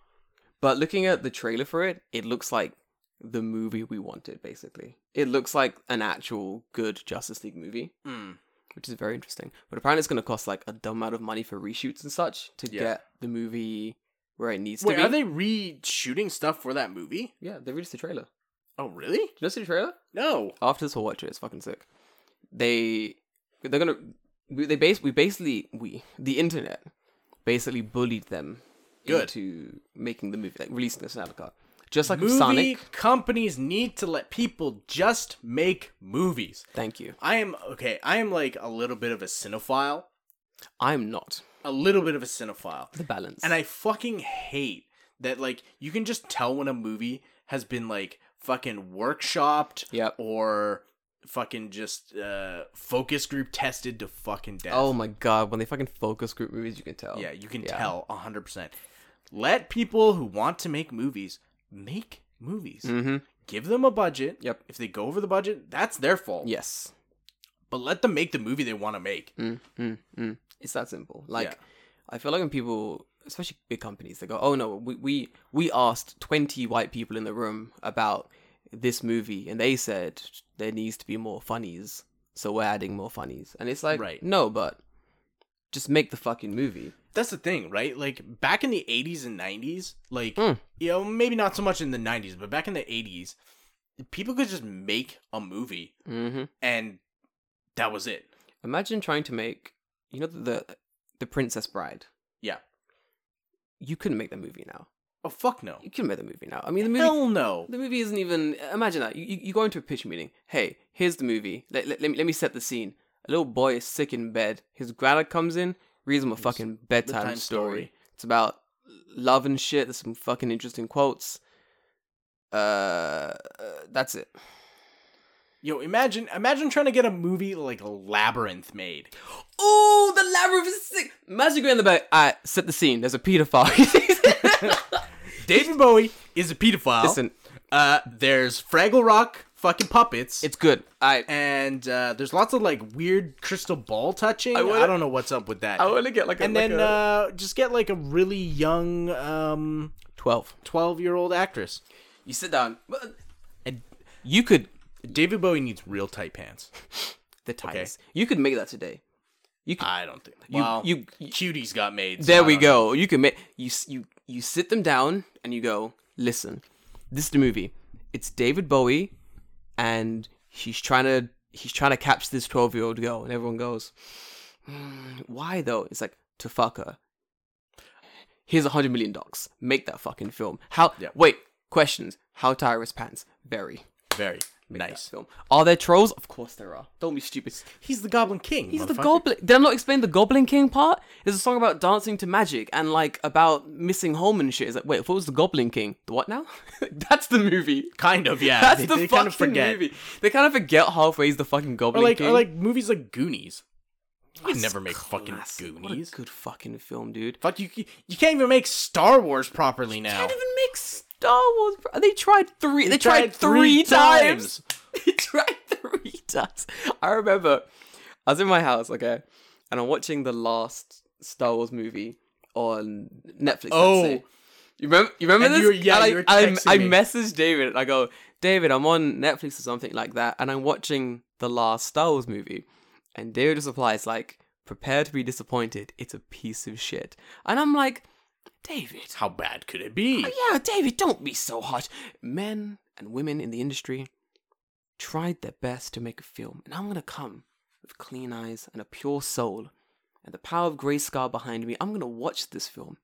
Speaker 1: But looking at the trailer for it, it looks like the movie we wanted. Basically, it looks like an actual good Justice League movie,
Speaker 2: Mm.
Speaker 1: which is very interesting. But apparently, it's gonna cost like a dumb amount of money for reshoots and such to
Speaker 2: Yeah.
Speaker 1: get the movie where it needs
Speaker 2: Wait,
Speaker 1: to be.
Speaker 2: are they reshooting stuff for that movie?
Speaker 1: Yeah, they released the trailer.
Speaker 2: Oh, really?
Speaker 1: Did you see the trailer?
Speaker 2: No.
Speaker 1: After this, we'll watch it. It's fucking sick. They they're gonna we, they base we basically we the internet basically bullied them
Speaker 2: Good.
Speaker 1: into making the movie like releasing the Snyder cut. Just like with
Speaker 2: Movie
Speaker 1: Sonic.
Speaker 2: companies need to let people just make movies.
Speaker 1: Thank you.
Speaker 2: I am okay. I am like a little bit of a cinephile.
Speaker 1: I'm not
Speaker 2: A little bit of a cinephile.
Speaker 1: the balance.
Speaker 2: And I fucking hate that like you can just tell when a movie has been like fucking workshopped
Speaker 1: Yep.
Speaker 2: or fucking just uh focus group tested to fucking death.
Speaker 1: oh my god, when they fucking focus group movies, you can tell.
Speaker 2: yeah, you can
Speaker 1: Yeah.
Speaker 2: tell tell 100%. Let people who want to make movies make movies.
Speaker 1: Mm-hmm.
Speaker 2: Give them a budget.
Speaker 1: Yep.
Speaker 2: If they go over the budget, that's their fault.
Speaker 1: Yes.
Speaker 2: But let them make the movie they want to make.
Speaker 1: Mm, mm, mm. It's that simple. Like,
Speaker 2: Yeah.
Speaker 1: I feel like when people, especially big companies, they go, "Oh no, we we we asked twenty white people in the room about this movie, and they said there needs to be more funnies, so we're adding more funnies." And it's like,
Speaker 2: Right.
Speaker 1: no, but just make the fucking movie.
Speaker 2: that's the thing, right? Like back in the 80s and 90s, like
Speaker 1: Mm.
Speaker 2: you know, maybe not so much in the 90s, but back in the 80s, people could just make a movie
Speaker 1: Mm-hmm.
Speaker 2: and that was it.
Speaker 1: Imagine trying to make, you know, the the Princess Bride.
Speaker 2: Yeah.
Speaker 1: You couldn't make the movie now.
Speaker 2: Oh fuck no.
Speaker 1: You couldn't make the movie now. I mean, the movie
Speaker 2: Hell no.
Speaker 1: The movie isn't even. Imagine that. You, you you go into a pitch meeting. Hey, here's the movie. Let, let, let, me, let me set the scene. A little boy is sick in bed. His grandma comes in, reads him a fucking bedtime
Speaker 2: bedtime
Speaker 1: story.
Speaker 2: story.
Speaker 1: It's about love and shit. There's some fucking interesting quotes. Uh, uh, that's it.
Speaker 2: Yo, imagine imagine trying to get a movie like Labyrinth
Speaker 1: [LAUGHS]
Speaker 2: made.
Speaker 1: Ooh, the labyrinth is sick. Imagine going in the back. All right, set the scene. There's a pedophile.
Speaker 2: David Bowie is a pedophile.
Speaker 1: Listen,
Speaker 2: uh, there's Fraggle Rock fucking puppets.
Speaker 1: [LAUGHS] it's good. I
Speaker 2: and uh, there's lots of like weird crystal ball touching. I,
Speaker 1: wanna-
Speaker 2: don't know what's up with that.
Speaker 1: I want to get like a
Speaker 2: [LAUGHS] and
Speaker 1: like
Speaker 2: then
Speaker 1: a-
Speaker 2: uh, just get like a really young um,
Speaker 1: twelve.
Speaker 2: 12 year old actress.
Speaker 1: You sit down. And you could
Speaker 2: David Bowie needs real tight pants.
Speaker 1: the tightest. You could make that today. You could.
Speaker 2: I don't think.
Speaker 1: You-
Speaker 2: well,
Speaker 1: you-
Speaker 2: cuties got made. so I
Speaker 1: there we
Speaker 2: don't know.
Speaker 1: go. You can make you s- you you sit them down and you go. Listen, this is the movie. It's David Bowie, and he's trying to he's trying to catch this twelve year old girl, and everyone goes, "Hmm, why though? It's like to fuck her. Here's a hundred million docs. Make that fucking film. How?
Speaker 2: Yeah.
Speaker 1: Wait. Questions. How Tyrus pants? Very.
Speaker 2: Very
Speaker 1: Make that
Speaker 2: nice.
Speaker 1: film. Are there trolls? Of course there are. Don't be stupid.
Speaker 2: He's the Goblin King.
Speaker 1: He's the
Speaker 2: motherfucker.
Speaker 1: goblin. Did I not explain the Goblin King part? There's a song about dancing to magic and like about missing home and shit. It's like, wait, if it was the Goblin King, the what now? [LAUGHS] That's the movie.
Speaker 2: Kind of,
Speaker 1: [LAUGHS]
Speaker 2: yeah.
Speaker 1: That's
Speaker 2: They-
Speaker 1: the
Speaker 2: they
Speaker 1: fucking
Speaker 2: kind of forget.
Speaker 1: movie. They kind of forget halfway he's the fucking
Speaker 2: Or
Speaker 1: Goblin
Speaker 2: like,
Speaker 1: King.
Speaker 2: or like movies like Goonies. You
Speaker 1: It's
Speaker 2: never make fucking
Speaker 1: classic. What a
Speaker 2: Goonies.
Speaker 1: good fucking film, dude.
Speaker 2: Fuck you! You can't even make Star Wars properly now.
Speaker 1: Can't even make Star Wars. bro. They tried three. They, tried, three, times. [LAUGHS] He tried three times. I remember I was in my house, okay, and I'm watching the last Star Wars movie on Netflix.
Speaker 2: Oh.
Speaker 1: let You remember? You remember
Speaker 2: And
Speaker 1: this?
Speaker 2: you were- yeah,
Speaker 1: And I,
Speaker 2: you were
Speaker 1: I,
Speaker 2: texting
Speaker 1: I
Speaker 2: me.
Speaker 1: messaged David and I go, David, I'm on Netflix or something like that, and I'm watching the last Star Wars movie, and David just replies like, "Prepare to be disappointed. It's a piece of shit." And I'm like, David,
Speaker 2: How bad could it be?
Speaker 1: Oh, yeah, David, don't be so hot. Men and women in the industry tried their best to make a film, and I'm gonna come with clean eyes and a pure soul, and the power of Grey Scar behind me. I'm gonna watch this film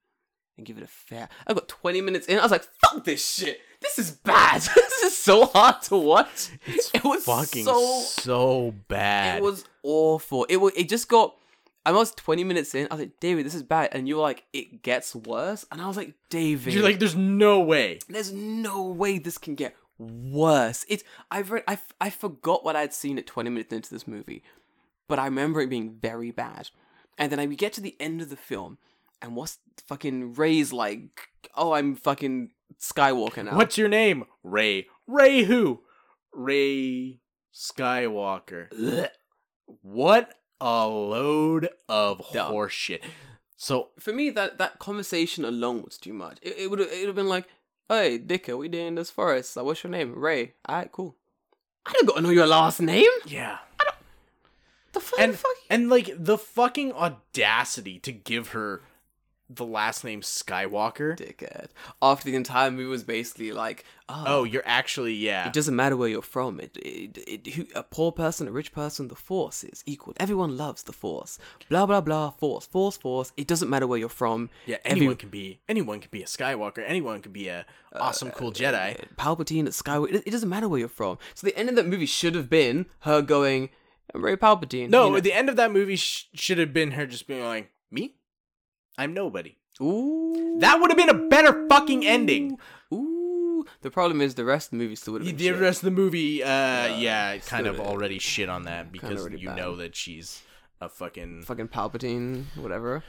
Speaker 1: and give it a fair. I got 20 minutes in. I was like, "Fuck this shit. This is bad. [LAUGHS] this is so hard to watch. it was
Speaker 2: Fucking
Speaker 1: so
Speaker 2: so, bad.
Speaker 1: it was awful. It was. It just got. I was 20 minutes in. I was like, David, this is bad. And you're like, it gets worse. And I was like, David,
Speaker 2: You're like, there's no way.
Speaker 1: there's no way this can get worse. It's. I've read. I. f- I forgot what I'd seen at 20 minutes into this movie, but I remember it being very bad. And then I we get to the end of the film, and what's fucking Ray's like? Oh, I'm fucking Skywalker now.
Speaker 2: What's your name? Ray. Ray who? Ray Skywalker.
Speaker 1: Blech.
Speaker 2: What a load of
Speaker 1: Dumb.
Speaker 2: horseshit. So
Speaker 1: for me that that conversation alone was too much. It, it would it would have been like, "Hey, Dicker, we did in this forest. Like, what's your name? Ray. All right, cool. I don't gotta know your last name.
Speaker 2: yeah.
Speaker 1: The fuck,
Speaker 2: And
Speaker 1: fuck.
Speaker 2: and like the fucking audacity to give her the last name Skywalker.
Speaker 1: dickhead. After the entire movie was basically like,
Speaker 2: Oh,
Speaker 1: "Oh,
Speaker 2: you're actually yeah.
Speaker 1: it doesn't matter where you're from. It, it, it who, a poor person, a rich person, the force is equal. Everyone loves the force. Blah blah blah. Force, force, force. It doesn't matter where you're from.
Speaker 2: Yeah,
Speaker 1: Every-
Speaker 2: anyone can be anyone can be a Skywalker. Anyone can be a
Speaker 1: Uh,
Speaker 2: awesome cool Jedi.
Speaker 1: Palpatine at Skywalker. It, it doesn't matter where you're from. So the end of that movie should have been her going, "I'm Ray Palpatine.
Speaker 2: No,
Speaker 1: you know-
Speaker 2: at the end of that movie sh- should have been her just being like, "Me, I'm nobody."
Speaker 1: Ooh.
Speaker 2: That would have been a better fucking ending.
Speaker 1: Ooh. The problem is the rest of the movie still would have been
Speaker 2: The
Speaker 1: shit.
Speaker 2: rest of the movie, uh, yeah,
Speaker 1: it's
Speaker 2: kind of
Speaker 1: still-
Speaker 2: already shit on that because
Speaker 1: already
Speaker 2: you
Speaker 1: bad.
Speaker 2: know that she's a fucking
Speaker 1: fucking Palpatine, whatever.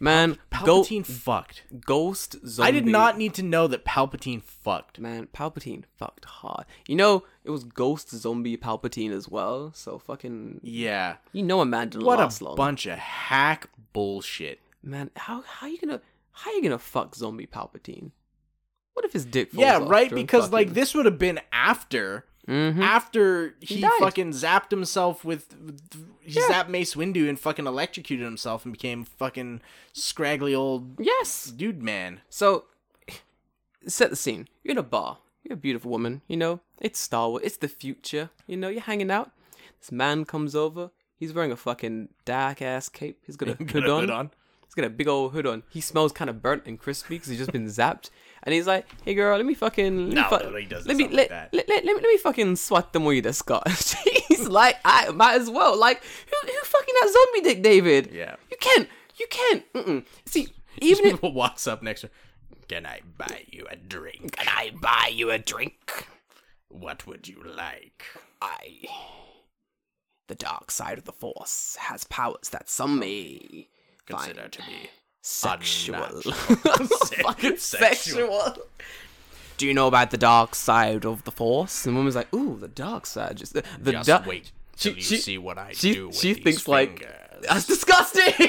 Speaker 1: Man, Go-
Speaker 2: Palpatine fucked.
Speaker 1: Ghost Zombie.
Speaker 2: I did not need to know that Palpatine fucked.
Speaker 1: Man, Palpatine fucked hard. You know, it was Ghost Zombie Palpatine as well. So fucking,
Speaker 2: Yeah,
Speaker 1: you know, a man didn't
Speaker 2: what
Speaker 1: last
Speaker 2: a
Speaker 1: long.
Speaker 2: bunch of hack bullshit.
Speaker 1: man, how how you gonna how you gonna fuck Zombie Palpatine? What if his dick? Falls
Speaker 2: Yeah,
Speaker 1: off
Speaker 2: right.
Speaker 1: during
Speaker 2: Because like
Speaker 1: fucking-
Speaker 2: this would have been after
Speaker 1: Mhm.
Speaker 2: after he,
Speaker 1: died.
Speaker 2: fucking zapped himself with, with- he
Speaker 1: Yeah.
Speaker 2: zapped Mace Windu and fucking electrocuted himself and became fucking scraggly old
Speaker 1: Yes.
Speaker 2: dude man.
Speaker 1: So, [SIGHS] set the scene. You're in a bar. You're a beautiful woman. You know, it's Star Wars. It's the future. You know, you're hanging out. This man comes over. He's wearing a fucking dark ass cape. He's
Speaker 2: [LAUGHS]
Speaker 1: got a hood,
Speaker 2: Got a
Speaker 1: on.
Speaker 2: hood on.
Speaker 1: He's got a big old hood on. He smells kind of burnt and crispy because he's just been zapped. And he's like, "Hey girl, let me fucking let me
Speaker 2: No,
Speaker 1: fuck-
Speaker 2: no, he doesn't
Speaker 1: let me
Speaker 2: sound
Speaker 1: let,
Speaker 2: like that.
Speaker 1: let, let, let me let me fucking swat the way that's [LAUGHS] got." She's like, "I might as well." Like, who who fucking that zombie dick, David?
Speaker 2: Yeah.
Speaker 1: you can't, you can't. Mm-mm. See, even if [LAUGHS]
Speaker 2: [LAUGHS] People walks up next to her. Can I buy you a drink?
Speaker 1: I buy you a drink?
Speaker 2: What would you like?
Speaker 1: I. The dark side of the Force has powers that some may
Speaker 2: Consider
Speaker 1: find
Speaker 2: to be
Speaker 1: sexual. [LAUGHS]
Speaker 2: [LAUGHS] unnatural. Se-
Speaker 1: Fucking
Speaker 2: sexual.
Speaker 1: sexual. Do you know about the dark side of the Force? And woman's like, ooh, the dark side. Just the, the
Speaker 2: Just
Speaker 1: da-
Speaker 2: wait till
Speaker 1: She-
Speaker 2: you
Speaker 1: she-
Speaker 2: see what I
Speaker 1: she-
Speaker 2: do with
Speaker 1: she
Speaker 2: these
Speaker 1: thinks, like,
Speaker 2: fingers.
Speaker 1: [LAUGHS] That's disgusting.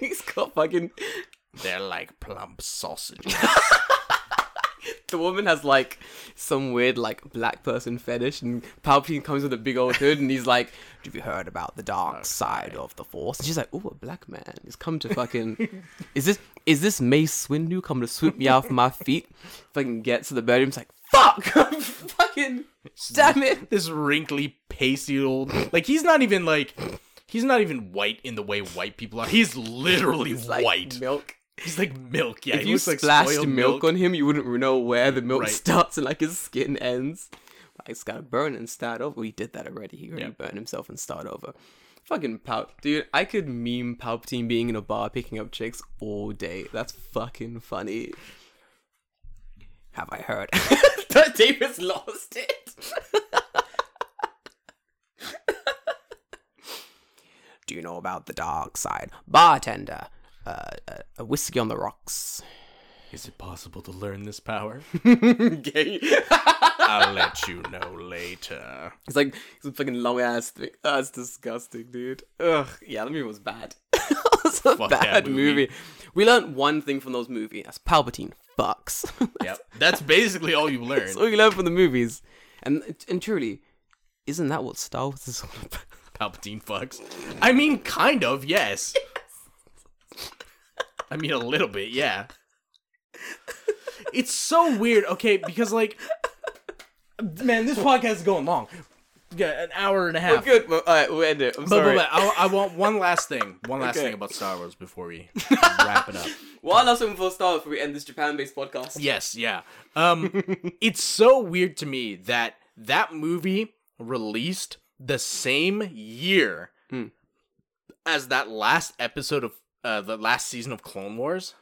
Speaker 1: He's got fucking.
Speaker 2: They're like plump sausages. [LAUGHS]
Speaker 1: The woman has like some weird like black person fetish, and Palpatine comes with a big old hood, and he's like, "Have you heard about the dark side of the Force?" And she's like, "Ooh, a black man has come to fucking. is this is this Mace Windu come to sweep me off my feet?" Fucking gets to the bedroom, it's like, "Fuck, [LAUGHS] fucking, damn it."
Speaker 2: this wrinkly, pasty old. Like he's not even like. He's not even white in the way white people are. He's literally
Speaker 1: It's like
Speaker 2: white.
Speaker 1: milk.
Speaker 2: He's like milk. Yeah,
Speaker 1: if
Speaker 2: he
Speaker 1: you
Speaker 2: looks like
Speaker 1: splashed
Speaker 2: spoiled
Speaker 1: milk, on him, you wouldn't know where the milk
Speaker 2: Right.
Speaker 1: starts and like his skin ends. Like, it's gotta burn and start over. We did that already. He already
Speaker 2: Yeah.
Speaker 1: burned himself and start over. Fucking Palp, dude. I could meme Palpatine being in a bar picking up chicks all day. That's fucking funny. Have I heard? [LAUGHS] that David's lost it. [LAUGHS] Do you know about the dark side? Bartender, uh, uh, a whiskey on the rocks.
Speaker 2: Is it possible to learn this power? [LAUGHS]
Speaker 1: gay. [LAUGHS]
Speaker 2: I'll let you know later.
Speaker 1: it's like some fucking long ass thing. Oh, that's disgusting, dude. Ugh. Yeah, that movie was bad. [LAUGHS] it's a
Speaker 2: Fuck that
Speaker 1: bad movie.
Speaker 2: movie.
Speaker 1: We learned one thing from those movies. That's Palpatine fucks. [LAUGHS]
Speaker 2: Yep. That's basically all you learn.
Speaker 1: that's all you learn from the movies. And and truly, isn't that what Star Wars is all about?
Speaker 2: Palpatine fucks. I mean, kind
Speaker 1: [LAUGHS]
Speaker 2: of, yes. I mean, a little bit, yeah. It's so weird, okay, because, like, man, this podcast is going long. Yeah, an hour and a half.
Speaker 1: Good. Well, all right, we'll end it. I'm
Speaker 2: But,
Speaker 1: sorry.
Speaker 2: but, but I, I want one last thing. One last
Speaker 1: Okay.
Speaker 2: thing about Star Wars before we wrap
Speaker 1: [LAUGHS]
Speaker 2: it up.
Speaker 1: One last thing before Star Wars, before we end this Japan-based podcast.
Speaker 2: Yes, yeah.
Speaker 1: [LAUGHS]
Speaker 2: Um, it's so weird to me that that movie released the same year
Speaker 1: Hmm.
Speaker 2: as that last episode of uh, the last season of Clone Wars,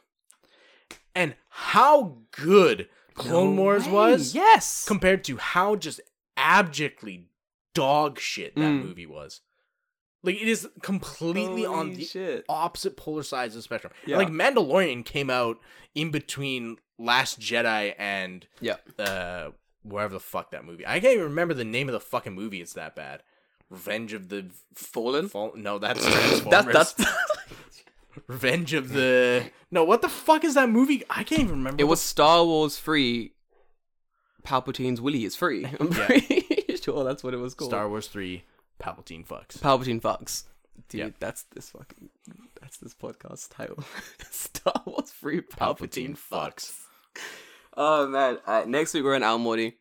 Speaker 2: and how good Clone
Speaker 1: No
Speaker 2: Wars
Speaker 1: way,
Speaker 2: was
Speaker 1: Yes.
Speaker 2: compared to how just abjectly dog shit that
Speaker 1: Mm.
Speaker 2: movie was. Like it is completely on
Speaker 1: Holy
Speaker 2: the
Speaker 1: shit.
Speaker 2: opposite polar sides of the spectrum. And,
Speaker 1: Yeah.
Speaker 2: Like Mandalorian came out in between Last Jedi and
Speaker 1: Yeah.
Speaker 2: uh wherever the fuck that movie. I can't even remember the name of the fucking movie. It's that bad. Revenge of the
Speaker 1: Fallen.
Speaker 2: Fall-
Speaker 1: [LAUGHS]
Speaker 2: No, that's
Speaker 1: That's
Speaker 2: Transformers.
Speaker 1: that's. [LAUGHS]
Speaker 2: Revenge of the No, what the fuck is that movie? I can't even remember.
Speaker 1: It
Speaker 2: what
Speaker 1: was Star Wars free. Palpatine's Willy is free. I'm
Speaker 2: [LAUGHS] Yeah.
Speaker 1: pretty [LAUGHS] sure that's what it was
Speaker 2: the-
Speaker 1: called.
Speaker 2: Star Wars 3 Palpatine fucks.
Speaker 1: Palpatine fucks. Dude,
Speaker 2: Yeah.
Speaker 1: that's this fucking. That's this podcast title. [LAUGHS] Star Wars free Palpatine, fucks. Oh man! All right, next week we're in Almorty,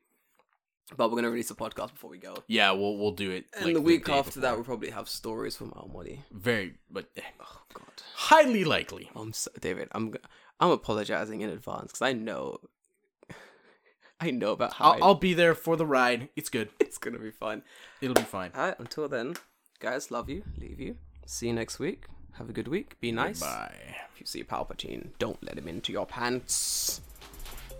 Speaker 1: but we're gonna release a podcast before we go.
Speaker 2: Yeah, we'll we'll do it.
Speaker 1: And
Speaker 2: like,
Speaker 1: the week
Speaker 2: day
Speaker 1: after that,
Speaker 2: before.
Speaker 1: we'll probably have stories from Almorty.
Speaker 2: very but eh,
Speaker 1: Oh god.
Speaker 2: highly likely.
Speaker 1: I'm so, David. I'm g- I'm apologizing in advance because I know. [LAUGHS] I know about how
Speaker 2: I'll,
Speaker 1: I-
Speaker 2: I'll be there for the ride. It's good.
Speaker 1: [LAUGHS] it's gonna be fun.
Speaker 2: It'll be fine.
Speaker 1: All right, until then, guys, love you, leave you. See you next week. Have a good week. Be nice.
Speaker 2: Bye.
Speaker 1: If you see Palpatine, don't let him into your pants.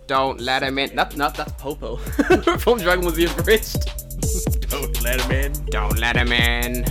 Speaker 1: Don't let him in. That's not that's Popo [LAUGHS] from Dragon Ball Z Abridged.
Speaker 2: Don't let him in.
Speaker 1: Don't let him in.